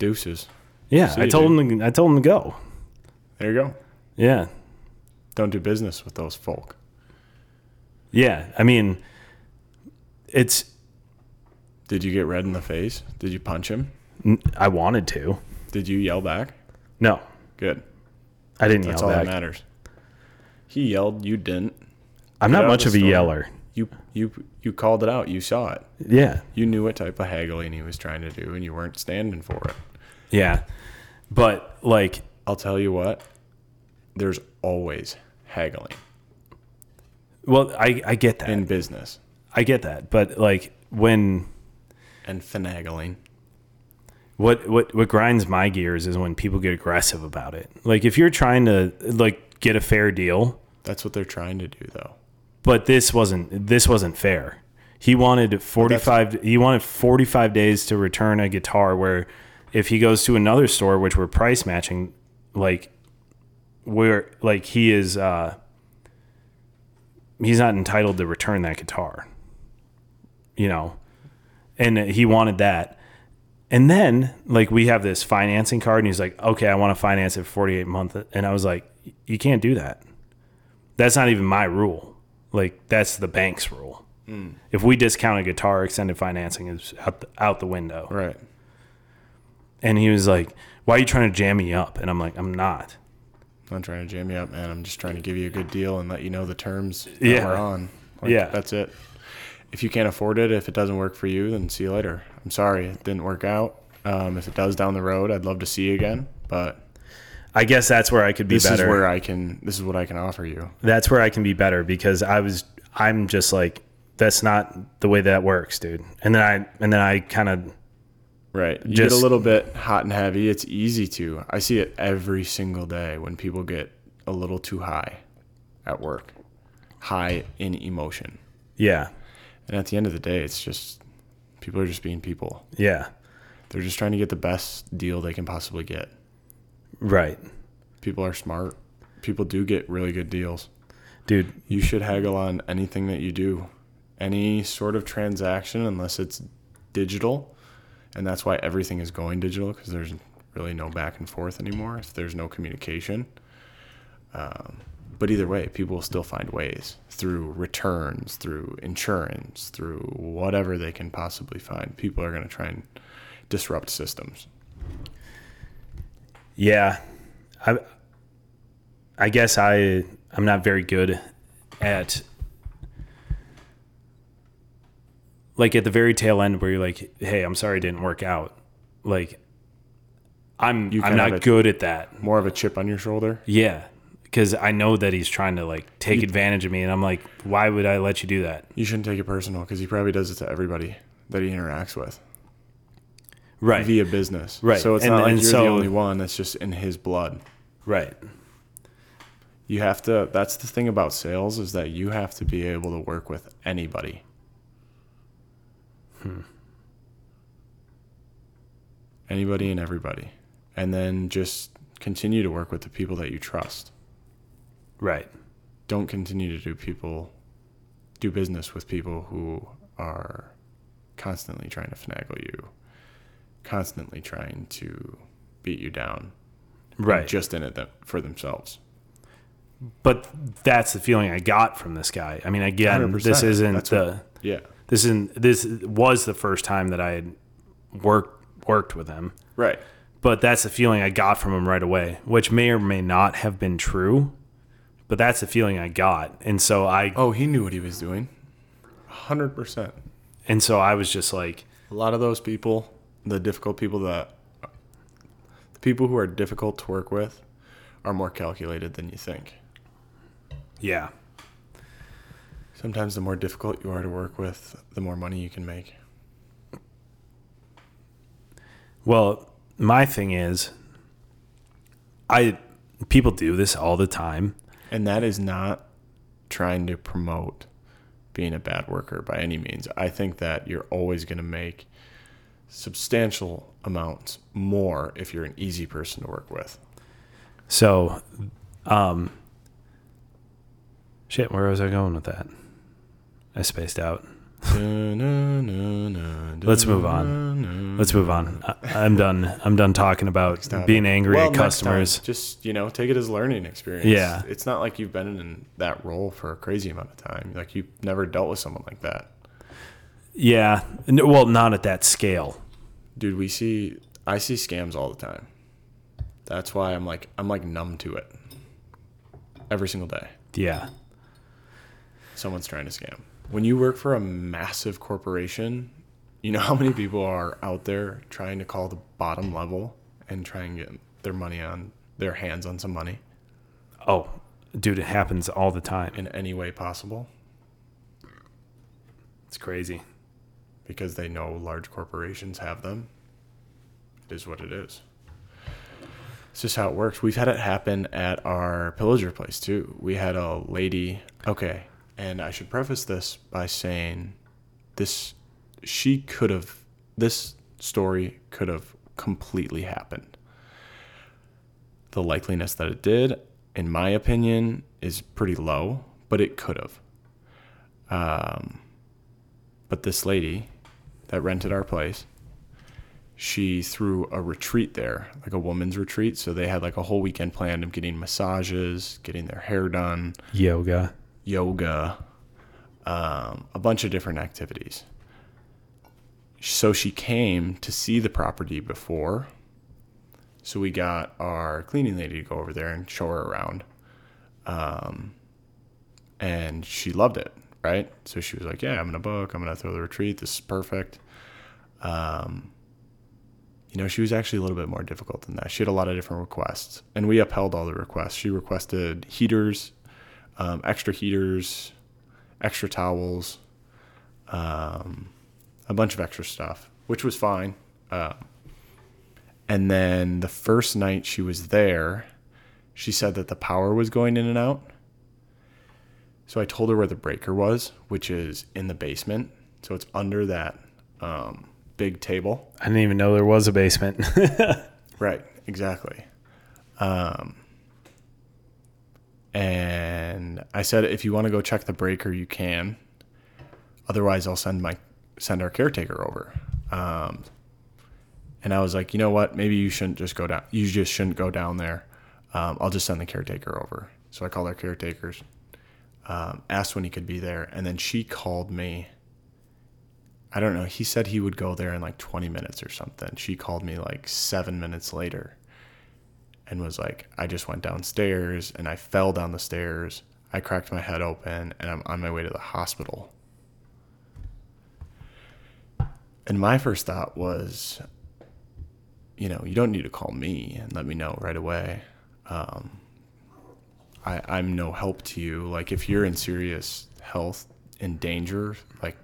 Speaker 1: Deuces.
Speaker 2: Yeah,
Speaker 1: See
Speaker 2: I
Speaker 1: you,
Speaker 2: told him. I told him to go.
Speaker 1: There you go.
Speaker 2: Yeah,
Speaker 1: Don't do business with those folk.
Speaker 2: yeah. I mean, it's.
Speaker 1: Did you get red in the face? Did you punch him?
Speaker 2: n- I wanted to.
Speaker 1: Did you yell back?
Speaker 2: No,
Speaker 1: Good.
Speaker 2: I didn't
Speaker 1: That's
Speaker 2: yell
Speaker 1: all
Speaker 2: back.
Speaker 1: that matters. He yelled, you didn't. out
Speaker 2: I'm not
Speaker 1: of
Speaker 2: much
Speaker 1: the
Speaker 2: of a
Speaker 1: store.
Speaker 2: yeller.
Speaker 1: You you you called it out. You saw it.
Speaker 2: Yeah.
Speaker 1: You knew what type of haggling he was trying to do and you weren't standing for it.
Speaker 2: Yeah. But like
Speaker 1: I'll tell you what. There's always haggling
Speaker 2: well, I, I get that.
Speaker 1: in business
Speaker 2: I get that. But like when
Speaker 1: and finagling.
Speaker 2: what what what grinds my gears is when people get aggressive about it. Like if you're trying to like get a fair deal,
Speaker 1: That's what they're trying to do though.
Speaker 2: But this wasn't this wasn't fair. He wanted 45 he wanted 45 days to return a guitar where if he goes to another store which we're price matching like where like he is uh he's not entitled to return that guitar. You know. And he wanted that. And then, like, we have this financing card, and he's like, okay, I want to finance it 48 month. And I was like, you can't do that. That's not even my rule. Like, that's the bank's rule.
Speaker 1: Hmm.
Speaker 2: If we discount a guitar, extended financing is out the, out the window.
Speaker 1: Right.
Speaker 2: And he was like, why are you trying to jam me up? And I'm like, I'm not.
Speaker 1: I'm trying to jam you up, man. I'm just trying to give you a good deal and let you know the terms that
Speaker 2: Yeah.
Speaker 1: we're on.
Speaker 2: Yeah.
Speaker 1: That's it. If you can't afford it, if it doesn't work for you, then see you later. I'm sorry it didn't work out. Um, if it does down the road, I'd love to see you again. But
Speaker 2: I guess that's where I could be
Speaker 1: this
Speaker 2: better.
Speaker 1: is where I can. This is what I can offer you.
Speaker 2: that's where I can be better because I was I'm just like that's not the way that works, dude. And then I and then I kind of
Speaker 1: Right. You get
Speaker 2: Just-
Speaker 1: a little bit hot and heavy. It's easy to. I see it every single day when people get a little too high at work, high in emotion.
Speaker 2: yeah
Speaker 1: And at the end of the day, it's just people are just being people.
Speaker 2: yeah
Speaker 1: They're just trying to get the best deal they can possibly get.
Speaker 2: right,
Speaker 1: People are smart. People do get really good deals.
Speaker 2: dude.
Speaker 1: You should haggle on anything that you do, any sort of transaction, unless it's digital. And that's why everything is going digital because there's really no back and forth anymore if there's no communication. Um, but either way, people will still find ways through returns, through insurance, through whatever they can possibly find. People are going to try and disrupt systems.
Speaker 2: Yeah, I I guess I I'm not very good at like at the very tail end where you're like, hey, I'm sorry it didn't work out. Like I'm
Speaker 1: You
Speaker 2: I'm
Speaker 1: can
Speaker 2: not
Speaker 1: have it.
Speaker 2: good at that.
Speaker 1: More of a chip on your shoulder.
Speaker 2: Yeah, because I know that he's trying to like take advantage of me, and I'm like, why would I let you do that?
Speaker 1: You shouldn't take it personal because he probably does it to everybody that he interacts with.
Speaker 2: Right,
Speaker 1: via business.
Speaker 2: Right.
Speaker 1: So it's
Speaker 2: And-
Speaker 1: not like
Speaker 2: and
Speaker 1: you're
Speaker 2: so-
Speaker 1: the only one that's just in his blood.
Speaker 2: right,
Speaker 1: You have to that's the thing about sales is that you have to be able to work with anybody.
Speaker 2: Hmm.
Speaker 1: Anybody and everybody. And then just continue to work with the people that you trust.
Speaker 2: right,
Speaker 1: Don't continue to do people do business with people who are constantly trying to finagle you, constantly trying to beat you down.
Speaker 2: right.
Speaker 1: just in it them, for themselves.
Speaker 2: but that's the feeling I got from this guy. I mean, again, this
Speaker 1: 100%.
Speaker 2: isn't
Speaker 1: That's
Speaker 2: the
Speaker 1: Yeah.
Speaker 2: this isn't this was the first time that I had worked worked with him.
Speaker 1: Right.
Speaker 2: But that's the feeling I got from him right away, which may or may not have been true. But that's the feeling I got, and so I
Speaker 1: Oh, he knew what he was doing. 100%.
Speaker 2: and so I was just like,
Speaker 1: A lot of those people, the difficult people that the people who are difficult to work with are more calculated than you think.
Speaker 2: yeah,
Speaker 1: Sometimes the more difficult you are to work with, the more money you can make.
Speaker 2: Well, my thing is, I people do this all the time.
Speaker 1: And that is not trying to promote being a bad worker by any means. I think that you're always going to make substantial amounts more if you're an easy person to work with.
Speaker 2: So, um, shit, where was I going with that? I spaced out. Let's
Speaker 1: Let's
Speaker 2: move on. Let's move on. I, I'm done. I'm done talking about being angry at customers.
Speaker 1: Just you know, take it as a learning experience.
Speaker 2: Yeah.
Speaker 1: it's not like you've been in that role for a crazy amount of time. Like you've never dealt with someone like that,
Speaker 2: Yeah. No, well, not at that scale.
Speaker 1: dude. We see, I see scams all the time. That's why I'm like, I'm like numb to it. Every single day,
Speaker 2: Yeah.
Speaker 1: someone's trying to scam. When you work for a massive corporation, you know [laughs] how many people are out there trying to call the bottom level and try and get their money on their hands on some money.
Speaker 2: Oh, dude, it happens all the time.
Speaker 1: in any way possible
Speaker 2: It's crazy.
Speaker 1: because they know large corporations have them. It is what it is. It's just how it works. We've had it happen at our pillager place too. We had a lady, okay, And I should preface this by saying this she could have this story could have completely happened. The likeliness that it did, in my opinion, is pretty low, but it could have. Um, but this lady that rented our place, she threw a retreat there, like a woman's retreat. So they had like a whole weekend planned of getting massages, getting their hair done,
Speaker 2: Yoga.
Speaker 1: yoga, um, a bunch of different activities. So she came to see the property before. So we got our cleaning lady to go over there and show her around. Um, and she loved it, right? So she was like, Yeah, I'm going to book. I'm going to throw the retreat. This is perfect. Um, you know, she was actually a little bit more difficult than that. She had a lot of different requests, and we upheld all the requests. She requested heaters um, extra heaters, extra towels, um, a bunch of extra stuff, which was fine. Uh, and then the first night she was there, she said that the power was going in and out. So I told her where the breaker was, which is in the basement. So it's under that um, big table.
Speaker 2: I didn't even know there was a basement. [laughs]
Speaker 1: Right, exactly. Um, and I said, if you want to go check the breaker, you can. Otherwise, I'll send my send our caretaker over. Um, and I was like, you know what? Maybe you shouldn't just go down. You just shouldn't go down there. Um, I'll just send the caretaker over. So I called our caretakers, um, asked when he could be there, and then she called me. I don't know. He said he would go there in like 20 minutes or something. She called me like seven minutes later and was like, I just went downstairs and I fell down the stairs. I cracked my head open and I'm on my way to the hospital. And my first thought was, you know, you don't need to call me and let me know right away. Um, I, I'm no help to you. Like, if you're in serious health and danger, like,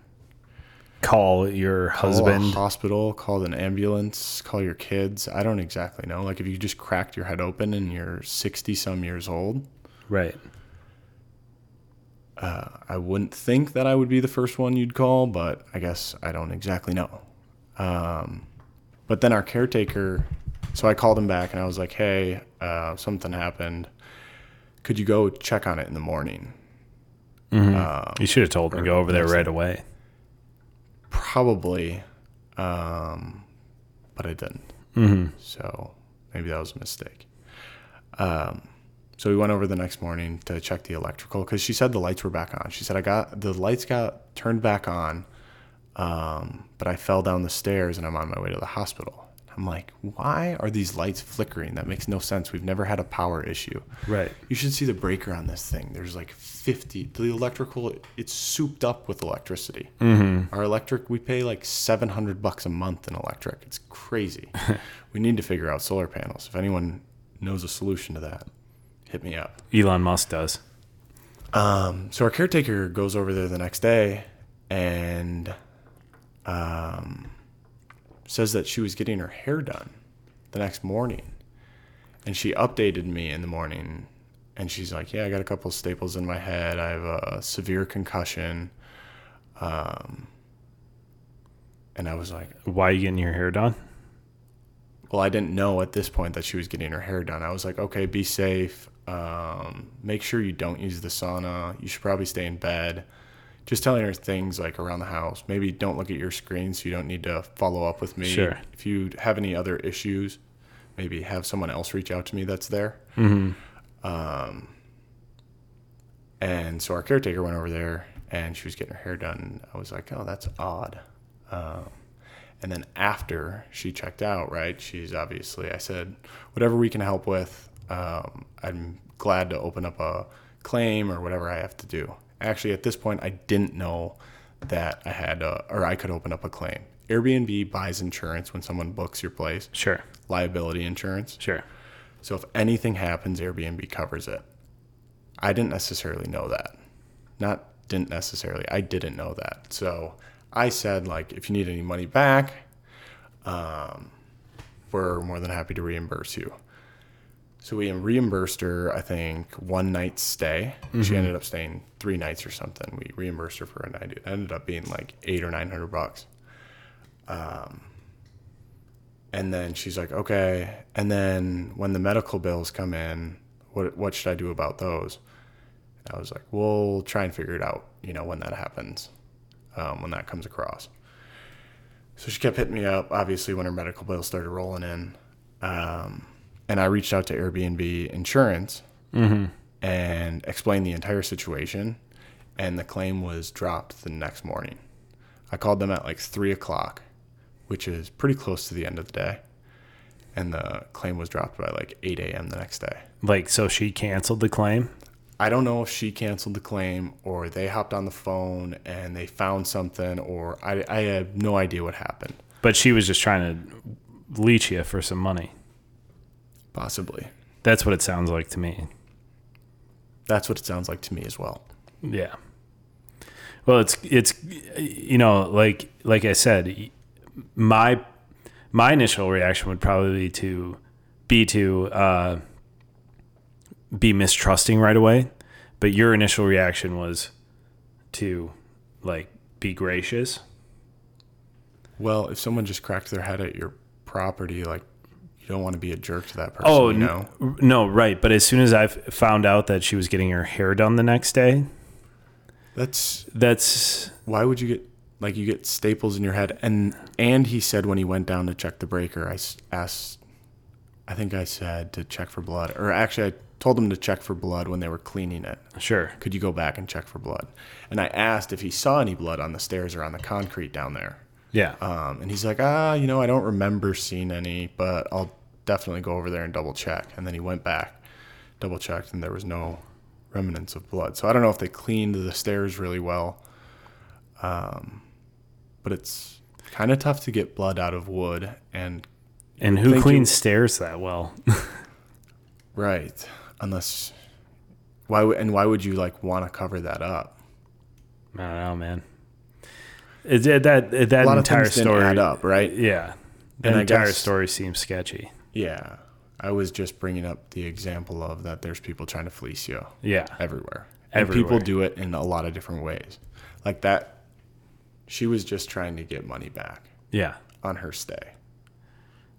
Speaker 2: Call your
Speaker 1: Call
Speaker 2: husband.
Speaker 1: a hospital, call an ambulance, call your kids. I don't exactly know. Like if you just cracked your head open and you're 60 some years old,
Speaker 2: Right.
Speaker 1: I wouldn't think that I would be the first one you'd call, but I guess I don't exactly know. Um, but then our caretaker, so I called him back and I was like, hey, uh, something happened. Could you go check on it in the morning?
Speaker 2: Um, You should have told me to go over there right away.
Speaker 1: Probably, um, but I didn't. So maybe that was a mistake. Um, so we went over the next morning to check the electrical because she said the lights were back on. She said I got the lights got turned back on, um, but I fell down the stairs and I'm on my way to the hospital. I'm like, why are these lights flickering? That makes no sense. We've never had a power issue.
Speaker 2: Right.
Speaker 1: You should see the breaker on this thing. There's like 50. The electrical, it's souped up with electricity. Our electric, we pay like 700 bucks a month in electric. It's crazy. we need to figure out solar panels. If anyone knows a solution to that, hit me up.
Speaker 2: Elon Musk does.
Speaker 1: Um, So our caretaker goes over there the next day and um, says that she was getting her hair done the next morning. And she updated me in the morning and she's like, Yeah, I got a couple staples in my head. I have a severe concussion. Um, and I was like,
Speaker 2: Why are you getting your hair done?
Speaker 1: well, I didn't know at this point that she was getting her hair done. I was like, okay, be safe. Um, make sure you don't use the sauna. You should probably stay in bed. Just telling her things like around the house. Maybe don't look at your screen so you don't need to follow up with me.
Speaker 2: Sure.
Speaker 1: If you have any other issues, maybe have someone else reach out to me that's there. Um, And so our caretaker went over there and she was getting her hair done. I was like, oh, that's odd. Um, and then after she checked out, right, she's obviously, I said, whatever we can help with, um, I'm glad to open up a claim or whatever I have to do. Actually, at this point, I didn't know that I had a, or I could open up a claim. Airbnb buys insurance when someone books your place,
Speaker 2: Sure.
Speaker 1: liability insurance.
Speaker 2: Sure.
Speaker 1: So if anything happens, Airbnb covers it. I didn't necessarily know that. Not didn't necessarily. I didn't know that. So I said like, if you need any money back, um, we're more than happy to reimburse you. So we reimbursed her, I think, one night's stay. She ended up staying three nights or something. We reimbursed her for a night. It ended up being like eight or nine hundred bucks. Um, and then she's like, okay. And then when the medical bills come in, what what should I do about those? And I was like, we'll try and figure it out. You know, when that happens, um, when that comes across. So she kept hitting me up, obviously, when her medical bills started rolling in. Um, and I reached out to Airbnb Insurance and explained the entire situation. And the claim was dropped the next morning. I called them at like three o'clock, which is pretty close to the end of the day. And the claim was dropped by like 8 a.m. the next day.
Speaker 2: Like, so she canceled the claim.
Speaker 1: I don't know if she canceled the claim or they hopped on the phone and they found something, or I, I have no idea what happened.
Speaker 2: But she was just trying to leech you for some money.
Speaker 1: Possibly.
Speaker 2: That's what it sounds like to me.
Speaker 1: That's what it sounds like to me as well.
Speaker 2: Yeah. Well, it's it's you know like like I said, my my initial reaction would probably be to be to uh, be mistrusting right away, but your initial reaction was to like be gracious.
Speaker 1: Well, if someone just cracked their head at your property, like you don't want to be a jerk to that person.
Speaker 2: Oh
Speaker 1: you know?
Speaker 2: no, no, right. But as soon as I f- found out that she was getting her hair done the next day,
Speaker 1: that's
Speaker 2: that's
Speaker 1: why would you get like you get staples in your head? And and he said when he went down to check the breaker, I s- asked, I think I said to check for blood, or actually I told him to check for blood when they were cleaning it.
Speaker 2: sure.
Speaker 1: Could you go back and check for blood? And I asked if he saw any blood on the stairs or on the concrete down there.
Speaker 2: Yeah.
Speaker 1: Um, and he's like, ah, you know, I don't remember seeing any, but I'll definitely go over there and double check. And then he went back, double checked, and there was no remnants of blood. So I don't know if they cleaned the stairs really well. Um, but it's kind of tough to get blood out of wood. And
Speaker 2: and who
Speaker 1: think
Speaker 2: cleans stairs that well?
Speaker 1: right, unless why would and why would you like want to cover that up?
Speaker 2: I don't know, man. It, it- that it- that
Speaker 1: A lot
Speaker 2: entire
Speaker 1: of things didn't
Speaker 2: story,
Speaker 1: add up, right?
Speaker 2: yeah, that
Speaker 1: And I
Speaker 2: entire
Speaker 1: guess-
Speaker 2: story seems sketchy.
Speaker 1: Yeah, I was just bringing up the example of that. There's people trying to fleece you.
Speaker 2: Yeah,
Speaker 1: everywhere. And
Speaker 2: Everywhere.
Speaker 1: people do it in a lot of different ways. Like that, she was just trying to get money back
Speaker 2: yeah,
Speaker 1: on her stay.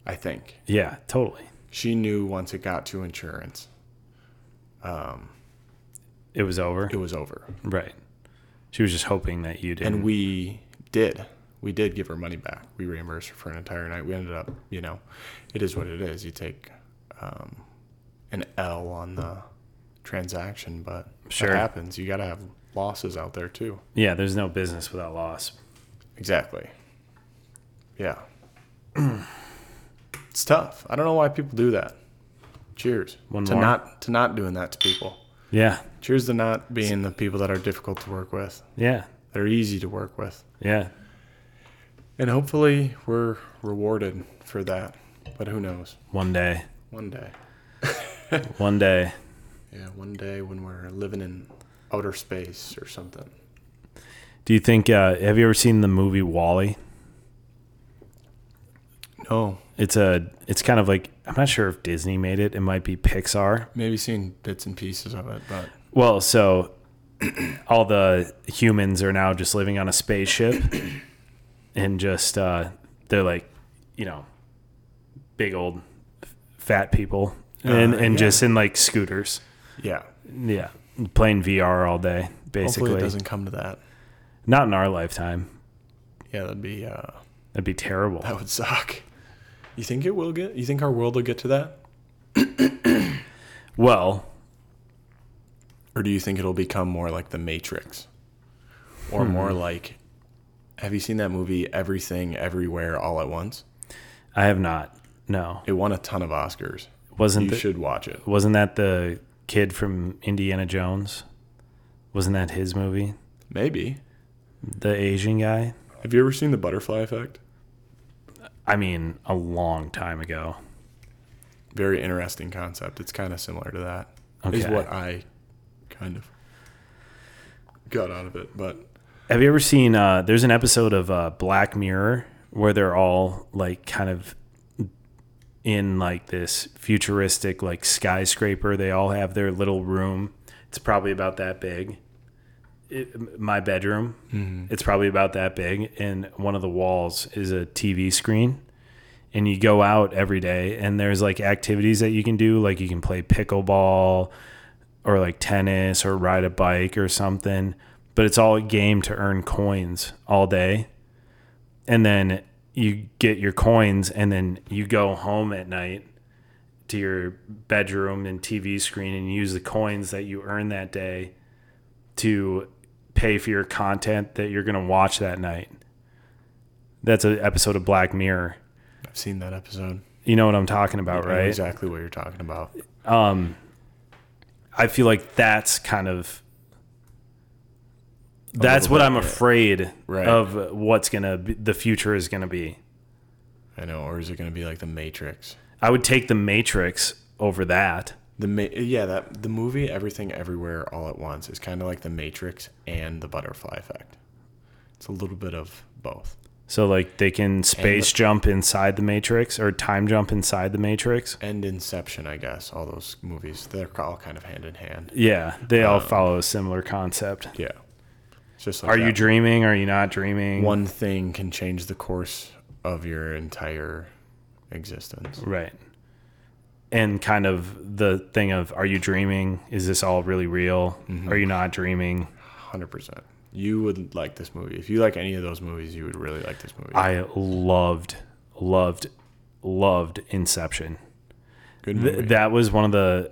Speaker 1: I think
Speaker 2: yeah, totally.
Speaker 1: she knew once it got to insurance,
Speaker 2: It was over,
Speaker 1: it was over,
Speaker 2: right? She was just hoping that you didn't.
Speaker 1: and we did. We did give her money back. We reimbursed her for an entire night. We ended up, you know, it is what it is. You take um, an L on the transaction, but
Speaker 2: Sure.
Speaker 1: that happens. You got to have losses out there too.
Speaker 2: yeah, there's no business without loss.
Speaker 1: Exactly. Yeah. [clears throat] it's tough. I don't know why people do that. Cheers.
Speaker 2: One
Speaker 1: to
Speaker 2: more.
Speaker 1: not to not doing that to people.
Speaker 2: Yeah,
Speaker 1: Cheers to not being the people that are difficult to work with.
Speaker 2: yeah,
Speaker 1: That are easy to work with.
Speaker 2: yeah.
Speaker 1: And hopefully we're rewarded for that. But who knows?
Speaker 2: One day,
Speaker 1: One day.
Speaker 2: one day.
Speaker 1: Yeah, one day when we're living in outer space or something.
Speaker 2: Do you think? Uh, have you ever seen the movie Wally?
Speaker 1: No.
Speaker 2: It's a. It's kind of like I'm not sure if Disney made it. It might be Pixar.
Speaker 1: Maybe seeing bits and pieces of it, but
Speaker 2: Well, so [clears throat] all the humans are now just living on a spaceship [clears throat] and just uh, they're like, you know, big old f- fat people and
Speaker 1: Uh,
Speaker 2: and
Speaker 1: yeah.
Speaker 2: just in like scooters.
Speaker 1: yeah.
Speaker 2: Yeah, playing VR all day
Speaker 1: Hopefully it
Speaker 2: basically.
Speaker 1: doesn't come to that.
Speaker 2: Not in our lifetime.
Speaker 1: Yeah, that'd be uh
Speaker 2: That'd be terrible.
Speaker 1: That would suck. You think it will get? You think our world will get to that?
Speaker 2: Well,
Speaker 1: Or do you think it'll become more like The Matrix? Or
Speaker 2: Hmm.
Speaker 1: more like Have you seen that movie Everything Everywhere All at Once?
Speaker 2: I have not. No.
Speaker 1: It won a ton of Oscars.
Speaker 2: Wasn't
Speaker 1: You
Speaker 2: th-
Speaker 1: should watch it.
Speaker 2: wasn't that the kid from Indiana Jones? Wasn't that his movie?
Speaker 1: Maybe.
Speaker 2: The Asian guy?
Speaker 1: Have you ever seen The Butterfly Effect?
Speaker 2: I mean, a long time ago.
Speaker 1: Very interesting concept. It's kind of similar to that. Is
Speaker 2: Okay.
Speaker 1: what I kind of got out of it, but
Speaker 2: Have you ever seen? Uh, there's an episode of uh, Black Mirror where they're all like kind of in like this futuristic like skyscraper. They all have their little room. It's probably about that big. It, my bedroom. It's probably about that big, and one of the walls is a TV screen. And you go out every day, and there's like activities that you can do, like you can play pickleball, or like tennis or ride a bike or something, but it's all a game to earn coins all day. And then you get your coins and then you go home at night to your bedroom and TV screen and use the coins that you earn that day to pay for your content that you're going to watch that night. That's an episode of Black Mirror.
Speaker 1: I've seen that episode.
Speaker 2: You know what I'm talking about,
Speaker 1: I know
Speaker 2: right?
Speaker 1: exactly what you're talking about.
Speaker 2: I feel like that's kind of that's
Speaker 1: little
Speaker 2: what
Speaker 1: bit,
Speaker 2: I'm
Speaker 1: yeah.
Speaker 2: afraid
Speaker 1: Right.
Speaker 2: of what's gonna be, the future is gonna be.
Speaker 1: I know, or is it going to be like the Matrix?
Speaker 2: I would take the Matrix over that.
Speaker 1: The ma- yeah, that the movie Everything Everywhere All at Once is kind of like the Matrix and the Butterfly Effect. It's a little bit of both.
Speaker 2: So like they can space jump inside the Matrix or time jump inside the Matrix.
Speaker 1: And Inception, I guess. All those movies, they're all kind of hand in hand.
Speaker 2: Yeah, they
Speaker 1: Oh.
Speaker 2: all follow a similar concept.
Speaker 1: Yeah. It's just like
Speaker 2: Are you
Speaker 1: that.
Speaker 2: dreaming? Are you not dreaming?
Speaker 1: one thing can change the course of your entire existence.
Speaker 2: Right. And kind of the thing of are you dreaming? Is this all really real?
Speaker 1: Mm-hmm.
Speaker 2: Are you not dreaming?
Speaker 1: 100%. You would like this movie. If you like any of those movies, you would really like this movie.
Speaker 2: I loved, loved, loved Inception.
Speaker 1: Good
Speaker 2: Th-
Speaker 1: movie.
Speaker 2: That was one of the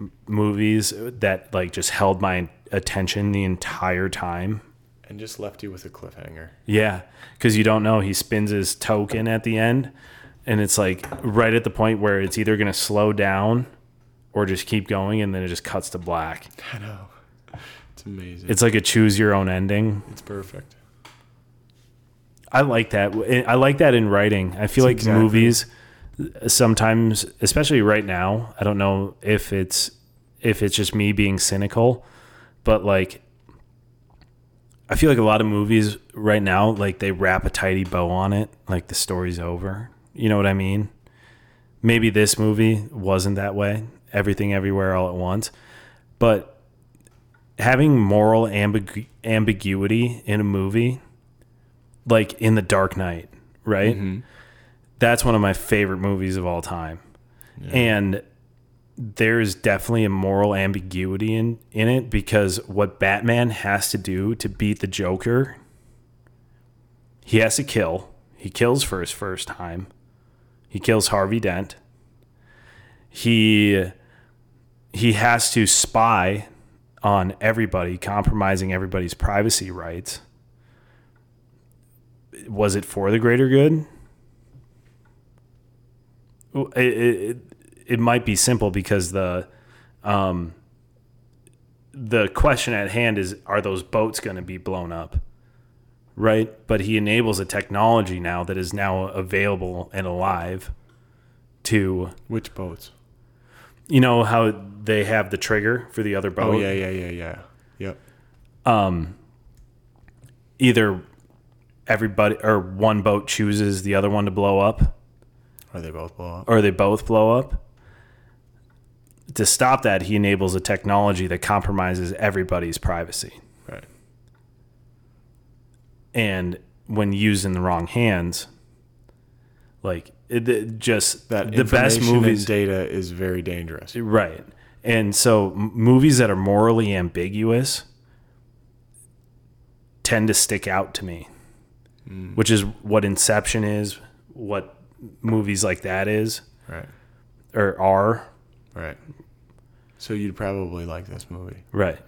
Speaker 2: m- movies that like just held my attention the entire time.
Speaker 1: and just left you with a cliffhanger. [laughs]
Speaker 2: Yeah, because you don't know he spins his token at the end, and it's like right at the point where it's either gonna slow down or just keep going, and then it just cuts to black.
Speaker 1: I know. It's amazing.
Speaker 2: It's like a choose your own ending.
Speaker 1: It's perfect.
Speaker 2: I like that. eh, I like that in writing. I feel like
Speaker 1: Exactly.
Speaker 2: movies uh, sometimes, especially right now, I don't know if it's if it's just me being cynical, but like I feel like a lot of movies right now, like they wrap a tidy bow on it, like the story's over. You know what I mean? Maybe this movie wasn't that way. Everything everywhere all at once. But having moral ambigu- ambiguity in a movie like in the Dark Knight, right? That's one of my favorite movies of all time, and there is definitely a moral ambiguity in in it because what Batman has to do to beat the Joker, he has to kill. He kills for his first time. He kills Harvey Dent. He he has to spy on everybody, compromising everybody's privacy rights was it for the greater good? Well, It, it, it might be simple because the um, the question at hand is are those boats going to be blown up? Right? But he enables a technology now that is now available and alive to
Speaker 1: Which boats?
Speaker 2: you know how they have the trigger for the other boat.
Speaker 1: Oh, yeah, yeah, yeah, yeah. Yep.
Speaker 2: Either everybody or one boat chooses the other one to blow up
Speaker 1: Are they both blow up?
Speaker 2: or they both blow up. To stop that, he enables a technology that compromises everybody's privacy.
Speaker 1: Right.
Speaker 2: And when used in the wrong hands, like it, it just
Speaker 1: That
Speaker 2: the best
Speaker 1: information and
Speaker 2: movies,
Speaker 1: data is very dangerous.
Speaker 2: right? And so m- movies that are morally ambiguous tend to stick out to me,
Speaker 1: Hmm.
Speaker 2: which is what Inception is, what movies like that is
Speaker 1: Right.
Speaker 2: or are.
Speaker 1: Right. So you'd probably like this movie.
Speaker 2: Right.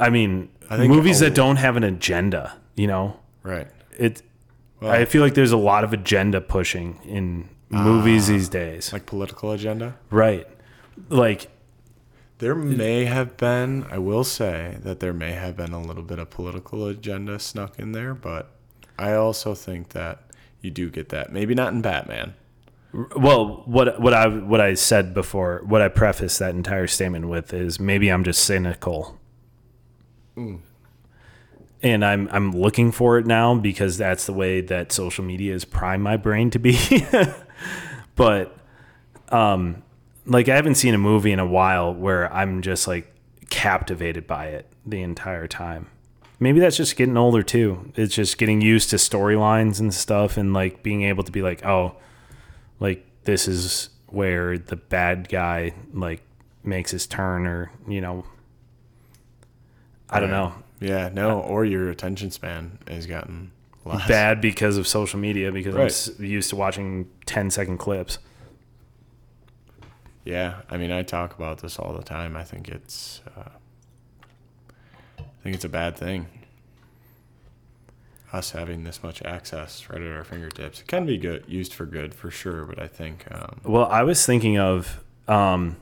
Speaker 2: I mean,
Speaker 1: I think-
Speaker 2: movies
Speaker 1: oh.
Speaker 2: that don't have an agenda, you know,
Speaker 1: Right.
Speaker 2: it. I feel like there's a lot of agenda pushing in movies
Speaker 1: Ah.
Speaker 2: these days.
Speaker 1: Like political agenda?
Speaker 2: right. Like,
Speaker 1: There may have been, I will say that there may have been a little bit of political agenda snuck in there, but I also think that you do get that. Maybe not in Batman.
Speaker 2: well, what what I what I said before, what I prefaced that entire statement with is maybe I'm just cynical. And I'm I'm looking for it now because that's the way that social media has primed my brain to be. [laughs] but um, like I haven't seen a movie in a while where I'm just like captivated by it the entire time. Maybe that's just getting older too. It's just getting used to storylines and stuff and like being able to be like, oh, like this is where the bad guy like makes his turn or, you know, I don't know.
Speaker 1: Yeah, no, or your attention span has gotten less.
Speaker 2: Bad because of social media because I'm
Speaker 1: Right.
Speaker 2: s- used to watching 10 second clips.
Speaker 1: Yeah, I mean, I talk about this all the time. I think it's, uh, I think it's a bad thing. Us having this much access right at our fingertips, it can be good, used for good for sure. But I think, um,
Speaker 2: Well, I was thinking of um,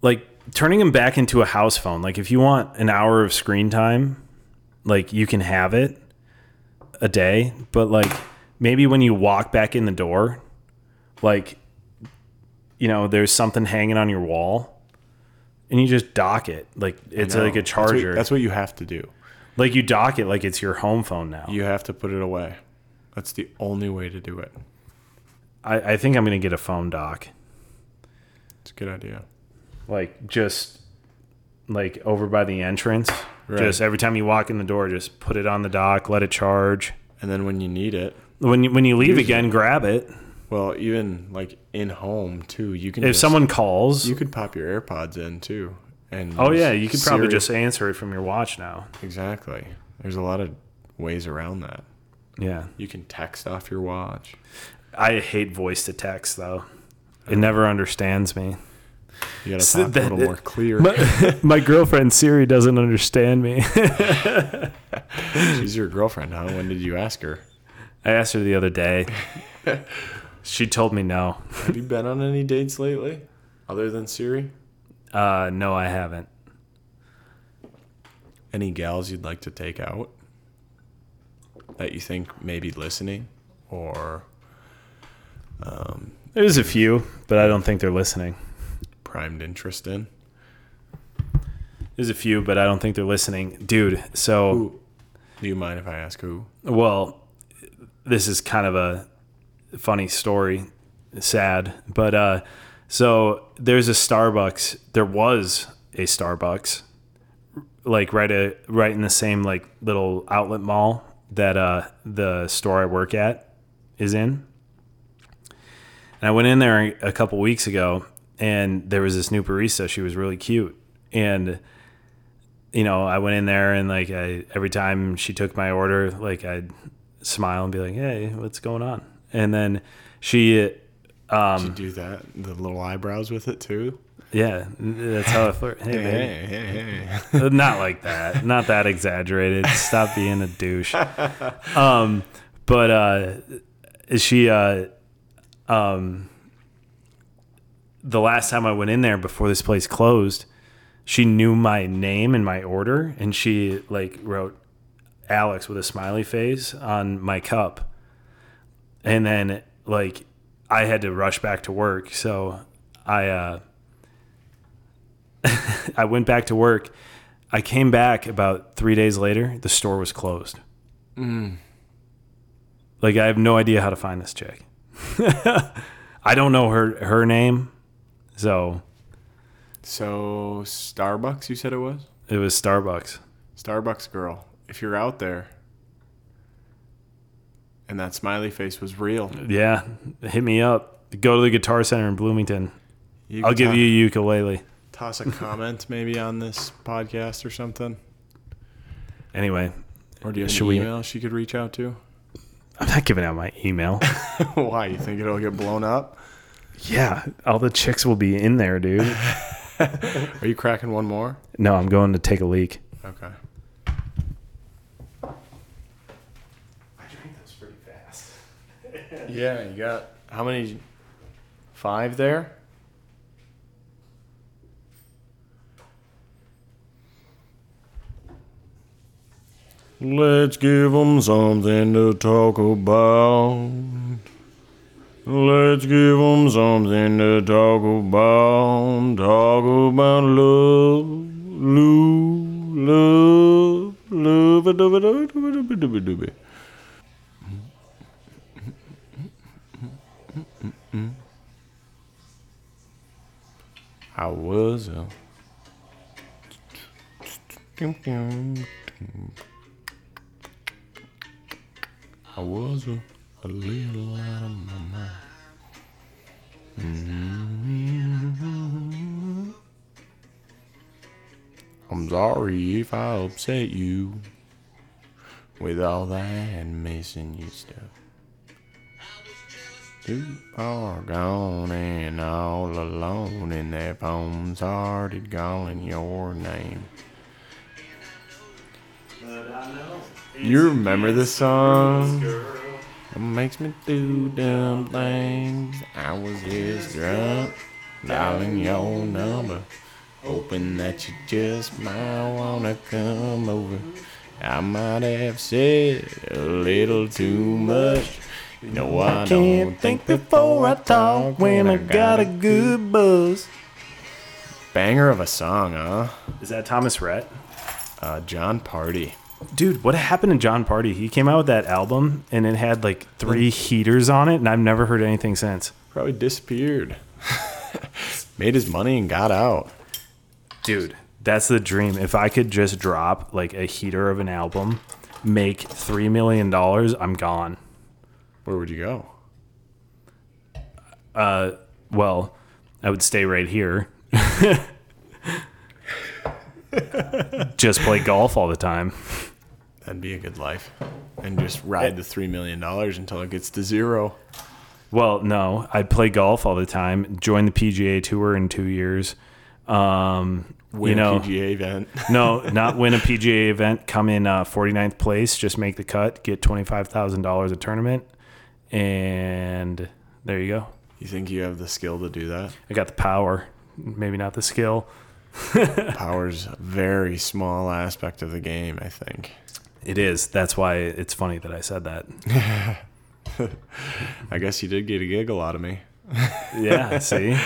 Speaker 2: like turning them back into a house phone. Like if you want an hour of screen time, like you can have it a day, but like maybe when you walk back in the door, like you know, there's something hanging on your wall and you just dock it. Like it's
Speaker 1: no,
Speaker 2: like a
Speaker 1: that's what-
Speaker 2: charger.
Speaker 1: That's what you have to do.
Speaker 2: like you dock it like it's your home phone now.
Speaker 1: You have to put it away. That's the only way to do it.
Speaker 2: I, I think I'm gonna get a phone dock.
Speaker 1: It's a good idea.
Speaker 2: like just like over by the entrance.
Speaker 1: Right.
Speaker 2: Just every time you walk in the door, just put it on the dock, let it charge.
Speaker 1: And then when you need it,
Speaker 2: When you, when you leave again, grab it.
Speaker 1: well, even like in home too, you can.
Speaker 2: If
Speaker 1: just-
Speaker 2: someone calls,
Speaker 1: you could pop your AirPods in too, and
Speaker 2: oh
Speaker 1: use
Speaker 2: yeah, you could probably
Speaker 1: Siri.
Speaker 2: just answer it from your watch now.
Speaker 1: Exactly. There's a lot of ways around that.
Speaker 2: Yeah,
Speaker 1: You can text off your watch.
Speaker 2: I hate voice to text though. It never understands me.
Speaker 1: You [laughs] gotta
Speaker 2: So
Speaker 1: talk
Speaker 2: that-
Speaker 1: a little more clear.
Speaker 2: [laughs] My, girlfriend Siri doesn't understand me.
Speaker 1: [laughs]
Speaker 2: [laughs]
Speaker 1: She's your girlfriend, huh? When did you ask her?
Speaker 2: I asked her the other [laughs] day. she told me no.
Speaker 1: [laughs] Have you been on any dates lately? Other than Siri?
Speaker 2: Uh, no, I haven't.
Speaker 1: Any gals you'd like to take out? That you think may be listening? Or
Speaker 2: There's a few, but I don't think they're listening.
Speaker 1: primed interest in?
Speaker 2: There's a few, but I don't think they're listening. Dude, so
Speaker 1: Who? Do you mind if I ask who?
Speaker 2: well, this is kind of a funny story, sad, but uh so there's a Starbucks. There was a Starbucks like right a, right in the same like little outlet mall that uh the store I work at is in. And I went in there a couple weeks ago and there was this new barista. She was really cute. And you know, I went in there and like I every time she took my order, like I'd smile and be like, "Hey, what's going on?" And then she
Speaker 1: Did you [clears throat] do that? The little eyebrows with it too?
Speaker 2: yeah, that's how I flirt. Hey, baby.
Speaker 1: Hey, hey, hey.
Speaker 2: [laughs] not like that. Not that exaggerated. Stop being a douche. Um, but uh, she, uh, um, the last time I went in there before this place closed, she knew my name and my order, and she like wrote Alex with a smiley face on my cup, and then like I had to rush back to work, so I. Uh, I went back to work. I came back about three days later. The store was closed. Mm. Like I have no idea how to find this chick. [laughs] I don't know her her name, so
Speaker 1: [laughs] So, Starbucks, you said it was?
Speaker 2: it was Starbucks.
Speaker 1: Starbucks girl, if you're out there and that smiley face was real,
Speaker 2: Yeah, hit me up. Go to the Guitar Center in Bloomington.
Speaker 1: you
Speaker 2: I'll
Speaker 1: could
Speaker 2: give
Speaker 1: to-
Speaker 2: you a ukulele.
Speaker 1: toss a comment maybe on this podcast or something.
Speaker 2: Anyway,
Speaker 1: Or do you have
Speaker 2: Should
Speaker 1: an
Speaker 2: we-
Speaker 1: email she could reach out to? [laughs]
Speaker 2: I'm not giving out my [laughs] email.
Speaker 1: Why? You think it'll get blown up?
Speaker 2: yeah, all the chicks will be in there, dude.
Speaker 1: Are you cracking one more?
Speaker 2: No, I'm going to take a leak.
Speaker 1: Okay.
Speaker 2: I drink those pretty fast. [laughs]
Speaker 1: Yeah, you got how many? Five there? Let's give 'em something to talk about. Let's give 'em something to talk about. Talk about love, love, love, love, love, love, love, love, love. I was a. I was a, a little out of my mind. Mhm. I'm sorry if I upset you with all that missing you stuff. You are gone and all alone, and that phone started calling your name. You remember this song? It makes me do dumb things. I was just drunk, dialing your number, hoping that you just might wanna come over. I might have said a little too much. You know I, don't think before I talk when I got a good buzz. Banger of a song, huh?
Speaker 2: Is that Thomas Rhett?
Speaker 1: Uh, John Party.
Speaker 2: Dude, what happened to John Party? He came out with that album and it had like three heaters on it, and I've never heard anything since.
Speaker 1: Probably disappeared. [laughs] Made his money and got out.
Speaker 2: Dude, that's the dream. If I could just drop like a heater of an album, make three million dollars, I'm gone.
Speaker 1: Where would you go?
Speaker 2: Well, I would stay right here. [laughs] just play golf all the time.
Speaker 1: That'd be a good life. And just ride the $3 million until it gets to zero.
Speaker 2: Well, no, I'd play golf all the time. Join the PGA Tour in two years. Um,
Speaker 1: Win
Speaker 2: you know,
Speaker 1: a PGA event. [laughs]
Speaker 2: [laughs] no, not win a PGA event. Come in uh, 49th place, just make the cut, get twenty five thousand dollars a tournament, and there you go.
Speaker 1: You think you have the skill to do
Speaker 2: [laughs]
Speaker 1: that?
Speaker 2: I got the power, maybe not the skill.
Speaker 1: Power's a very small aspect of the game, I think.
Speaker 2: It is. That's why it's funny that I said that.
Speaker 1: I guess you did get a giggle out of me.
Speaker 2: Yeah. [laughs] see,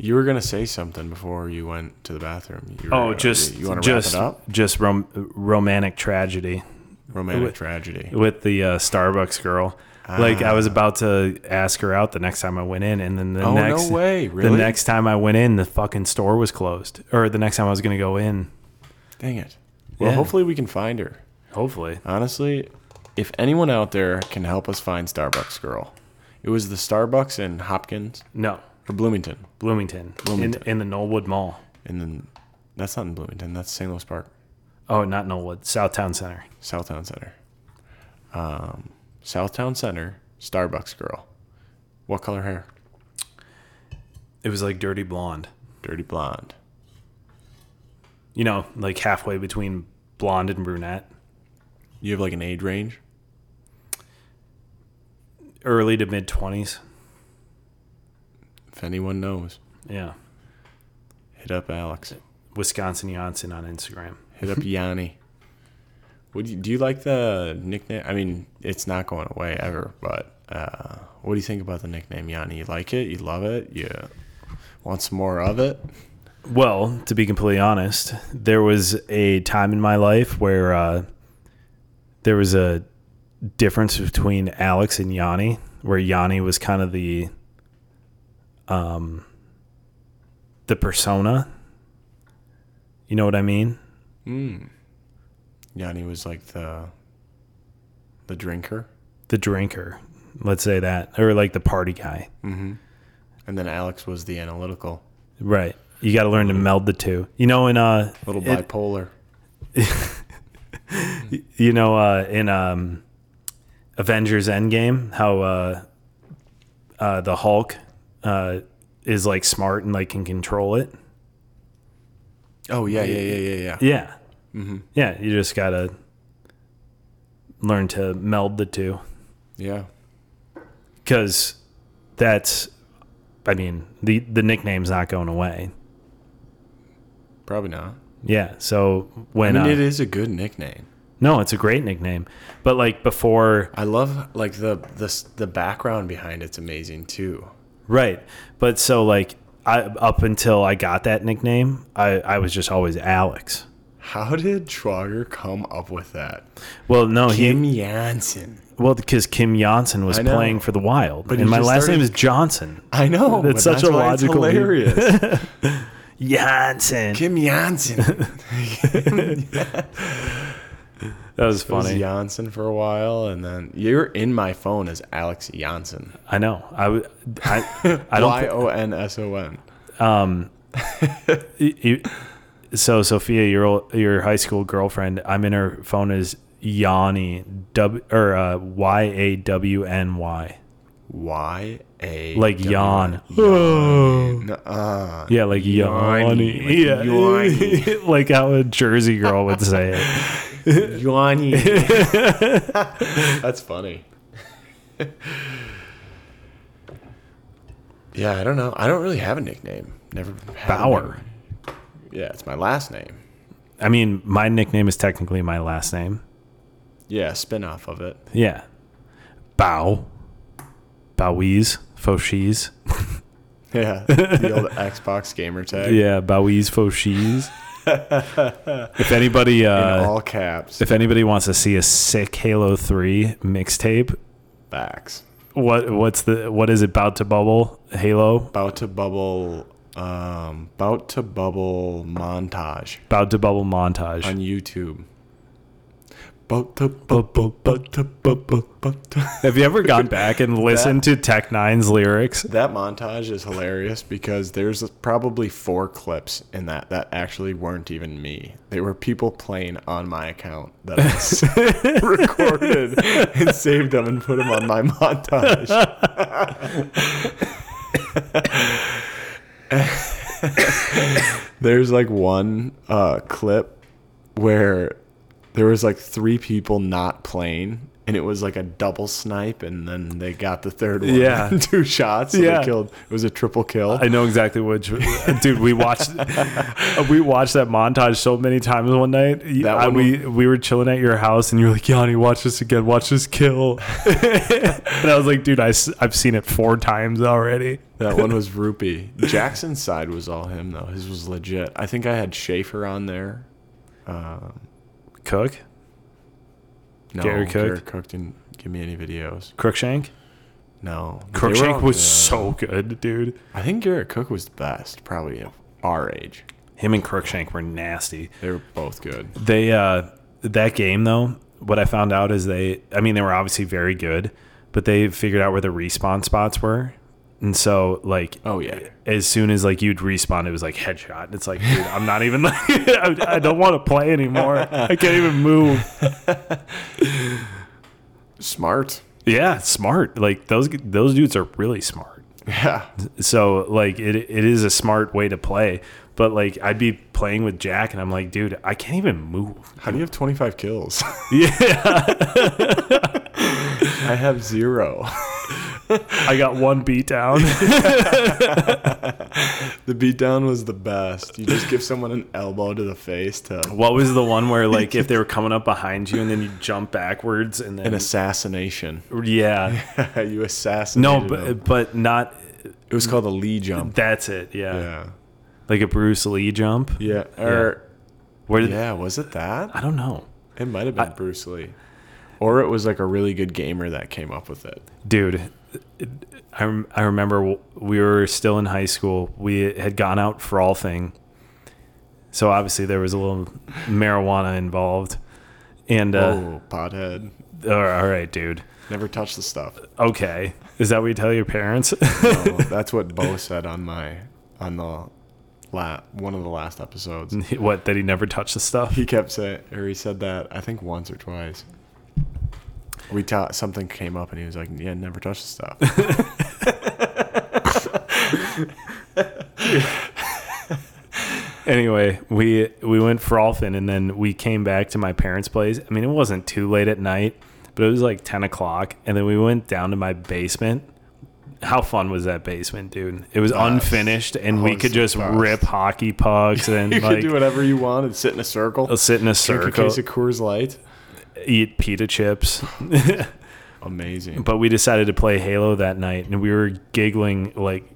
Speaker 1: You were gonna say something before you went to the bathroom. You were
Speaker 2: Oh,
Speaker 1: gonna-
Speaker 2: just
Speaker 1: you want to wrap
Speaker 2: just
Speaker 1: it up?
Speaker 2: just rom- romantic tragedy
Speaker 1: Romantic
Speaker 2: Wait.
Speaker 1: tragedy.
Speaker 2: with the uh, Starbucks girl. Like I was about to ask her out the next time I went in, and then the
Speaker 1: Ah. Oh, no
Speaker 2: next
Speaker 1: way, really?
Speaker 2: the next time I went in, the fucking store was closed, or the next time I was gonna go in.
Speaker 1: Dang it. Well,
Speaker 2: Yeah.
Speaker 1: hopefully we can find her.
Speaker 2: Hopefully,
Speaker 1: Honestly, if anyone out there can help us find Starbucks girl, it was the Starbucks in Hopkins
Speaker 2: no
Speaker 1: or Bloomington,
Speaker 2: Bloomington,
Speaker 1: Bloomington.
Speaker 2: In, in the Knollwood Mall.
Speaker 1: and then that's not in Bloomington. That's St. Louis Park,
Speaker 2: Oh, not Knollwood, Southtown Center.
Speaker 1: Southtown Center. Um, Southtown Center, Starbucks girl. What color hair?
Speaker 2: It was like dirty blonde.
Speaker 1: Dirty blonde.
Speaker 2: You know, like halfway between blonde and brunette,
Speaker 1: You have like an age range.
Speaker 2: early to mid twenties.
Speaker 1: If anyone knows,
Speaker 2: Yeah,
Speaker 1: hit up Alex.
Speaker 2: Wisconsin Johnson on Instagram.
Speaker 1: Hit up Yanni. What do you, do you like the nickname? I mean, it's not going away ever, but uh, what do you think about the nickname Yanni? You like it? You love it? You want some more of it?
Speaker 2: Well, to be completely honest, there was a time in my life where uh, there was a difference between Alex and Yanni, where Yanni was kind of the um, the persona. You know what I mean?
Speaker 1: Yanni was like the the drinker,
Speaker 2: The drinker, let's say that, or like the party guy.
Speaker 1: and then Alex was the analytical,
Speaker 2: Right. You got to learn to meld the two. You know, in uh,
Speaker 1: little
Speaker 2: it-
Speaker 1: bipolar.
Speaker 2: you know uh, in um, Avengers Endgame how uh, uh, the Hulk uh, is like smart and like can control it.
Speaker 1: Oh yeah, yeah, yeah, yeah, yeah.
Speaker 2: Yeah, Mm-hmm. yeah. You just gotta learn to meld the two
Speaker 1: Yeah.
Speaker 2: because that's. I mean the the nickname's not going away.
Speaker 1: Probably not.
Speaker 2: Yeah. So when
Speaker 1: I mean, it
Speaker 2: uh,
Speaker 1: is a good nickname.
Speaker 2: no, it's a great nickname, but like before
Speaker 1: I love like the the the background behind it's amazing too.
Speaker 2: Right. But so like I up until I got that nickname, I, I was just always Alex.
Speaker 1: How did Schwager come up with that?
Speaker 2: Well, no, he
Speaker 1: Kim Jansen.
Speaker 2: well because Kim Johnson was
Speaker 1: I know.
Speaker 2: playing for the Wild,
Speaker 1: But he
Speaker 2: and my
Speaker 1: just
Speaker 2: last
Speaker 1: started-
Speaker 2: name is Johnson.
Speaker 1: I know.
Speaker 2: That's
Speaker 1: but
Speaker 2: such a
Speaker 1: why it's
Speaker 2: logical leap. [laughs]
Speaker 1: hilarious.
Speaker 2: Johnson.
Speaker 1: Kim Jansen.
Speaker 2: that was
Speaker 1: It was
Speaker 2: funny.
Speaker 1: Janssen for a while, and then you're in my phone as Alex Janssen.
Speaker 2: I know. I w-
Speaker 1: [laughs]
Speaker 2: I, I don't.
Speaker 1: Y O N S O N.
Speaker 2: You- you- so Sophia, your old, your high school girlfriend, I'm in her phone as Yanni W or uh, Y A W N Y,
Speaker 1: Y A.
Speaker 2: like yawn.
Speaker 1: Uh,
Speaker 2: Yeah, like
Speaker 1: Yanni,
Speaker 2: Yanni. [laughs] yeah,
Speaker 1: like Yanni.
Speaker 2: [laughs] like how a Jersey girl would say
Speaker 1: [laughs]
Speaker 2: it.
Speaker 1: That's funny. [laughs] yeah, I don't know. I don't really have a nickname. Never had a
Speaker 2: Bauer.
Speaker 1: nickname. Yeah, it's my last name.
Speaker 2: I mean, my nickname is technically my last name.
Speaker 1: Yeah, spin off of it.
Speaker 2: Yeah, Bow, Bowies, Foshies.
Speaker 1: Yeah, the old Xbox gamer tag.
Speaker 2: Yeah, Bowies, Foshies. if anybody,
Speaker 1: In
Speaker 2: uh,
Speaker 1: all caps.
Speaker 2: If anybody wants to see a sick Halo 3 mixtape,
Speaker 1: Facts.
Speaker 2: what what's the what is it about to bubble Halo?
Speaker 1: About to bubble. Um, about to bubble montage
Speaker 2: About to bubble montage.
Speaker 1: on YouTube. About to bubble, about to bubble, about to.
Speaker 2: Have you ever gone back
Speaker 1: [laughs]
Speaker 2: and listened to Tech Nine's lyrics?
Speaker 1: That montage is hilarious because there's probably four clips in that that actually weren't even me. They were people playing on my account that I s- recorded and saved them and put them on my montage. [laughs] there's like one uh, clip where there was like three people not playing and it was like a double snipe and then they got the third one
Speaker 2: Yeah.
Speaker 1: [laughs] two shots so
Speaker 2: Yeah.
Speaker 1: they killed it was a triple kill
Speaker 2: I know exactly which dude we watched we watched that montage so many times one night.
Speaker 1: That
Speaker 2: I-
Speaker 1: one-
Speaker 2: we we were chilling at your house and you were like, "Yanni, watch this again. Watch this [laughs] kill." and I was like, "Dude, I have seen it 4 times already."
Speaker 1: that
Speaker 2: [laughs]
Speaker 1: one was rupee jackson's side was all him though his was legit i think i had schaefer on there Um,
Speaker 2: Cook?
Speaker 1: no
Speaker 2: Gary Cook?
Speaker 1: Gary didn't give me any videos
Speaker 2: Crookshank?
Speaker 1: no They were
Speaker 2: Crookshank
Speaker 1: all
Speaker 2: was
Speaker 1: good.
Speaker 2: so good, dude.
Speaker 1: i think garrett cook was the best probably of our age
Speaker 2: Him and Crookshank were nasty.
Speaker 1: they were both good
Speaker 2: They uh that game though, what I found out is they I mean they were obviously very good, but they figured out where the respawn spots were. And so like
Speaker 1: oh yeah
Speaker 2: as soon as like you'd respawn, it was like headshot. And It's like, dude, I'm not even [laughs] like I, I don't want to play anymore. I can't even [laughs] move.
Speaker 1: smart [laughs]
Speaker 2: Yeah, smart. Like those those dudes are really smart.
Speaker 1: yeah
Speaker 2: so like it it is a smart way to play but like i'd be playing with jack and i'm like dude i can't even move
Speaker 1: how do you have 25 kills
Speaker 2: [laughs]
Speaker 1: [laughs]
Speaker 2: yeah
Speaker 1: i have zero [laughs]
Speaker 2: i got one beat down
Speaker 1: the beatdown was the best you just give someone an elbow to the face to
Speaker 2: [laughs] what was the one where like if they were coming up behind you and then you jump backwards and
Speaker 1: an
Speaker 2: then
Speaker 1: assassination
Speaker 2: [laughs] yeah
Speaker 1: [laughs] you assassinated
Speaker 2: no
Speaker 1: him.
Speaker 2: but uh, but not
Speaker 1: it was called a lee jump
Speaker 2: that's it yeah,
Speaker 1: yeah
Speaker 2: like a bruce lee jump
Speaker 1: Yeah. Or
Speaker 2: where did
Speaker 1: yeah, was it that?
Speaker 2: i don't know
Speaker 1: It might have been Bruce Lee. Or it was like a really good gamer that came up with it.
Speaker 2: dude I, rem- I remember w- we were still in high school we had gone out frolfing so obviously there was a little marijuana involved and uh,
Speaker 1: oh, pothead.
Speaker 2: all right dude
Speaker 1: Never touch the stuff.
Speaker 2: okay is that what you tell your parents
Speaker 1: No, that's what Bo said on my on the la- one of the last episodes.
Speaker 2: [laughs] what that he never touched the stuff
Speaker 1: He kept saying or he said that I think once or twice. We taught something came up and he was like, "Yeah, never touch the
Speaker 2: [laughs]
Speaker 1: stuff."
Speaker 2: anyway we we went frolfing and then we came back to my parents place i mean it wasn't too late at night but it was like 10 o'clock and then we went down to my basement how fun was that basement dude it was unfinished and we
Speaker 1: was
Speaker 2: could
Speaker 1: the
Speaker 2: just
Speaker 1: best.
Speaker 2: rip
Speaker 1: [laughs]
Speaker 2: hockey pucks and
Speaker 1: you could
Speaker 2: like
Speaker 1: do whatever you wanted, sit in a circle,
Speaker 2: sit in
Speaker 1: drink
Speaker 2: a
Speaker 1: a
Speaker 2: circle
Speaker 1: case of Coors Light.
Speaker 2: eat pita chips
Speaker 1: Amazing.
Speaker 2: but we decided to play halo that night and we were giggling like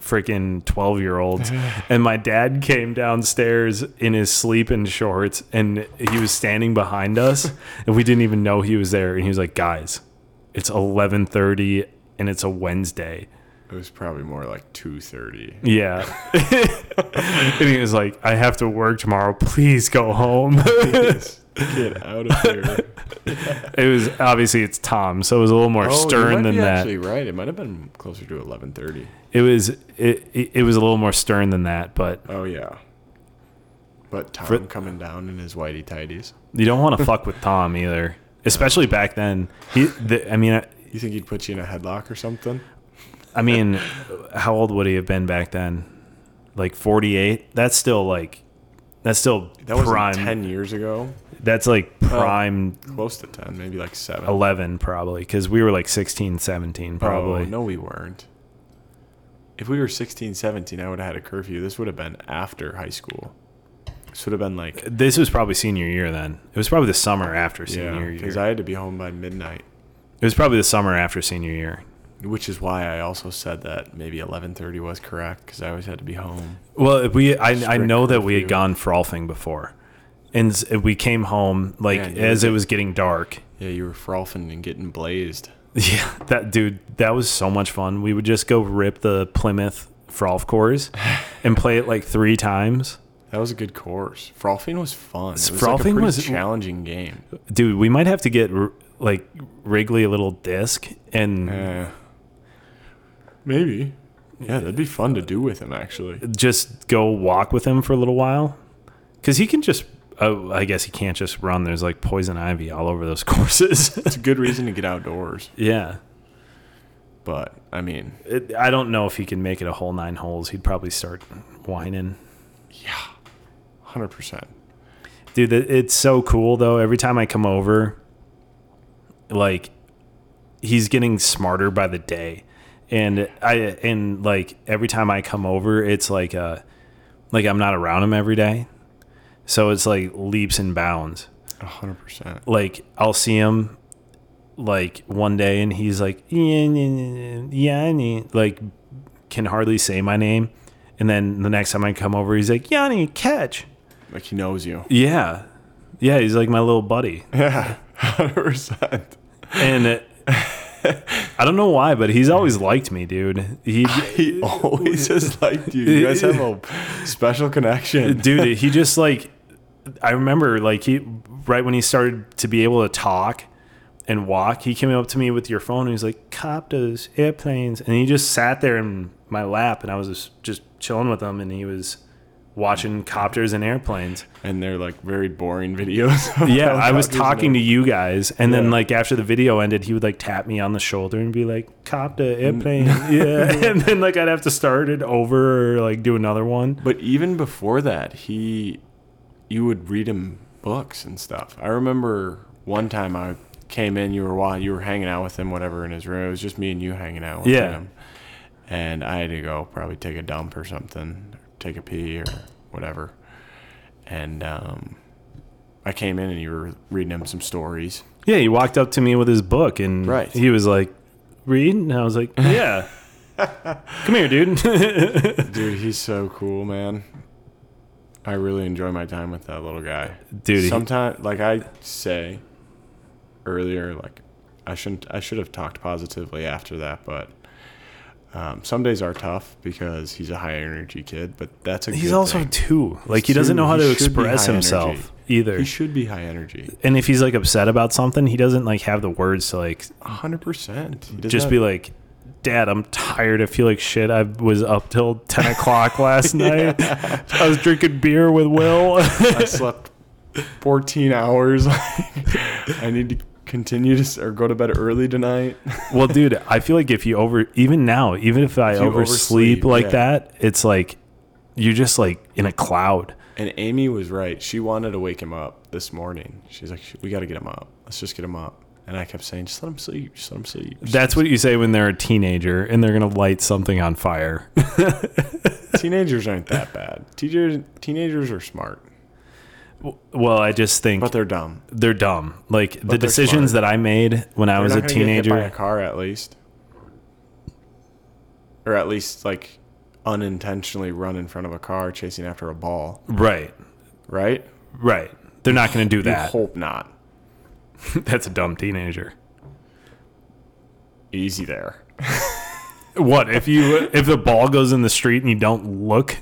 Speaker 2: freaking 12 year olds. and my dad came downstairs in his sleep and shorts and he was standing behind us and we didn't even know he was there. And he was like, guys, it's 1130 and it's a Wednesday.
Speaker 1: It was probably more like two
Speaker 2: [laughs]
Speaker 1: thirty.
Speaker 2: Yeah. and he was like, I have to work tomorrow. Please go home.
Speaker 1: Get out of
Speaker 2: [laughs]
Speaker 1: here.
Speaker 2: it was obviously it's Tom, so it was a little
Speaker 1: Oh,
Speaker 2: more stern than that.
Speaker 1: Actually, right. It might have been closer to eleven thirty.
Speaker 2: It was it, it it was a little more stern than that, but
Speaker 1: Oh yeah. But Tom coming down in his whitey tidies.
Speaker 2: you don't
Speaker 1: [laughs]
Speaker 2: want to fuck with Tom either, especially back then. He, the, I mean, I,
Speaker 1: You think he'd put you in a headlock or something?
Speaker 2: I mean, how old would he have been back then? Like forty eight. That's still like that's still
Speaker 1: That was
Speaker 2: prime.
Speaker 1: ten Oh. years ago.
Speaker 2: That's like prime
Speaker 1: Close to ten, maybe like seven.
Speaker 2: eleven probably, because we were like 16, 17 probably.
Speaker 1: Oh, no, we weren't. If we were 16, 17, I would have had a curfew. This would have been after high school. This would have been like
Speaker 2: This was probably senior year then. It was probably the summer after
Speaker 1: yeah,
Speaker 2: senior
Speaker 1: because
Speaker 2: year.
Speaker 1: I had to be home by midnight,
Speaker 2: it was probably the summer after senior year.
Speaker 1: which is why I also said that maybe eleven thirty was correct because I always had to be home.
Speaker 2: Well, if we I, I
Speaker 1: Strict
Speaker 2: know that we had
Speaker 1: curfew.
Speaker 2: gone frolfing before, and s- we came home like
Speaker 1: Yeah, you
Speaker 2: as
Speaker 1: did.
Speaker 2: it was getting dark.
Speaker 1: Yeah, you were frolfing and getting blazed.
Speaker 2: Yeah, that dude, that was so much fun. We would just go rip the Plymouth frolf cores and play it like three times.
Speaker 1: That was a good course. Frolfing was fun. It was like a
Speaker 2: Frolfing
Speaker 1: pretty
Speaker 2: was-
Speaker 1: challenging game.
Speaker 2: Dude, we might have to get r- like Wrigley a little disc and
Speaker 1: Yeah. Maybe. Yeah, that'd be fun to do with him actually.
Speaker 2: just go walk with him for a little while because he can just oh, i guess he can't just run there's like poison ivy all over those [laughs] courses
Speaker 1: It's a good reason to get outdoors.
Speaker 2: yeah
Speaker 1: But I mean,
Speaker 2: it, i don't know if he can make it a whole nine holes he'd probably start whining
Speaker 1: hundred percent.
Speaker 2: dude it, it's so cool though every time i come over like he's getting smarter by the day and i and like every time i come over it's like uh like i'm not around him every day so it's like leaps and bounds
Speaker 1: hundred percent.
Speaker 2: like I'll see him like one day and he's like yeah, yeah, yeah, yeah," like can hardly say my name and then the next time I come over he's like Yanni catch
Speaker 1: Like he knows you.
Speaker 2: yeah yeah he's like my little buddy
Speaker 1: [laughs] Yeah, hundred percent.
Speaker 2: and it, I don't know why but he's always liked me dude he
Speaker 1: He always has liked you. You guys have a special connection.
Speaker 2: dude he just like i remember like he right when he started to be able to talk and walk he came up to me with your phone and he was like copters airplanes and he just sat there in my lap and i was just, just chilling with him and he was watching copters and airplanes
Speaker 1: And they're like very boring [laughs] videos.
Speaker 2: yeah
Speaker 1: about
Speaker 2: i was
Speaker 1: doctors
Speaker 2: talking to you guys and
Speaker 1: Yeah.
Speaker 2: then like after the video ended he would like tap me on the shoulder and be like
Speaker 1: [laughs]
Speaker 2: copter airplane yeah and then like i'd have to start it over or like do another one
Speaker 1: But even before that, he, you would read him books and stuff. I remember one time I came in, you were wa- you were hanging out with him, whatever, in his room. It was just me and you hanging out with
Speaker 2: Yeah.
Speaker 1: him. And I had to go probably take a dump or something, or take a pee or whatever. And um, I came in and you were reading him some stories.
Speaker 2: Yeah, he walked up to me with his book and
Speaker 1: Right.
Speaker 2: he was like, "Read," and I
Speaker 1: [laughs]
Speaker 2: was like, "Yeah, come here, dude." [laughs]
Speaker 1: Dude, he's so cool, man. I really enjoy my time with that little guy.
Speaker 2: dude, he-
Speaker 1: sometimes like i say earlier like i shouldn't i should have talked positively after that but um, some days are tough because he's a high energy kid but that's a
Speaker 2: he's
Speaker 1: good
Speaker 2: also
Speaker 1: thing.
Speaker 2: two. Like he doesn't
Speaker 1: two.
Speaker 2: know how
Speaker 1: He
Speaker 2: to
Speaker 1: should be
Speaker 2: express
Speaker 1: high
Speaker 2: himself
Speaker 1: energy.
Speaker 2: either.
Speaker 1: he should be high energy
Speaker 2: and if he's like upset about something, he doesn't like have the words to like
Speaker 1: 100% He does
Speaker 2: just
Speaker 1: not-
Speaker 2: be like, "Dad, I'm tired. I feel like shit. I was up till ten o'clock last [laughs] night. I was drinking beer with Will."
Speaker 1: i slept 14 hours [laughs] i need to continue to s- or go to bed early tonight
Speaker 2: [laughs]
Speaker 1: [laughs]
Speaker 2: well, dude, I feel like if you over, even now, even if I
Speaker 1: you
Speaker 2: oversleep,
Speaker 1: oversleep,
Speaker 2: like
Speaker 1: yeah.
Speaker 2: that, it's like you're just like in a cloud.
Speaker 1: and amy was right she wanted to wake him up this morning she's like we got to get him up let's just get him up and i kept saying just let him sleep just let him sleep
Speaker 2: That's what you say when they're a teenager and they're gonna light something on fire. [laughs]
Speaker 1: teenagers aren't that bad. Teenagers, teenagers are smart,
Speaker 2: well, I just think
Speaker 1: but
Speaker 2: they're,
Speaker 1: they're dumb.
Speaker 2: dumb. Like the
Speaker 1: they're
Speaker 2: decisions that I made when I
Speaker 1: They're
Speaker 2: was
Speaker 1: not gonna
Speaker 2: a
Speaker 1: get hit by a
Speaker 2: teenager.
Speaker 1: car at least, or at least like unintentionally run in front of a car chasing after a ball,
Speaker 2: Right.
Speaker 1: right?
Speaker 2: Right. They're not going to do
Speaker 1: I
Speaker 2: that.
Speaker 1: hope not.
Speaker 2: [laughs] That's a dumb teenager.
Speaker 1: Easy there.
Speaker 2: What if you if the ball goes in the street and you don't look?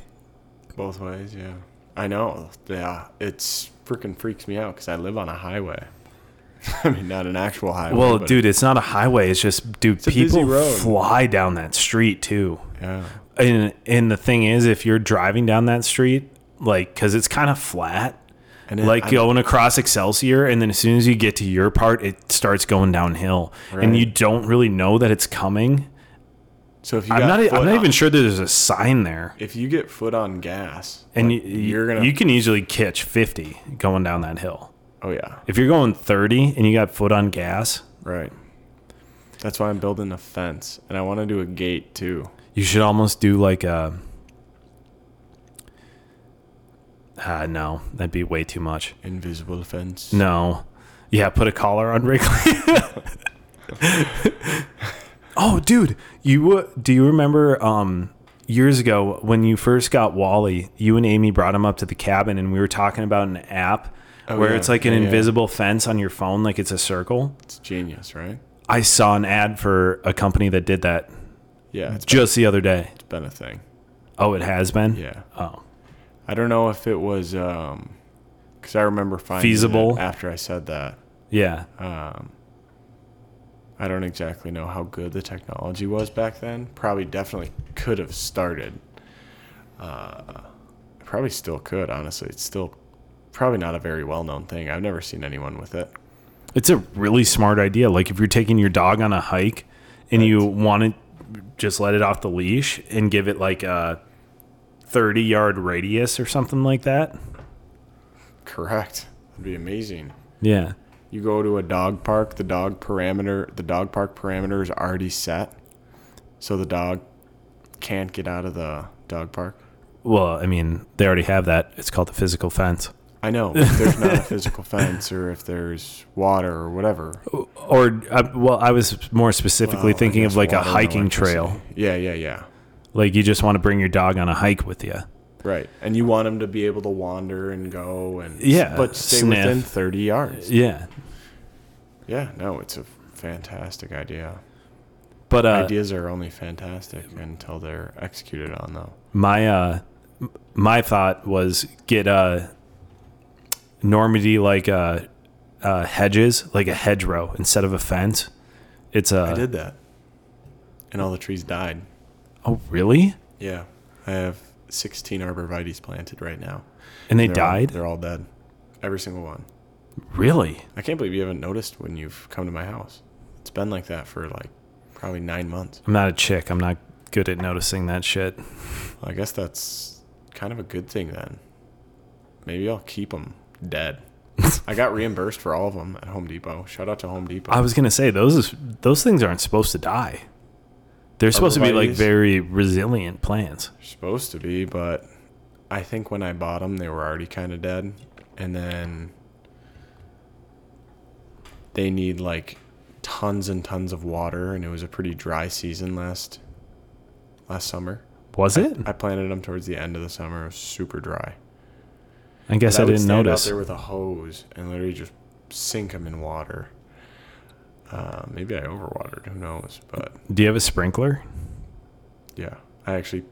Speaker 1: Both ways, yeah. I know. Yeah, it's freaking freaks me out because I live on a highway. [laughs] I mean, not an actual highway.
Speaker 2: Well,
Speaker 1: but-
Speaker 2: dude, it's not a highway. It's just dude,
Speaker 1: a busy
Speaker 2: people
Speaker 1: road.
Speaker 2: fly down that street too.
Speaker 1: Yeah.
Speaker 2: And and the thing is, if you're driving down that street, like because it's kind of flat,
Speaker 1: And it-
Speaker 2: like
Speaker 1: I-
Speaker 2: going across Excelsior, and then as soon as you get to your part, it starts going downhill,
Speaker 1: Right.
Speaker 2: and you don't really know that it's coming.
Speaker 1: So if you
Speaker 2: I'm
Speaker 1: got
Speaker 2: not. e-
Speaker 1: foot
Speaker 2: I'm not
Speaker 1: on-
Speaker 2: even sure that there's a sign there.
Speaker 1: If you get foot on gas,
Speaker 2: And you,
Speaker 1: like,
Speaker 2: you're
Speaker 1: you're
Speaker 2: gonna
Speaker 1: gonna.
Speaker 2: you can easily catch 50 going down that hill.
Speaker 1: oh yeah,
Speaker 2: If you're going 30 and you got foot on gas,
Speaker 1: right. That's why I'm building a fence, and I want to do a gate too.
Speaker 2: you should almost do like a. Uh, no, that'd be way too much.
Speaker 1: Invisible fence.
Speaker 2: No. Yeah, put a collar on Wrigley. [laughs] oh, dude, you uh, do you remember um years ago when you first got Wally, you and Amy brought him up to the cabin and we were talking about an app where
Speaker 1: Oh, yeah.
Speaker 2: it's like an
Speaker 1: Yeah, yeah.
Speaker 2: invisible fence on your phone like it's a circle.
Speaker 1: It's genius, right?
Speaker 2: I saw an ad for a company that did that
Speaker 1: Yeah, it's
Speaker 2: just the other day.
Speaker 1: been a thing.
Speaker 2: Oh, it has been.
Speaker 1: Yeah,
Speaker 2: Oh,
Speaker 1: I don't know if it was um, because I remember finding it
Speaker 2: Feasible.
Speaker 1: after I said that.
Speaker 2: yeah.
Speaker 1: I don't exactly know how good the technology was back then. Probably definitely could have started. Uh, probably still could, honestly. It's still probably not a very well known thing. I've never seen anyone with it.
Speaker 2: It's a really smart idea. Like if you're taking your dog on a hike and you want to just let it off the leash and give it like a 30 yard radius or something like that.
Speaker 1: Correct. It'd be amazing.
Speaker 2: Yeah.
Speaker 1: You go to a dog park, the dog parameter the dog park parameter is already set. So the dog can't get out of the dog park.
Speaker 2: Well, I mean, they already have that. It's called the physical fence.
Speaker 1: I know if there's not a
Speaker 2: [laughs]
Speaker 1: physical fence or if there's water or whatever.
Speaker 2: Or, uh, well, I was more specifically
Speaker 1: Well, I
Speaker 2: thinking of
Speaker 1: guess
Speaker 2: like a
Speaker 1: water and
Speaker 2: hiking
Speaker 1: electricity.
Speaker 2: trail.
Speaker 1: Yeah, yeah, yeah.
Speaker 2: Like you just want to bring your dog on a hike with you.
Speaker 1: Right. And you want them to be able to wander and go and
Speaker 2: Yeah,
Speaker 1: but stay
Speaker 2: sniff.
Speaker 1: within 30 yards.
Speaker 2: Yeah.
Speaker 1: Yeah, no, it's a fantastic idea.
Speaker 2: But, uh,
Speaker 1: Ideas are only fantastic until they're executed on though.
Speaker 2: my uh m- my thought was get uh normandy like uh uh hedges like a hedgerow instead of a fence it's uh, a
Speaker 1: I did that. And all the trees died.
Speaker 2: oh really
Speaker 1: Yeah. I have 16 arborvitaes planted right now.
Speaker 2: and they
Speaker 1: They're all-
Speaker 2: died
Speaker 1: they're all dead. Every single one.
Speaker 2: really
Speaker 1: I can't believe you haven't noticed when you've come to my house. It's been like that for like probably 9 months.
Speaker 2: i'm not a chick i'm not good at noticing that shit
Speaker 1: Well, I guess that's kind of a good thing then. Maybe I'll keep them dead. [laughs] I got reimbursed for all of them at Home Depot. Shout out to Home Depot.
Speaker 2: i was gonna say those is, those things aren't supposed to die they're supposed to be like
Speaker 1: Arborvitaes?
Speaker 2: very resilient plants
Speaker 1: supposed to be, but I think when I bought them, they were already kind of dead. And then they need like tons and tons of water, and it was a pretty dry season last last summer.
Speaker 2: was it
Speaker 1: I planted them towards the end of the summer. It was super dry.
Speaker 2: i guess i
Speaker 1: would
Speaker 2: didn't
Speaker 1: stand
Speaker 2: notice
Speaker 1: out there with a hose and literally just sink them in water. Uh, maybe I overwatered. Who knows? But
Speaker 2: do you have a sprinkler
Speaker 1: yeah, I actually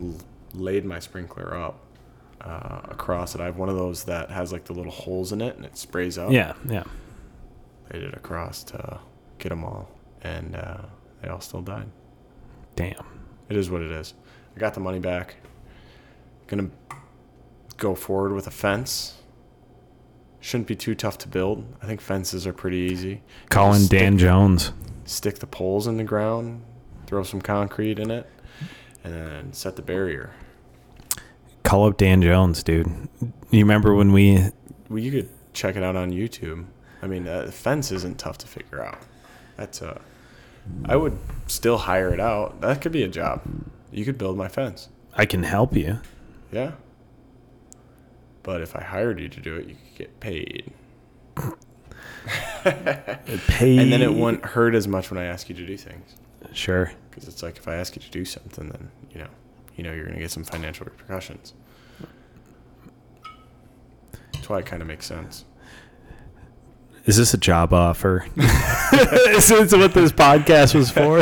Speaker 1: l- laid my sprinkler up uh, across it. I have one of those that has like the little holes in it and it sprays up.
Speaker 2: yeah yeah
Speaker 1: laid it across to get them all, and uh, they all still died.
Speaker 2: damn
Speaker 1: It is what it is. I got the money back. Gonna go forward with a fence. Shouldn't be too tough to build. I think fences are pretty easy.
Speaker 2: calling
Speaker 1: Just stick-
Speaker 2: dan jones
Speaker 1: Stick the poles in the ground, throw some concrete in it, and then set the barrier.
Speaker 2: Call up Dan Jones, dude. You remember when we?
Speaker 1: Well, you could check it out on YouTube. I mean, uh, the fence isn't tough to figure out. That's uh, I would still hire it out. That could be a job. You could build my fence.
Speaker 2: I can help you.
Speaker 1: Yeah. But if I hired you to do it, you could get paid.
Speaker 2: Pay.
Speaker 1: And then it wouldn't hurt as much when I ask you to do things.
Speaker 2: Sure.
Speaker 1: Because it's like if I ask you to do something, then, you know, you know, you're going to get some financial repercussions. That's why it kind of makes sense.
Speaker 2: Is this a job offer? [laughs] is this what this podcast was for?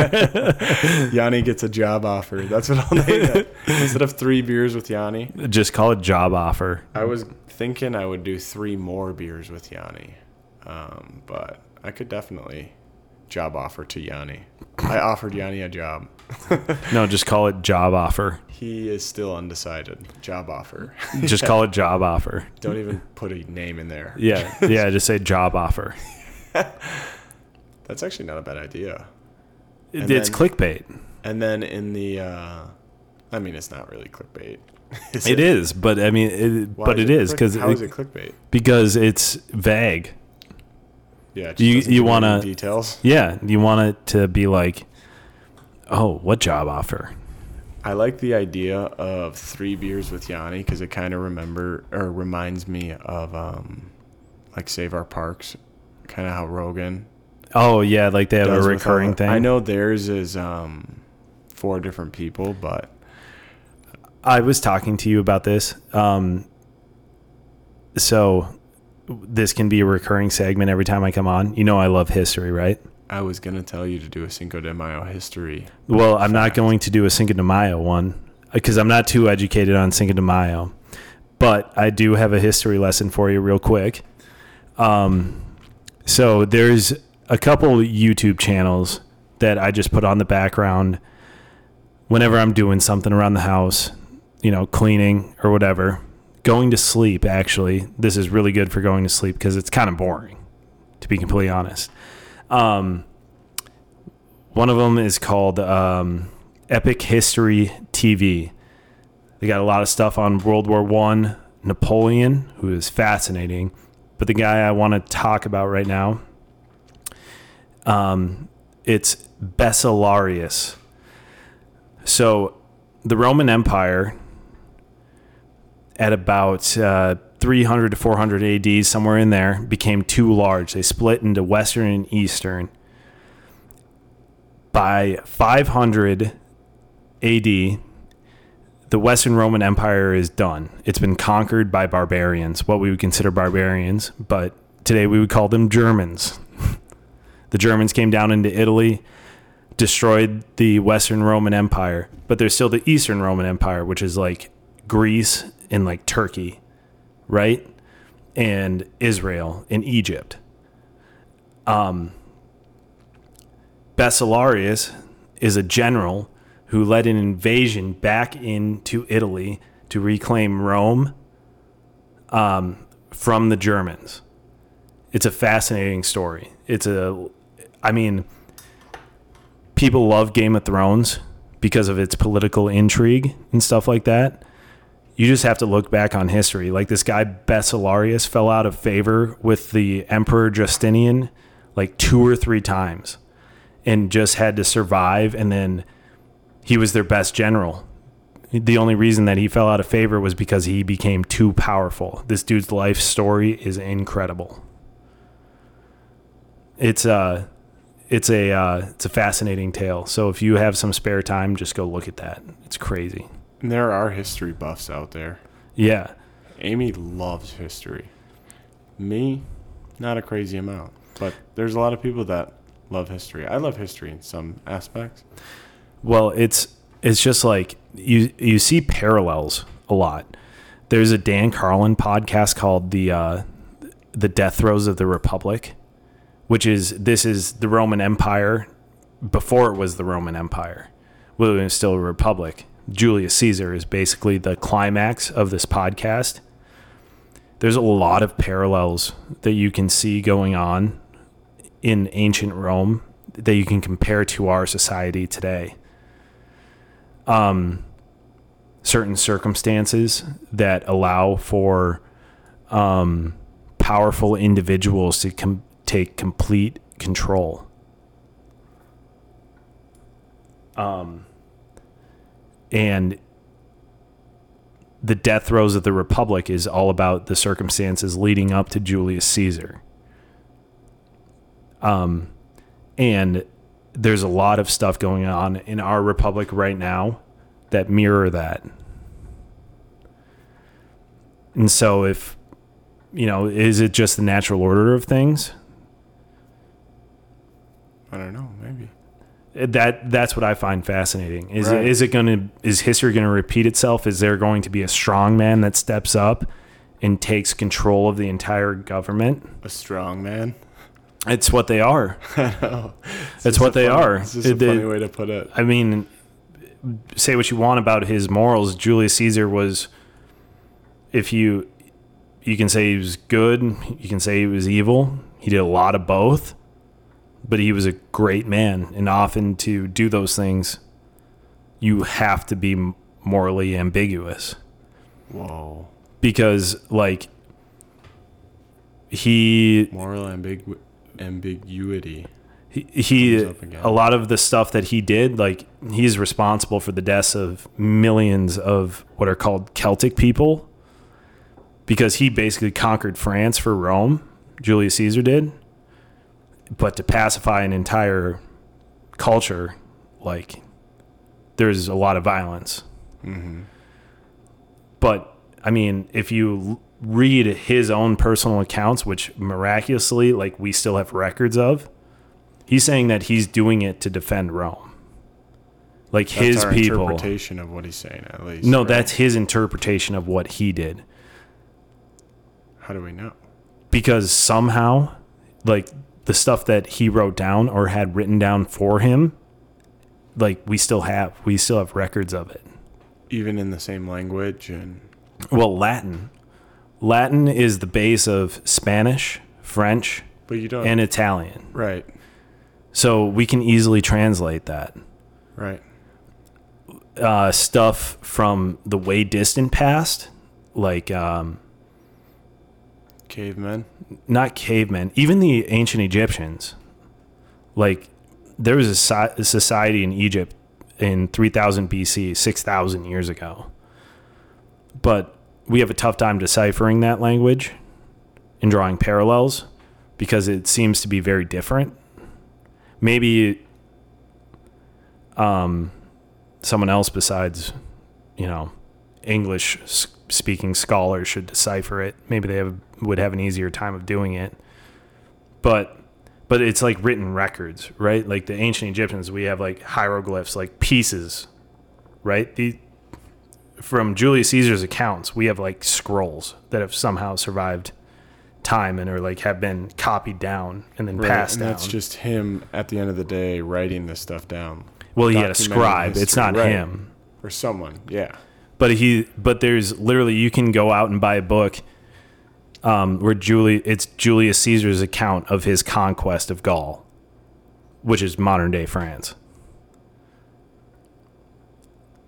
Speaker 2: [laughs]
Speaker 1: Yanni gets a job offer. That's what I'll name
Speaker 2: [laughs]
Speaker 1: it. Instead of three beers with Yanni,
Speaker 2: Just call it job offer.
Speaker 1: I was thinking I would do three more beers with Yanni, um, but I could definitely job offer to Yanni. I offered Yanni a
Speaker 2: [laughs]
Speaker 1: job.
Speaker 2: No, just call it job offer.
Speaker 1: He is still undecided. Job offer.
Speaker 2: [laughs] Just call it job offer.
Speaker 1: [laughs] Don't even put a name in there.
Speaker 2: Yeah, yeah. Just say job offer.
Speaker 1: [laughs] That's actually not a bad idea.
Speaker 2: It,
Speaker 1: And
Speaker 2: it's
Speaker 1: then-
Speaker 2: clickbait.
Speaker 1: And then in the, uh, I mean, it's not really clickbait. [laughs] Is
Speaker 2: It is, but I mean, it,
Speaker 1: Why
Speaker 2: but it is
Speaker 1: click-
Speaker 2: because
Speaker 1: how is it clickbait?
Speaker 2: because it's vague.
Speaker 1: Yeah, it
Speaker 2: You-
Speaker 1: just doesn't
Speaker 2: you
Speaker 1: give any
Speaker 2: wanna-
Speaker 1: details?
Speaker 2: Yeah, you want it to be like, oh, what job offer?
Speaker 1: I like the idea of three beers with Yanni because it kind of remember or reminds me of um, like Save Our Parks, kind of how Rogan
Speaker 2: Oh yeah, like they have a
Speaker 1: does with
Speaker 2: recurring
Speaker 1: all-
Speaker 2: thing.
Speaker 1: I know theirs is um, four different people, but
Speaker 2: I was talking to you about this. Um, so this can be a recurring segment every time I come on. You know, I love history, right?
Speaker 1: I was gonna tell you to do a Cinco de Mayo history.
Speaker 2: Well, I'm not going to do a Cinco de Mayo one because I'm not too educated on Cinco de Mayo. But I do have a history lesson for you, real quick. Um, so there's a couple YouTube channels that I just put on the background whenever I'm doing something around the house, you know, cleaning or whatever. Going to sleep, actually, this is really good for going to sleep because it's kind of boring, to be completely honest. Um, one of them is called um, Epic History TV. They got a lot of stuff on World War One, Napoleon, who is fascinating. But the guy I want to talk about right now, um, it's Bessalarius. So, the Roman Empire, at about uh, 300 to 400 AD, somewhere in there, became too large. They split into Western and Eastern by 500 AD, the Western Roman Empire is done. It's been conquered by barbarians, what we would consider barbarians, but today we would call them Germans. [laughs] the Germans came down into Italy, destroyed the Western Roman Empire, but there's still the Eastern Roman Empire, which is like Greece and like Turkey, right? And Israel and Egypt. Bessalarius is a general who led an invasion back into Italy to reclaim Rome um, from the Germans. It's a fascinating story. It's a, I mean, people love Game of Thrones because of its political intrigue and stuff like that. You just have to look back on history. Like this guy Bessalarius fell out of favor with the Emperor Justinian like two or three times and just had to survive and then he was their best general the only reason that he fell out of favor was because he became too powerful this dude's life story is incredible it's a it's a uh, it's a fascinating tale so if you have some spare time just go look at that it's crazy
Speaker 1: And there are history buffs out there.
Speaker 2: yeah
Speaker 1: Amy loves history. Me, not a crazy amount, but there's a lot of people that love history. I love history in some aspects.
Speaker 2: Well, it's it's just like you you see parallels a lot. There's a Dan Carlin podcast called the uh, the Death Throes of the Republic, which is this is the Roman Empire before it was the Roman Empire, when it was still a republic. Julius Caesar is basically the climax of this podcast. There's a lot of parallels that you can see going on in ancient Rome that you can compare to our society today. Um, certain circumstances that allow for um, powerful individuals to com- take complete control. Um, Um, and the death throes of the Republic is all about the circumstances leading up to Julius Caesar. Um, and there's a lot of stuff going on in our republic right now that mirror that. And so if you know, is it just the natural order of things?
Speaker 1: I don't know. Maybe.
Speaker 2: that that's what I find fascinating. Is
Speaker 1: Right.
Speaker 2: it, is it going to is history going to repeat itself? Is there going to be a strong man that steps up and takes control of the entire government?
Speaker 1: A strong man.
Speaker 2: It's what they [laughs] are. That's
Speaker 1: It's
Speaker 2: what
Speaker 1: a
Speaker 2: they
Speaker 1: funny-
Speaker 2: are.
Speaker 1: It's just a
Speaker 2: They-
Speaker 1: funny way to put it.
Speaker 2: I mean, say what you want about his morals. Julius Caesar was, if you, you can say he was good. You can say he was evil. He did a lot of both, but he was a great man. And often to do those things, you have to be morally ambiguous
Speaker 1: Whoa.
Speaker 2: because, like, he
Speaker 1: Moral ambigu- ambiguity.
Speaker 2: he- he
Speaker 1: Comes up again.
Speaker 2: a lot of the stuff that he did like he's responsible for the deaths of millions of what are called celtic people because he basically conquered france for rome julius caesar did but to pacify an entire culture like there's a lot of violence
Speaker 1: Mm-hmm.
Speaker 2: but i mean if you l- read his own personal accounts which miraculously like we still have records of he's saying that he's doing it to defend Rome. Like
Speaker 1: That's
Speaker 2: his
Speaker 1: our
Speaker 2: people.
Speaker 1: interpretation of what he's saying, at least.
Speaker 2: No,
Speaker 1: right?
Speaker 2: that's his interpretation of what he did.
Speaker 1: How do we know?
Speaker 2: Because somehow, like the stuff that he wrote down or had written down for him, like we still have we still have records of it.
Speaker 1: Even in the same language and
Speaker 2: Well, Latin. Latin is the base of Spanish, French,
Speaker 1: but you don't
Speaker 2: and Italian.
Speaker 1: right,
Speaker 2: So we can easily translate that.
Speaker 1: right.
Speaker 2: uh, stuff from the way distant past, like um,
Speaker 1: Cavemen.
Speaker 2: not cavemen, even the ancient Egyptians. Like there was a, so- a society in Egypt in 3000 BC, 6000 years ago. But we have a tough time deciphering that language and drawing parallels because it seems to be very different. Maybe um, someone else besides, you know, English s- speaking scholars should decipher it. Maybe they have, would have an easier time of doing it. But but it's like written records, right? Like the ancient Egyptians, we have like hieroglyphs, like pieces, right? The from Julius Caesar's accounts, we have like scrolls that have somehow survived time and are like have been copied down and then
Speaker 1: Right.
Speaker 2: passed
Speaker 1: and
Speaker 2: down.
Speaker 1: that's just him at the end of the day writing this stuff down.
Speaker 2: well, he had a
Speaker 1: documenting
Speaker 2: scribe. It's
Speaker 1: history,
Speaker 2: not
Speaker 1: right.
Speaker 2: him.
Speaker 1: Or someone, yeah.
Speaker 2: but he but there's literally you can go out and buy a book um, where Julie it's Julius Caesar's account of his conquest of Gaul, which is modern day France.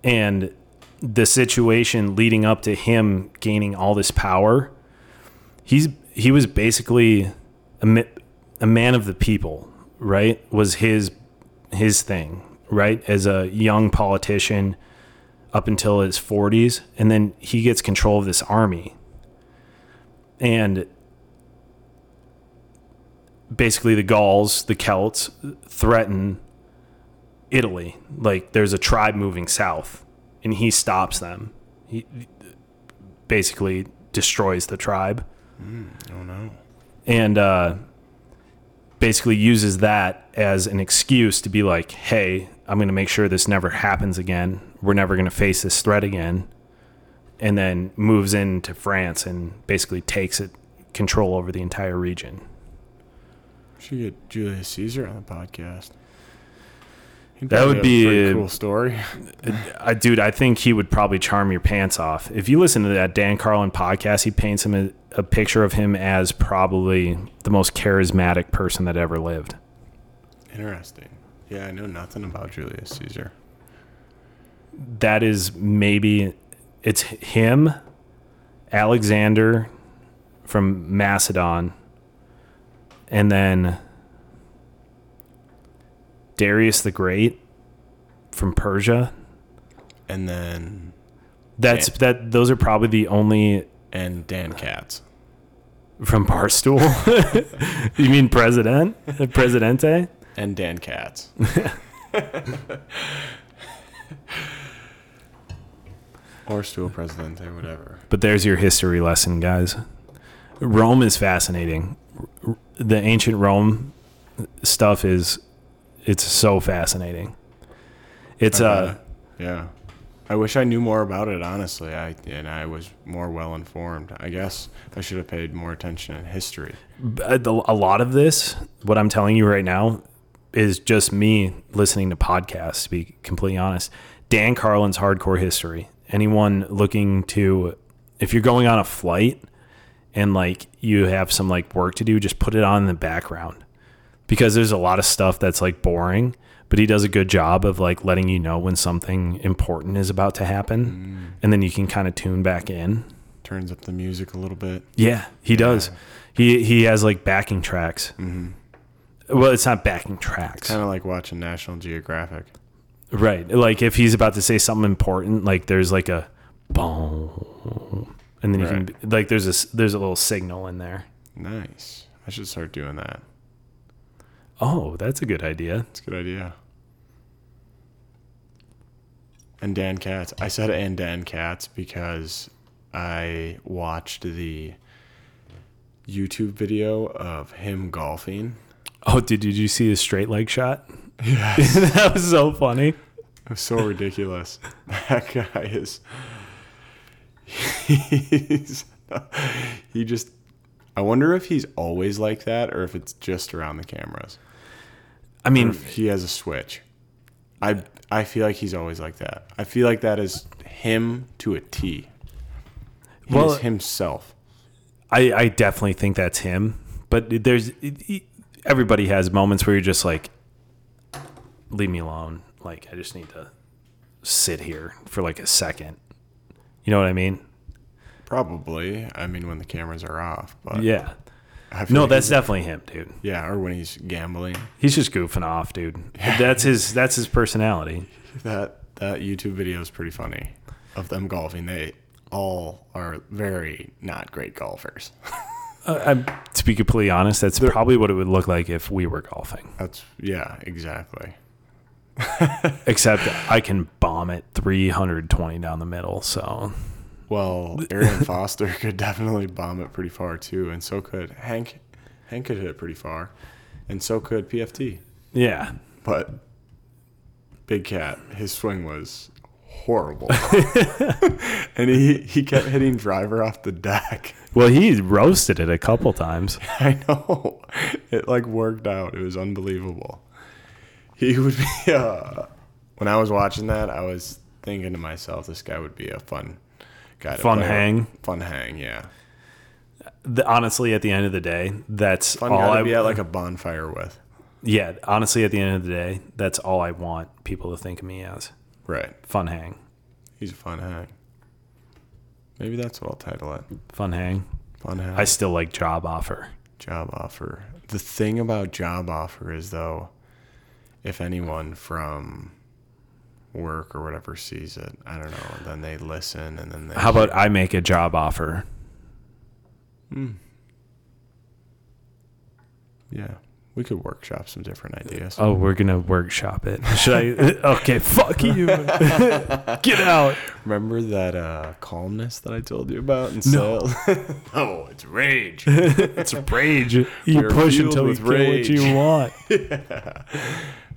Speaker 2: And the situation leading up to him gaining all this power, he's he was basically a, ma- a man of the people, right? Was his his thing, right? As a young politician, up until his 40s and then he gets control of this army and basically the gauls the celts threaten italy like there's a tribe moving south and he stops them he basically destroys the tribe
Speaker 1: Oh no.
Speaker 2: and uh, basically uses that as an excuse to be like, "Hey, I'm going to make sure this never happens again. We're never going to face this threat again." And then moves into France and basically takes it control over the entire region.
Speaker 1: Should get Julius Caesar on the podcast. He'd
Speaker 2: That would
Speaker 1: probably have a
Speaker 2: be-
Speaker 1: pretty cool story. [laughs]
Speaker 2: I, dude, I think he would probably charm your pants off. If you listen to that Dan Carlin podcast, he paints him a, a picture of him as probably the most charismatic person that ever lived.
Speaker 1: Interesting. Yeah, I know nothing about Julius Caesar.
Speaker 2: that is maybe it's him, Alexander from Macedon, and then Darius the Great from Persia.
Speaker 1: And then
Speaker 2: That's that those are probably the only
Speaker 1: and Dan Katz.
Speaker 2: from Barstool. [laughs] you mean president? Presidente? [laughs]
Speaker 1: And Dan Katz. Or Stool Presidente, whatever.
Speaker 2: But there's your history lesson, guys. Rome is fascinating. R- The ancient Rome stuff is it's so fascinating. It's
Speaker 1: Uh-huh.
Speaker 2: uh
Speaker 1: Yeah. I wish I knew more about it, honestly. I and I was more well informed. I guess I should have paid more attention in history.
Speaker 2: b- a uh, the- a lot of this what I'm telling you right now is just me listening to podcasts to be completely honest. Dan Carlin's Hardcore History. Anyone looking to if you're going on a flight and like you have some like work to do, just put it on in the background. because there's a lot of stuff that's like boring, but he does a good job of like letting you know when something important is about to happen and then you can kind of tune back in.
Speaker 1: Turns up the music a little bit.
Speaker 2: Yeah, he does. He he has like backing tracks. Well, it's not backing tracks.
Speaker 1: Kind of like watching National Geographic.
Speaker 2: Right. Like if he's about to say something important, like there's like a boom and then you
Speaker 1: Right.
Speaker 2: can like there's a s- there's a little signal in there.
Speaker 1: Nice. I should start doing that.
Speaker 2: Oh, that's a good idea.
Speaker 1: It's a good idea. And Dan Katz. I said and Dan Katz because I watched the YouTube video of him golfing.
Speaker 2: Oh, did, did you see his straight leg [laughs] shot? Yes. that was so funny.
Speaker 1: It was so ridiculous. That guy is. He's. He just. I wonder if he's always like that or if it's just around the cameras.
Speaker 2: I mean,
Speaker 1: If he has a switch. I I feel like he's always like that. I feel like that is him to a T. He
Speaker 2: Well-
Speaker 1: is himself.
Speaker 2: I, I definitely think that's him. But there's everybody has moments where you're just like, leave me alone. Like I just need to sit here for like a second. You know what I mean?
Speaker 1: Probably. I mean, when the cameras are off, but
Speaker 2: Yeah.
Speaker 1: I feel
Speaker 2: No,
Speaker 1: like
Speaker 2: that's
Speaker 1: he's-
Speaker 2: definitely him, dude.
Speaker 1: yeah, or when he's gambling.
Speaker 2: He's just goofing off, dude. That's his. That's his personality.
Speaker 1: That that YouTube video is pretty funny of them golfing. They all are very not great golfers. [laughs]
Speaker 2: Uh, I'm, to be completely honest, that's probably what it would look like if we were golfing.
Speaker 1: That's yeah, exactly.
Speaker 2: Except I can bomb it 320 down the middle. So [laughs]
Speaker 1: Well, Arian Foster could definitely bomb it pretty far too, and so could Hank. Hank could hit it pretty far, and so could PFT.
Speaker 2: yeah,
Speaker 1: But Big Cat, his swing was
Speaker 2: [laughs]
Speaker 1: horrible, and he he kept hitting driver off the deck. [laughs]
Speaker 2: Well, he roasted it a couple times.
Speaker 1: I know. It like worked out. It was unbelievable. He would be [laughs] uh when I was watching that, I was thinking to myself, this guy would be a fun guy to
Speaker 2: Fun
Speaker 1: play with.
Speaker 2: hang.
Speaker 1: Fun hang, yeah.
Speaker 2: The, honestly, at the end of the day, that's
Speaker 1: Fun
Speaker 2: all
Speaker 1: guy to
Speaker 2: I.
Speaker 1: be at like a bonfire with.
Speaker 2: yeah, honestly, at the end of the day, that's all I want people to think of me as.
Speaker 1: Right.
Speaker 2: Fun hang,
Speaker 1: He's a fun hang. Maybe that's what I'll title it.
Speaker 2: fun hang.
Speaker 1: Fun hang.
Speaker 2: I still like job offer.
Speaker 1: job offer. The thing about job offer is though, if anyone from work or whatever sees it, I don't know, then they listen and then they
Speaker 2: How about I make a job offer?
Speaker 1: Yeah, we could workshop some different ideas.
Speaker 2: Oh, we're gonna workshop it. Should [laughs] I? okay, fuck you. Get out.
Speaker 1: Remember that uh, calmness that I told you about in
Speaker 2: [laughs]
Speaker 1: sales? [laughs] oh, it's rage.
Speaker 2: It's rage. You push
Speaker 1: fueled
Speaker 2: until you
Speaker 1: with
Speaker 2: get what you
Speaker 1: rage.
Speaker 2: want.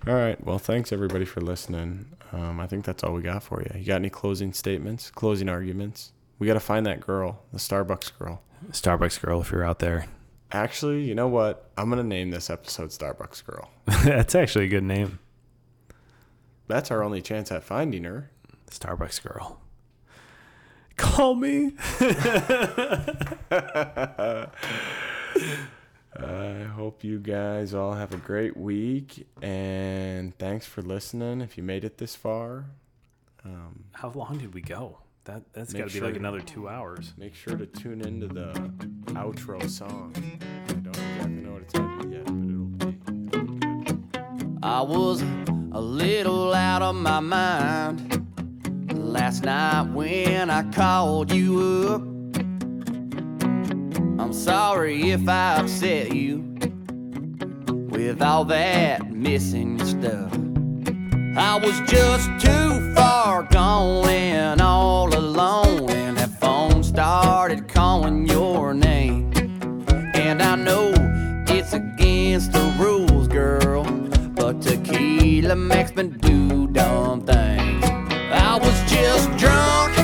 Speaker 1: all right. Well, thanks everybody for listening. Um, I think that's all we got for you. You got any closing statements, closing arguments? We got to find that girl, the Starbucks girl.
Speaker 2: [laughs] Starbucks girl, if you're out there, [laughs]
Speaker 1: Actually, you know what? I'm going to name this episode Starbucks Girl.
Speaker 2: that's actually a good name.
Speaker 1: That's our only chance at finding her.
Speaker 2: Starbucks girl. Call me.
Speaker 1: I hope you guys all have a great week and thanks for listening. If you made it this far, um,
Speaker 2: How long did we go? That that's
Speaker 1: Make
Speaker 2: got to
Speaker 1: sure-
Speaker 2: be like another two hours.
Speaker 1: Make sure to tune into the outro song. I don't exactly know what it's gonna be yet, but it'll be, it'll be good.
Speaker 4: I was a little out of my mind last night when I called you up. I'm sorry if I upset you with all that missing stuff. I was just too far gone and all alone. Tequila makes me do dumb things. I was just drunk,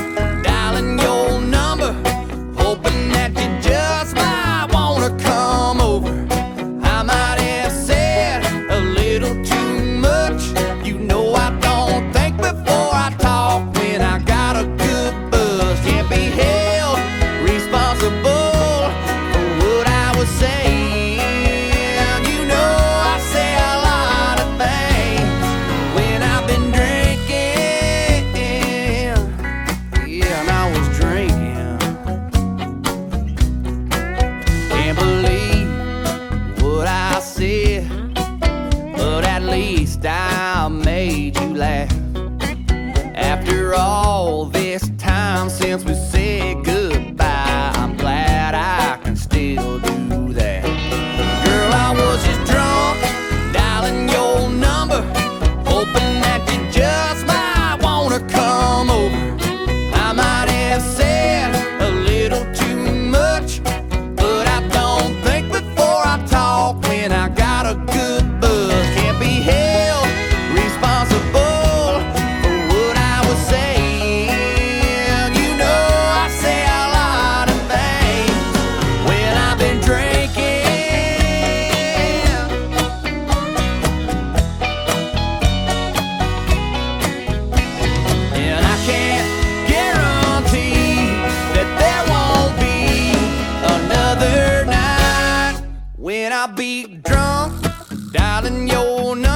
Speaker 4: dialing your number, hoping that you just might wanna come over. I might have said a little too much. You know I don't think before I talk when I got a good buzz. Can't be held responsible for what I was saying. You know I say a lot of things when I've been drinking. Yeah, and I was drinking. Can't believe what I said, but at least I made you laugh. After all this time since we said goodbye, I'm glad I can still do that. Girl, I was just drunk, dialing your number, hoping that you just might wanna come over. I might have said a little too much, but I don't think before I talk when I got a good buzz. Can't be held responsible for what I was saying. You know I say a lot of things when I've been drinking. And I can't guarantee that there won't be another night when I be drunk, dialing your number,